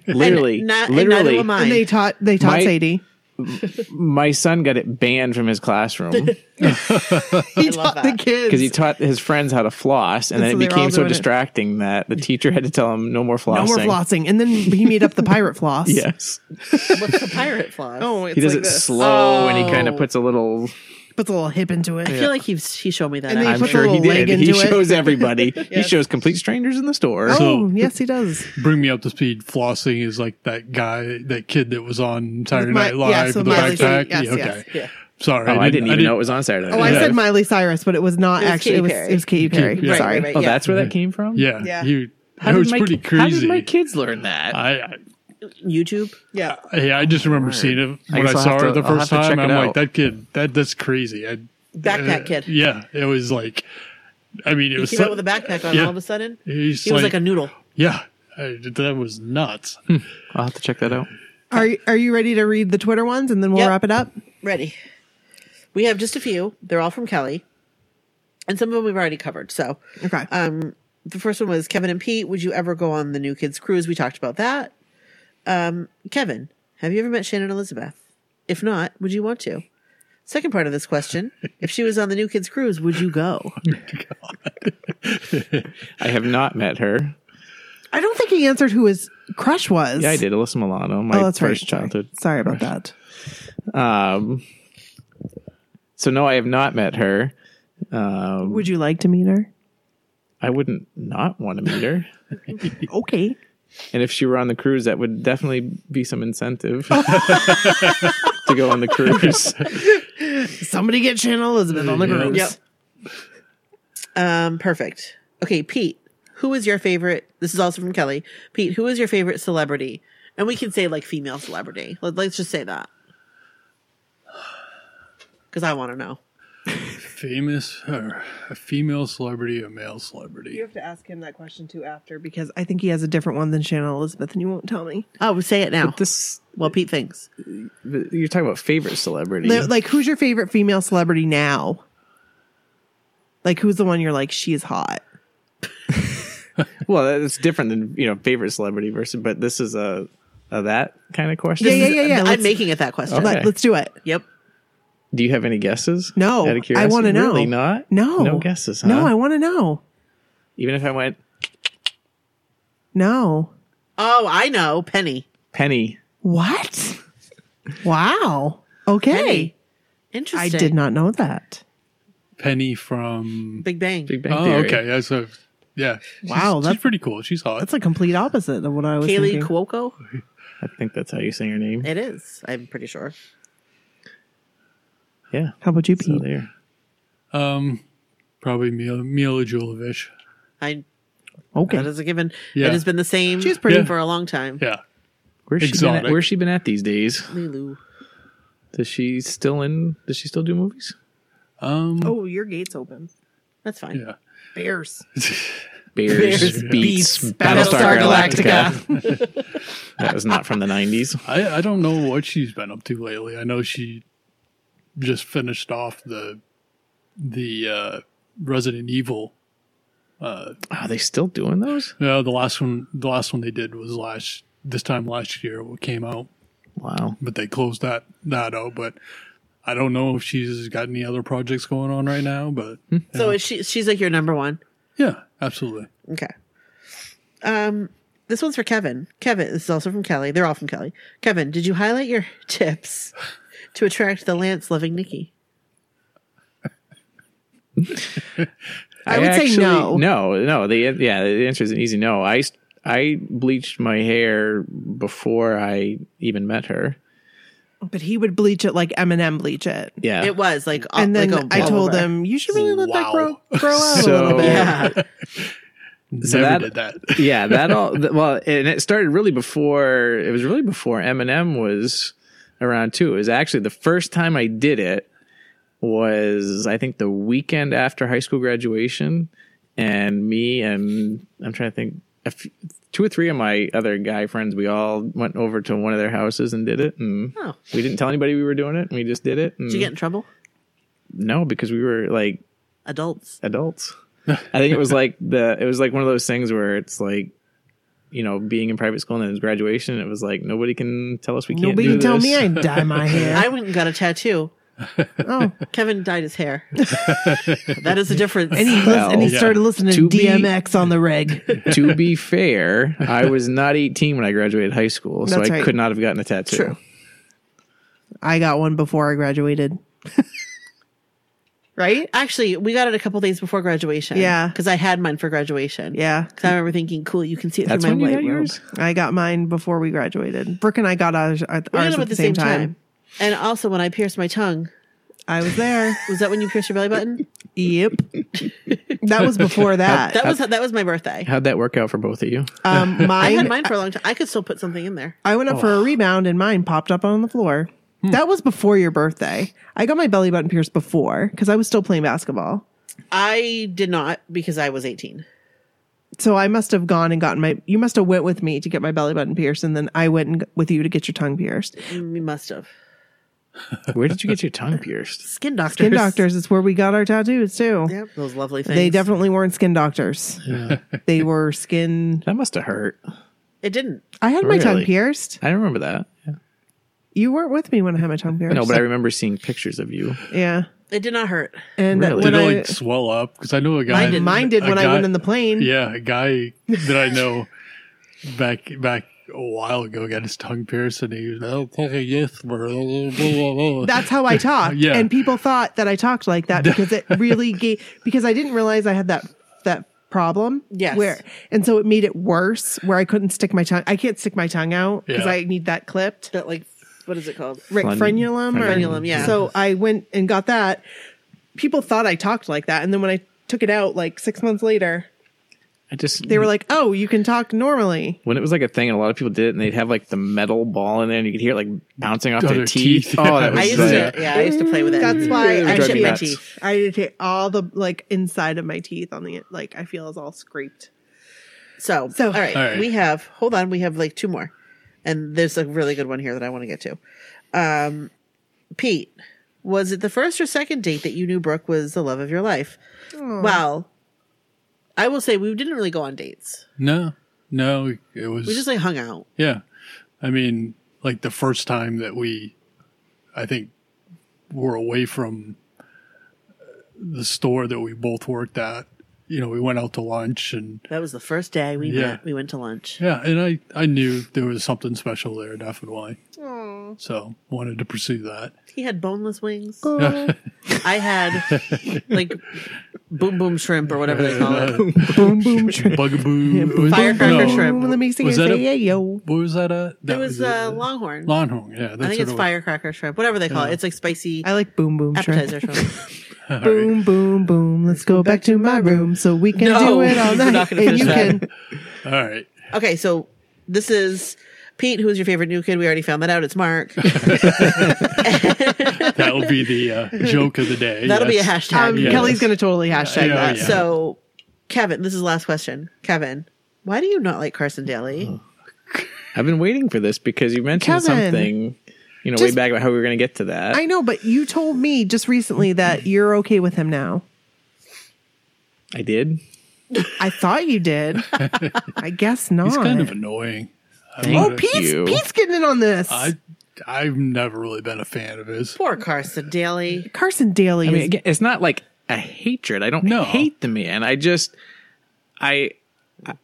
literally, And not- and neither literally, will mine. And they taught they taught My- Sadie. my son got it banned from his classroom He love taught the that. kids. because he taught his friends how to floss, and, And so then they it were all became so doing it. distracting that the teacher had to tell him no more no flossing. more flossing. And then he made up the pirate floss. Yes, What's the pirate flaw? Oh, it's he does like it this. slow, and he kind Oh. of puts a little. Puts a little hip into it. I feel like he's he showed me that. And then he out. I'm puts a sure he little leg did. He into it. shows everybody. He shows complete strangers in the store. Oh, yes, he does. Bring me up to speed. Flossing is like that guy, that kid that was on Saturday With my- Night Live yes, with with the Miley Cyrus, backpack. yeah, yes, okay. yes. Sorry, Oh, I didn't even know it was on Saturday. Night Oh, I Live. said Miley Cyrus, but it was not It was actually. Katy It was, Perry. it was Katy Perry. Perry, right, Sorry. right, right. Oh, yeah. that's where that came from. Yeah, Yeah. you. How it did was my- pretty How did crazy. my kids learn that? I, I YouTube. Yeah. yeah, I just remember seeing it I when I, guess I'll saw have her to- the I'll first have to check time. it I'm out. like, that kid, that that's crazy. I, Backpack uh, kid. Yeah, it was like, I mean, it He was came so- out with a backpack on yeah. all of a sudden. He's He was like like a noodle. Yeah, I, that was nuts. Hmm. I'll have to check that out. Are Are you ready to read the Twitter ones and then we'll Yep. wrap it up? Ready. We have just a few. They're all from Kelly. And some of them we've already covered. So Okay. um the first one was Kevin and Pete, would you ever go on the new kids cruise? We talked about that. Um Kevin, have you ever met Shannon Elizabeth? If not, would you want to? Second part of this question, if she was on the new kids cruise, would you go? I have not met her. I don't think he answered who his crush was. Yeah, I did. Alyssa Milano, my Oh, that's right. first Sorry. childhood. Sorry about that. Um, so no, I have not met her. Um, Would you like to meet her? I wouldn't not want to meet her. Okay. and if she were on the cruise, that would definitely be some incentive to go on the cruise. Somebody get Shannon Elizabeth on the Yeah. cruise. Yep. Um, perfect. Okay, Pete, who is your favorite? This is also from Kelly. Pete, who is your favorite celebrity? And we can say like female celebrity. Let, let's just say that. Because I want to know. Famous or a female celebrity, a male celebrity. You have to ask him that question too after because I think he has a different one than Shannon Elizabeth, and you won't tell me. Oh, say it now. This Well, Pete thinks. you're talking about favorite celebrity. Li- Like, who's your favorite female celebrity now? Like, who's the one you're like, she is hot? Well, that's different than you know favorite celebrity versus, but this is a, a that kind of question. Yeah, yeah, yeah, yeah. I'm Let's, making it that question. Okay. let, us do it. Yep. Do you have any guesses? No, Out of I curiosity? want to know. Really not? No, No guesses. Huh? Uh-huh. No, I want to know. even if I went No, Oh, I know. Penny. Penny. what? wow. Okay, Penny. I Interesting. did not know that. Penny from. Big Bang. Big Bang Oh, Theory. okay. Yeah, so, yeah. She's- Wow, She's that's- pretty cool. She's hot. That's a complete opposite of what I was Kaylee thinking. Cuoco. I think that's how you say your name. It is. I'm pretty sure. Yeah. How about you, So Pete? there. Um, probably Mila, Mila Jovovich. I. That okay, is a given. Yeah. It has been the same. She's pretty. Yeah. for a long time. Yeah. Where's she, been at, Exotic. where's she been at these days? Lulu. Does she still in? Does she still do movies? Um, Oh, your gate's open. That's fine. yeah. Bears. Bears, Bears, Beats, Beats, Battlestar, Battlestar Galactica. that was not from the '90s. I, I don't know what she's been up to lately. I know she just finished off the the uh, Resident Evil. Are they still doing those? No, the last one the last one they did was last this time last year what came out, Wow. but they closed that that out. But I don't know if she's got any other projects going on right now. But Hmm. So is she she's like your number one. yeah, absolutely. Okay. Um, this one's for Kevin. Kevin, this is also from Kelly. They're all from Kelly. Kevin, did you highlight your tips to attract the Lance loving Nikki? I would say no. No, no. The yeah, the answer is an easy no. I s- I bleached my hair before I even met her. But he would bleach it like Eminem bleach it. Yeah. It was like, all- And then Uh, like oh, a I told over. him, you should really let that grow, Wow. grow out a So- little bit. yeah, So Never that- did that. yeah, that all th- well, and it started really before it was really before Eminem was around too. It was actually the first time I did it was I think the weekend after high school graduation, and me and I'm trying to think, a f- two or three of my other guy friends, we all went over to one of their houses and did it, and Oh. we didn't tell anybody we were doing it, and we just did it. And did you get in trouble? no, because we were like Adults. adults. I think it was like the it was like one of those things where it's like, you know, being in private school and then it's graduation. It was like nobody can tell us we can't. Nobody do can tell this. me I dye my hair. I went and got a tattoo. oh, Kevin dyed his hair. that is the difference. and he, lis- and he Yeah. started listening to To be- DMX on the reg. to be fair, I was not eighteen when I graduated high school, so That's I right. could not have gotten a tattoo. True. I got one before I graduated. right? Actually, we got it a couple days before graduation. Yeah. because I had mine for graduation. Yeah, because I remember thinking, cool, you can see it That's through when my you white got robe. yours. I got mine before we graduated. Brooke and I got ours, ours We at got them the, same, time. And also, when I pierced my tongue, I was there. was that when you pierced your belly button? yep. That was before that. That was that was my birthday. How'd that work out for both of you? um, I mine, had mine for a long time. I could still put something in there. I went up for a rebound and mine popped up on the floor. That was before your birthday. I got my belly button pierced before because I was still playing basketball. I did not because I was 18. So I must have gone and gotten my. You must have went with me to get my belly button pierced, and then I went and, g- with you to get your tongue pierced. We must have. Where did you get your tongue pierced? Skin doctors. Skin doctors. It's where we got our tattoos too. Yep. Those lovely things. They definitely weren't skin doctors. they were skin. That must have hurt. It didn't. I had my tongue Really? pierced. I remember that. Yeah. You weren't with me when I had my tongue pierced. No, but I remember seeing pictures of you. yeah. It did not hurt. And Really? when Did it I, like swell up? Because I know a guy. mine, mine did a when I guy- went in the plane. Yeah, a guy that I know back back a while ago got his tongue pierced, and he was "I'll take a yes for a little blah, blah, blah." That's how I talked. Yeah. And people thought that I talked like that because it really gave because I didn't realize I had that that problem. Yes. Where and so it made it worse where I couldn't stick my tongue I can't stick my tongue out because Yeah. I need that clipped. That like What is it called? Right, Fren- frenulum. Or, Frenulum, yeah. So I went and got that. People thought I talked like that, and then when I took it out, like six months later, I just they were like, "Oh, you can talk normally." when it was like a thing and a lot of people did it and they'd have like the metal ball in there and you could hear it like bouncing off On their their teeth. teeth, Oh, yeah. that was I used so- to, yeah, I used to play with it. That's why It would I drive me hate my nuts. teeth. I hate all the like inside of my teeth on the like I feel is all scraped. So, So- all, right, All right. we have. Hold on, we have like two more, and there's a really good one here that I want to get to. Um, Pete, was it the first or second date that you knew Brooke was the love of your life? Oh. Well, I will say we didn't really go on dates. No, no, it was We just like hung out. yeah. I mean, like the first time that we, I think, were away from uh, the store that we both worked at. You know, we went out to lunch and That was the first day we Yeah. met. We went to lunch. yeah, and I I knew there was something special there definitely. So wanted to pursue that. He had boneless wings. Oh, I had like boom boom shrimp or whatever they call it. boom boom shrimp. Uh, Bugaboo. Firecracker No. shrimp. Boom, Let me sing Was it. that Say a- yeah yo. What was that? Uh, that It was it. uh, longhorn. Longhorn. Yeah, that's I think what it's it was. firecracker shrimp, whatever they call it. It's like spicy I like boom boom appetizer shrimp. shrimp. All right. Boom boom boom. Let's go back to my room so we can No, do it all we're night. not gonna and you finish that. can. All right. Okay, so this is Pete, who's your favorite new kid? We already found that out. It's Mark. That'll be the uh, joke of the day. That'll be a yes. hashtag. Um, Yeah. Kelly's gonna totally hashtag Yeah, that. yeah. So, Kevin, this is the last question. Kevin, why do you not like Carson Daly? I've been waiting for this because you mentioned Kevin. something, you know, way Just- back about how we were going to get to that. I I, know, but you told me just recently that you're okay with him now. did. I thought you did. I guess not. He's kind of annoying. I'm oh, not a- Pete's you. Pete's getting in on this. I I've never really been a fan of his. Poor Carson Daly. Carson Daly I mean, is again, it's not like a hatred. I don't No. hate the man. I just, I, I-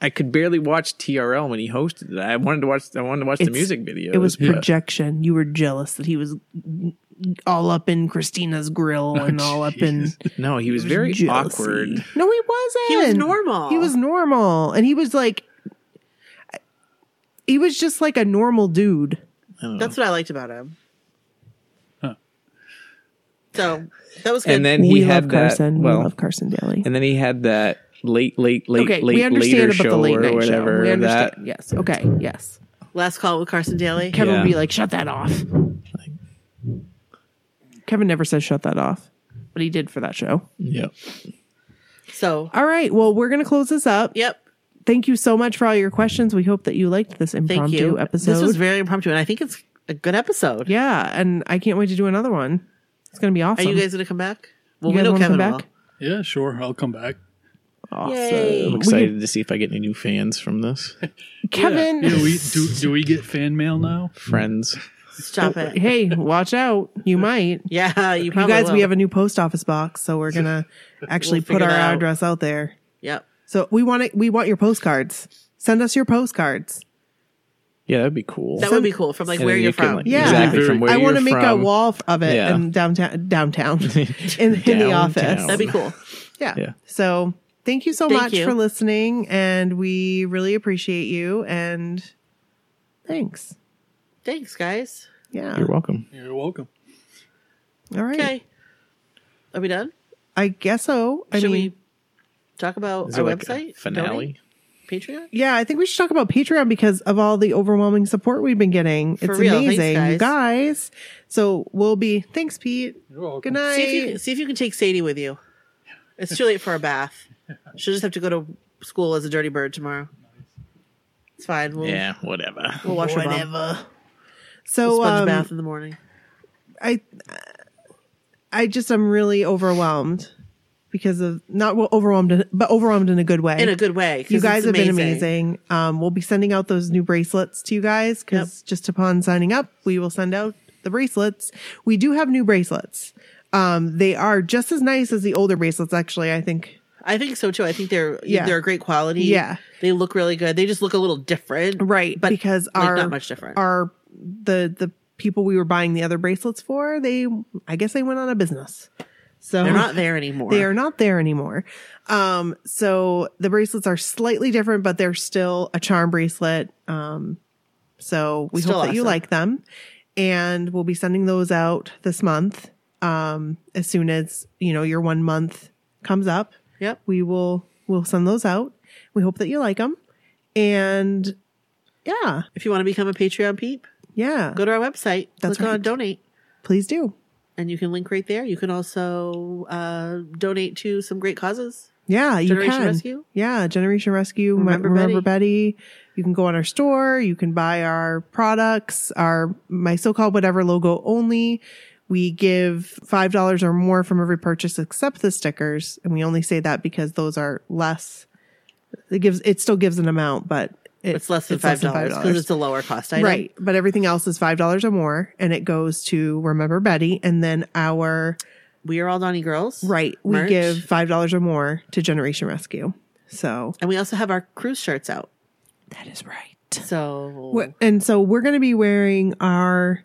I could barely watch TRL when he hosted it. I wanted to watch. I wanted to watch the It's- music video. It was Yeah. projection. You were jealous that he was all up in Christina's grill and all up in no. He was very jealousy. awkward. No, he wasn't. He was normal. He was normal, and he was like, he was just like a normal dude. That's what I liked about him. So that was good. And then he we had love that. Carson. Well, we love Carson Daly. and then he had that late, late, late, okay, late, we understand later about show the late or night whatever. show. We understand. that Yes. Okay. Yes. last call with Carson Daly. Kevin Yeah. would be like, "Shut that off." Kevin never says "shut that off," but he did for that show. Yeah. So, All right. Well, we're gonna close this up. yep. thank you so much for all your questions. We hope that you liked this Thank impromptu you. episode. This was very impromptu, and I think it's a good episode. yeah, and I can't wait to do another one. It's going to be Are awesome. you guys going to come back? Well, You we guys know wanna Kevin come back? back? Yeah, sure. I'll come back. awesome. Yay. I'm We excited to see if I get any new fans from this. can- Kevin. Yeah. Yeah, we do. Do we get fan mail now? Friends. Stop it. hey, watch out. You might. Yeah, you You probably guys, we will. have a new post office box, so we're going to actually We'll put figure our it out. address out there. Yep. So we want it, we want your postcards. Send us your postcards. Yeah, that'd be cool. That would be cool from like And where then you you're can, from. like, Yeah. exactly. Very- From where I want you're to make a from. wall f- of it Yeah. in downtown downtown in, in the Downtown. office. That'd be cool. Yeah. Yeah. So thank you so Thank much you. for listening, and we really appreciate you. And thanks. Thanks, guys. Yeah. You're welcome. You're welcome. All right. Okay. Are we done? I guess so. I Should mean, we talk about Is our there like a website? finale? Donate? Patreon? yeah, I think we should talk about Patreon because of all the overwhelming support we've been getting. For it's real. Thanks, amazing, you guys. So we'll be. Thanks, Pete. You're Good welcome. night. See if you see if you can take Sadie with you. It's too late for a bath. She'll just have to go to school as a dirty bird tomorrow. It's fine. We'll, Yeah, whatever. we'll wash her bum. Whatever. We'll So sponge um, bath in the morning. I I just am really overwhelmed because of not well, overwhelmed, but overwhelmed in a good way. In a good way. 'cause You guys it's have been amazing. Um, we'll be sending out those new bracelets to you guys because just upon signing up, we will send out the bracelets. We do have new bracelets. Um, they are just as nice as the older bracelets, actually. I think. I think so too. I think they're Yeah. they're a great quality. Yeah. They look really good. They just look a little different. But because like, our not much different. Our the the people we were buying the other bracelets for, they I guess they went out of business. So they're not there anymore. They are not there anymore. Um, so the bracelets are slightly different, but they're still a charm bracelet. Um, So we Still hope that you awesome. like them. And we'll be sending those out this month. Um, as soon as, you know, your one month comes up, Yep. we will, we'll send those out. We hope that you like them. And yeah, If you want to become a Patreon peep, yeah, go to our website. That's click right. on donate. please do. And you can link right there. You can also uh, donate to some great causes. Yeah, you Generation can. Rescue? Yeah, Generation Rescue. Remember, Remember Remember Betty. You can go on our store. You can buy our products. Our my so-called whatever logo only. We give five dollars or more from every purchase except the stickers, and we only say that because those are less. It gives it still gives an amount, but it- It's less than five dollars because it's a lower cost item. Right, but everything else is five dollars or more, and it goes to Remember Betty, and then our We are all Donny girls. Right. We merch. give five dollars or more to Generation Rescue. So And we also have our cruise shirts out. that is right. So And so we're gonna be wearing our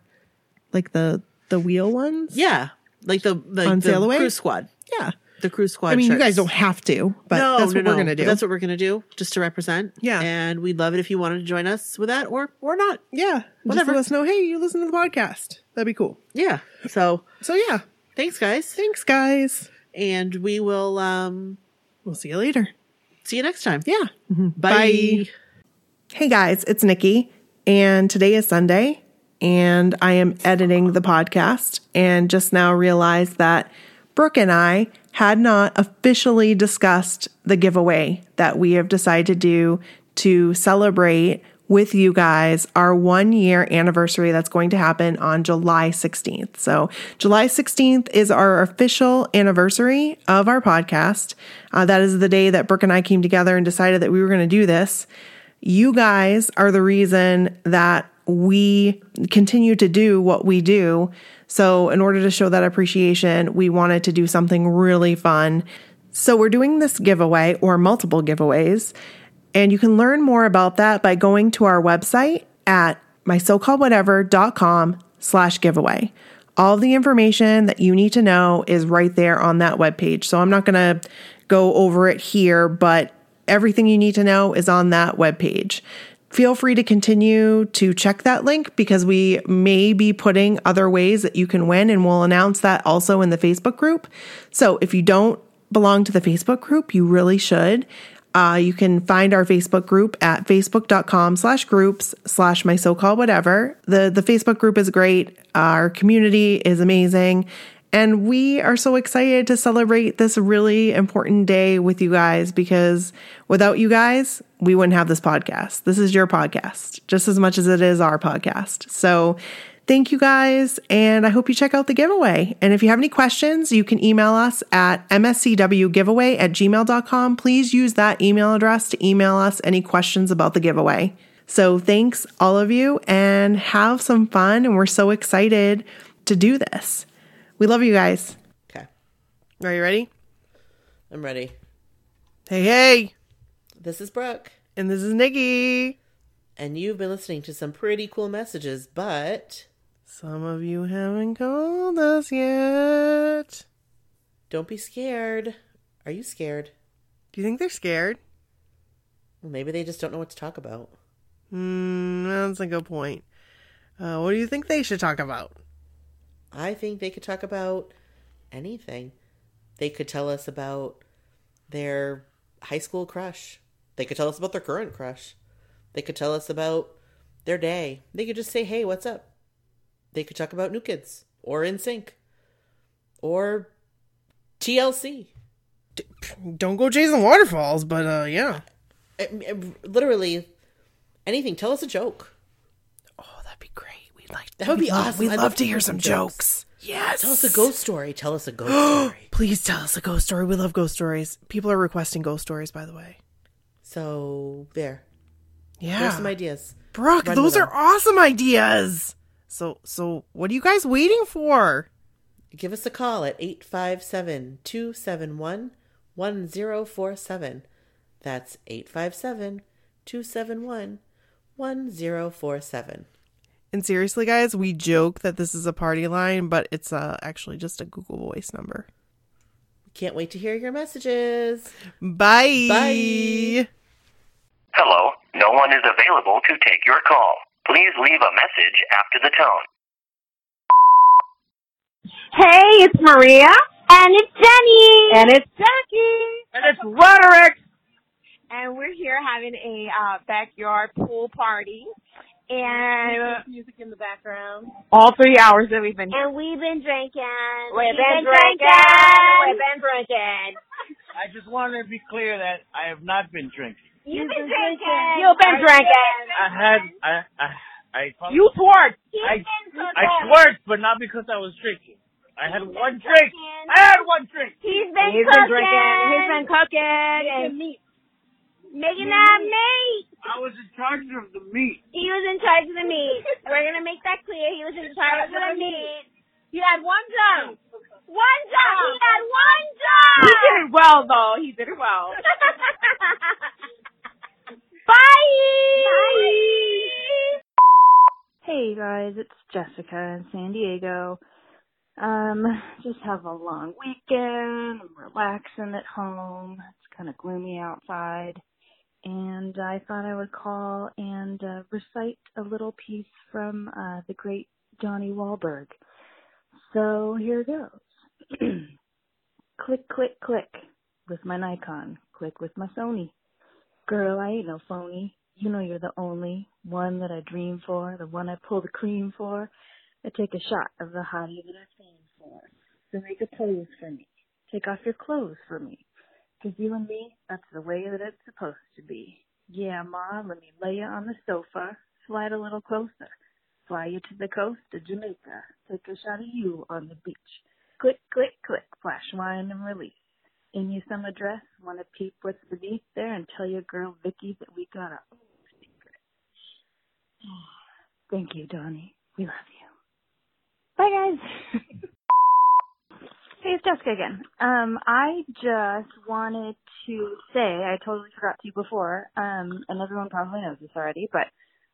like the the wheel ones. yeah, like the like On the sail away? cruise squad, Yeah. the cruise squad. I mean, you shirts. guys don't have to, but No, that's no, what no. we're gonna But do. That's what we're gonna do, just to represent. Yeah. and we'd love it if you wanted to join us with that, or or not. yeah. Just Whatever. let us know. Hey, you listen to the podcast. That'd be cool. Yeah. So So yeah. thanks, guys, Thanks, guys. and we will um We'll see you later. see you next time. Yeah. Bye. Hey guys, it's Nikki, and today is Sunday, and I am editing the podcast, and just now realized that Brooke and I had not officially discussed the giveaway that we have decided to do to celebrate with you guys our one year anniversary that's going to happen on July 16th. So, July 16th is our official anniversary of our podcast. Uh, that is the day that Brooke and I came together and decided that we were going to do this. You guys are the reason that we continue to do what we do. So, in order to show that appreciation, we wanted to do something really fun. So, we're doing this giveaway or multiple giveaways. And you can learn more about that by going to our website at mysocalledwhatever.com slash giveaway. All the information that you need to know is right there on that webpage. So I'm not going to go over it here, but everything you need to know is on that webpage. Feel free to continue to check that link because we may be putting other ways that you can win, and we'll announce that also in the Facebook group. So if you don't belong to the Facebook group, you really should. Uh, you can find our Facebook group at facebook.com slash groups slash my so-called whatever. The, the Facebook group is great. Our community is amazing. And we are so excited to celebrate this really important day with you guys because without you guys, we wouldn't have this podcast. This is your podcast just as much as it is our podcast. So Thank you guys, and I hope you check out the giveaway. And if you have any questions, you can email us at mscwgiveaway at gmail.com. Please use that email address to email us any questions about the giveaway. So thanks, all of you, and have some fun. And we're so excited to do this. We love you guys. Okay, Are you ready? I'm ready. Hey, hey. This is Brooke, And this is Nikki. and you've been listening to some pretty cool messages, but Some of you haven't called us yet. don't be scared. Are you scared? Do you think they're scared? Well, maybe they just don't know what to talk about. Mm, that's a good point. Uh, what do you think they should talk about? I think they could talk about anything. They could tell us about their high school crush. They could tell us about their current crush. They could tell us about their day. They could just say, "Hey, what's up?" They could talk about New Kids or In Sync or TLC. Don't go chasing waterfalls, but uh, yeah. I- I- literally anything. Tell us a joke. Oh, that'd be great. We'd like That would be awesome. We'd I'd love, to hear some jokes. Yes. Tell us a ghost story. Tell us a ghost story. Please tell us a ghost story. We love ghost stories. People are requesting ghost stories, by the way. So there. There's Yeah. some ideas. Brooke, Run those with are awesome ideas. So, so what are you guys waiting for? Give us a call at 857 271 1047. That's 857 271 1047. And seriously, guys, we joke that this is a party line, but it's uh, actually just a Google Voice number. Can't wait to hear your messages. Bye. Bye. Hello, no one is available to take your call. Please leave a message after the tone. Hey, it's Maria. And it's Jenny. And it's Jackie. And it's Roderick. And we're here having a uh, backyard pool party. And music in the background. All three hours that we've been And we've been drinking. We've been drinking. drinking. We've been drinking. I just wanted to be clear that I have not been drinking. You've been drinking. You've been drinking. I had I I I, probably, You twerk. He's I- been I cooking. twerked, but not because I was drinking. I had one drink. cooking. I had one drink. He's been He's been cooking. drinking. He's been cooking. And making that meat. I was in charge of the meat. He was in charge of the meat. We're gonna make that clear. He was in charge of the meat. You had one job. One job. He had one job. he did it well, though. He did it well. Bye. Bye. Hey you guys, it's Jessica in San Diego. Um, just have a long weekend. I'm relaxing at home. It's kind of gloomy outside. And I thought I would call and uh, recite a little piece from uh, the great Johnny Wahlberg. So here goes. click, click, click with my Nikon. Click with my Sony. Girl, I ain't no phony. You know you're the only one that I dream for, the one I pull the cream for. I take a shot of the hottie that I stand for. So make a pose for me. Take off your clothes for me. 'Cause you and me, that's the way that it's supposed to be. Yeah, Ma, let me lay you on the sofa. Slide a little closer. Fly you to the coast of Jamaica. Take a shot of you on the beach. Click, click, click. Flash wine and release in you some address, want to peep what's beneath there, and tell your girl Vicky that we got a secret. Thank you, Donnie. We love you. Bye, guys. hey, it's Jessica again. Um, I just wanted to say I totally forgot to you before, um, and everyone probably knows this already, but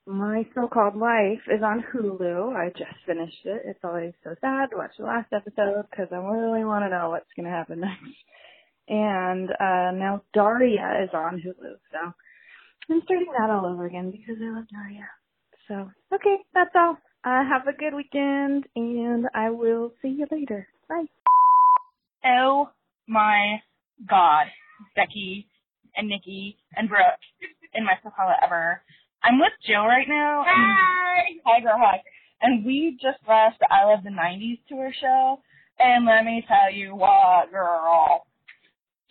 my so-called life is on Hulu. I just finished it. It's always so sad to watch the last episode because I really want to know what's going to happen next and uh now Daria is on Hulu. So I'm starting that all over again because I love Daria. So okay, that's all. Uh, have a good weekend, and I will see you later. Bye. Oh my God, Becky and Nikki and Brooke and myself, Paula ever. I'm with Joe right now. Hi. Hi, girl. Hi. And we just left the I Love the 90s tour show. And let me tell you what, girl.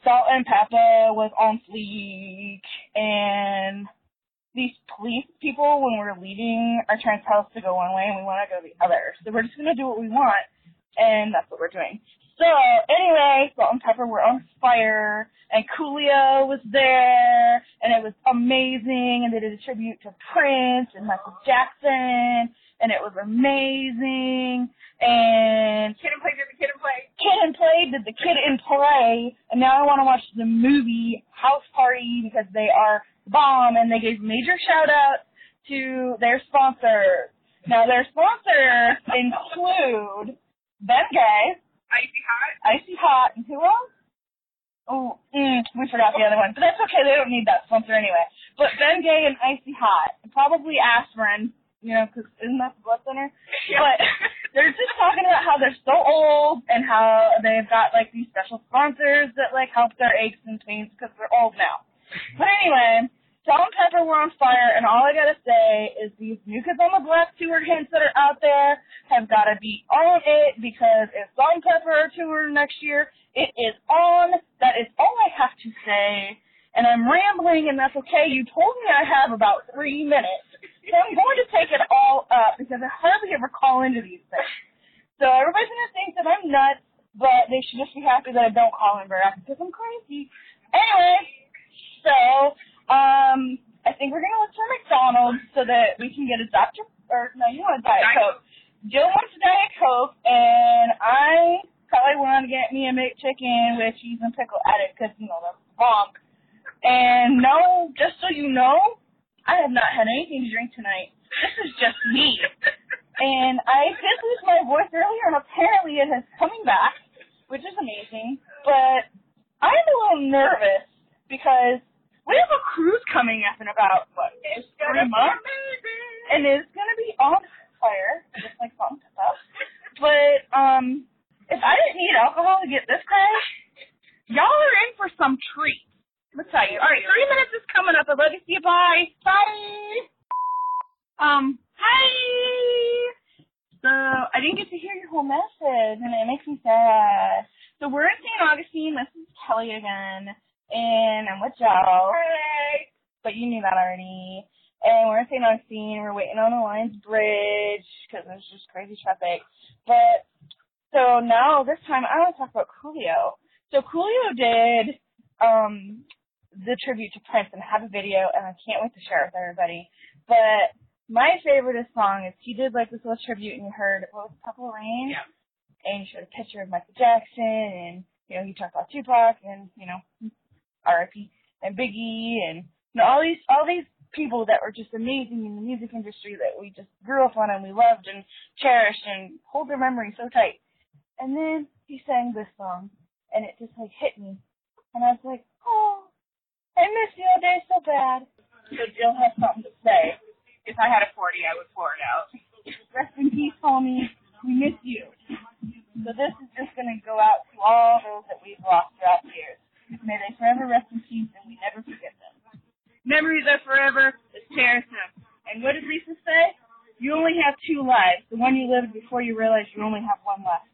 Salt and Peppa was on fleek. And these police people, when we're leaving, are trying to tell us to go one way and we want to go the other. So we're just going to do what we want. And that's what we're doing. So anyway, Salt and Pepper were on fire, and Coolio was there, and it was amazing, and they did a tribute to Prince and Michael Jackson, and it was amazing, and Kid and Play did the Kid and Play. Kid and Play did the Kid and Play, and now I want to watch the movie House Party because they are the bomb, and they gave major shout outs to their sponsors. Now their sponsors include them guys. Icy Hot. Icy Hot. And who else? Oh, mm, we forgot the other one. But that's okay. They don't need that sponsor anyway. But Ben Gay and Icy Hot. Probably aspirin, you know, because isn't that the blood thinner? But they're just talking about how they're so old and how they've got, like, these special sponsors that, like, help their aches and pains because they're old now. But anyway, Salt and Pepper were on fire, and all I gotta say is these New Kids on the Block tour hints that are out there have got to be on it because if Salt and Pepper tour next year, it is on. That is all I have to say. And I'm rambling, and that's okay. You told me I have about three minutes. So I'm going to take it all up because I hardly ever call into these things. So everybody's going to think that I'm nuts, but they should just be happy that I don't call in very often because I'm crazy. Anyway, so um, I think we're going to look for McDonald's so that we can get a Dr. Or no, you want a Diet Coke. Jill wants a Diet Coke, and I probably want to get me a McChicken with cheese and pickle at it because, you know, that's bonk. And no, just so you know, I have not had anything to drink tonight. This is just me. and I did lose my voice earlier, and apparently it is coming back, which is amazing. But I'm a little nervous because we have a cruise coming up in about, what, three months? And it's going um, need alcohol to get this crash? Y'all are in for some treat. Let me tell you. All right, three minutes is coming up. I'd love to see you. Bye. Bye. Um, hi. So I didn't get to hear your whole message, and it makes me sad. So we're in St. Augustine. This is Kelly again, and I'm with Joe. Hey. But you knew that already. And we're in St. Augustine. We're waiting on the Lions Bridge because there's just crazy traffic. But so now this time I want to talk about Coolio. So Coolio did um the tribute to Prince and have a video, and I can't wait to share it with everybody. But my favorite is song is he did like this little tribute, and you heard what was it, Purple Rain, yeah. and you showed a picture of Michael Jackson, and you know he talked about Tupac, and you know R.I.P. and Biggie, and you know, all these all these people that were just amazing in the music industry that we just grew up on and we loved and cherished and hold their memory so tight. And then he sang this song, and it just like hit me, and I was like, oh, I miss the old days so bad. So Jill has something to say. If I had a 40, I would pour it out. Rest in peace, homie. We miss you. So this is just going to go out to all those that we've lost throughout the years. May they forever rest in peace and we never forget them. Memories are forever. Let's cherish them. And what did Lisa say? You only have two lives. The one you lived before you realized you only have one left.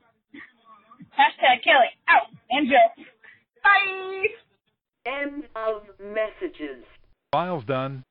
Hashtag Kelly out and Jill. Bye. End of messages. File's done.